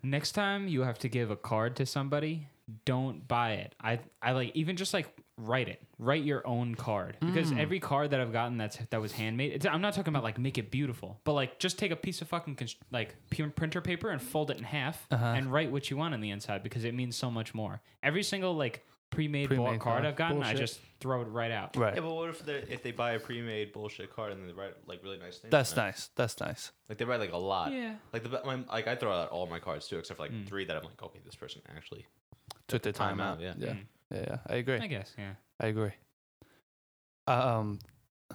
Speaker 5: Next time you have to give a card to somebody, don't buy it. I I like even just like write it. Write your own card because
Speaker 2: Mm.
Speaker 5: every card that I've gotten that's that was handmade. It's, I'm not talking about like make it beautiful, but like just take a piece of fucking const- like p- printer paper and fold it in half
Speaker 2: Uh-huh.
Speaker 5: and write what you want on the inside because it means so much more. Every single like pre-made, bought
Speaker 2: Pre-made
Speaker 5: card
Speaker 2: card.
Speaker 5: I've gotten, I
Speaker 3: Bullshit.
Speaker 5: just throw it right out.
Speaker 2: Right.
Speaker 1: Yeah, but what if they if they buy a pre-made bullshit card and they write like really nice things?
Speaker 2: That's
Speaker 1: on it?
Speaker 2: nice. That's nice.
Speaker 1: Like they write like a lot.
Speaker 5: Yeah.
Speaker 1: Like the my, like I throw out all my cards too, except for like three that I'm like, okay, this person actually.
Speaker 2: Took their time,
Speaker 1: time
Speaker 2: out.
Speaker 1: out, yeah.
Speaker 2: Yeah.
Speaker 5: Mm.
Speaker 2: yeah. Yeah. I agree.
Speaker 5: I guess. Yeah.
Speaker 2: I agree. Um.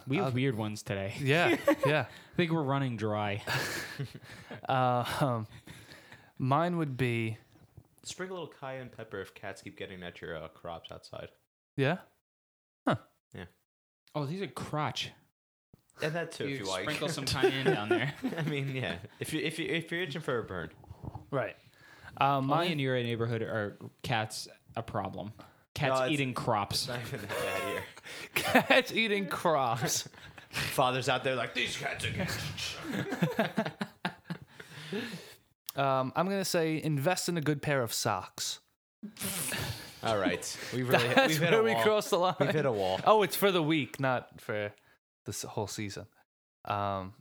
Speaker 5: We have
Speaker 2: I'll-
Speaker 5: weird ones today.
Speaker 1: [LAUGHS]
Speaker 2: [LAUGHS] Yeah. yeah.
Speaker 5: I think we're running dry.
Speaker 2: Uh, um, mine would be.
Speaker 1: Sprinkle a little cayenne pepper if cats keep getting at your uh, crops outside.
Speaker 2: Yeah.
Speaker 5: Oh, these are crotch.
Speaker 1: And that too, if you like. [LAUGHS]
Speaker 5: sprinkle some cayenne down there.
Speaker 1: I mean, yeah. If you if you if you're itching for a burn,
Speaker 2: Right.
Speaker 5: Mine
Speaker 2: Um, mine.
Speaker 5: in your neighborhood are cats a problem. Cats
Speaker 1: No, it's- [LAUGHS]
Speaker 5: eating crops.
Speaker 1: Not even that bad here.
Speaker 2: Cats eating crops.
Speaker 1: [LAUGHS] Fathers out there like these cats again.
Speaker 2: Um, I'm gonna say invest in a good pair of socks.
Speaker 1: All right, we've really
Speaker 2: [LAUGHS]
Speaker 1: hit,
Speaker 2: That's
Speaker 1: we've hit
Speaker 2: where
Speaker 1: a
Speaker 2: we
Speaker 1: wall.
Speaker 2: crossed the line.
Speaker 1: we've hit a wall.
Speaker 2: [LAUGHS] Oh, it's for the week, not for this whole season. Um,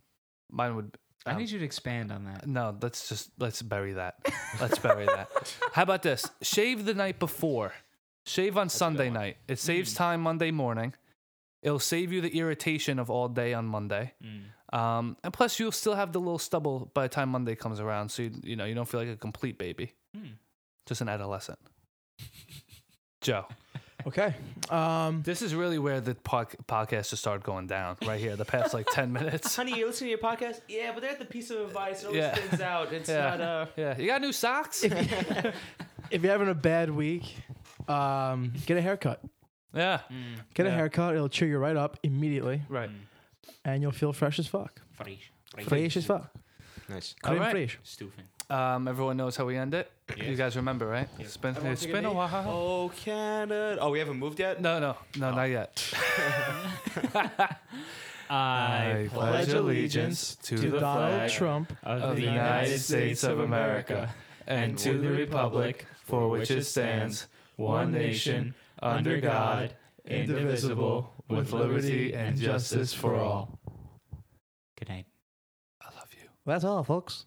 Speaker 2: mine would.
Speaker 5: I
Speaker 2: um,
Speaker 5: need you to expand on that.
Speaker 2: No, let's just let's bury that. [LAUGHS] Let's bury that. How about this? Shave the night before. Shave on Sunday night.
Speaker 4: Mm.
Speaker 2: It saves time Monday morning. It'll save you the irritation of all day on Monday. Um, and plus, you'll still have the little stubble by the time Monday comes around, so you, you know you don't feel like a complete baby,
Speaker 4: Hmm.
Speaker 2: just an adolescent. Joe,
Speaker 3: Okay. Um,
Speaker 2: this is really where the pod- podcast just started going down right here. The past like
Speaker 4: [LAUGHS]
Speaker 2: ten minutes.
Speaker 4: Honey, you listening to your podcast? Yeah, but they're at the piece of advice. It always
Speaker 2: Yeah.
Speaker 4: thins out. It's
Speaker 2: Yeah.
Speaker 4: not uh
Speaker 2: Yeah, you got new socks.
Speaker 3: if you're having a bad week, um, get a haircut.
Speaker 2: yeah,
Speaker 5: Mm.
Speaker 3: Get a
Speaker 2: Yeah.
Speaker 3: haircut. It'll cheer you right up immediately,
Speaker 2: right.
Speaker 3: and you'll feel fresh as fuck.
Speaker 5: Fresh.
Speaker 3: Fresh as fuck.
Speaker 1: Nice.
Speaker 2: All
Speaker 3: Creme
Speaker 2: right.
Speaker 3: fraiche.
Speaker 5: [LAUGHS] Stufing.
Speaker 2: Um, everyone knows how we end it. You guys remember, right? It's been
Speaker 3: Everyone
Speaker 2: it's
Speaker 3: take a
Speaker 2: been a
Speaker 3: knee.
Speaker 2: while.
Speaker 1: Oh Canada! Oh, we haven't moved yet.
Speaker 2: No, no, no,
Speaker 4: Oh.
Speaker 2: not yet.
Speaker 5: I
Speaker 3: pledge allegiance
Speaker 2: to
Speaker 3: To Donald
Speaker 5: flag
Speaker 3: Trump.
Speaker 5: of the United States of America and to the republic for which it stands, one nation, under God, indivisible, with liberty and justice for all. Good night.
Speaker 2: I love you.
Speaker 3: That's all, folks.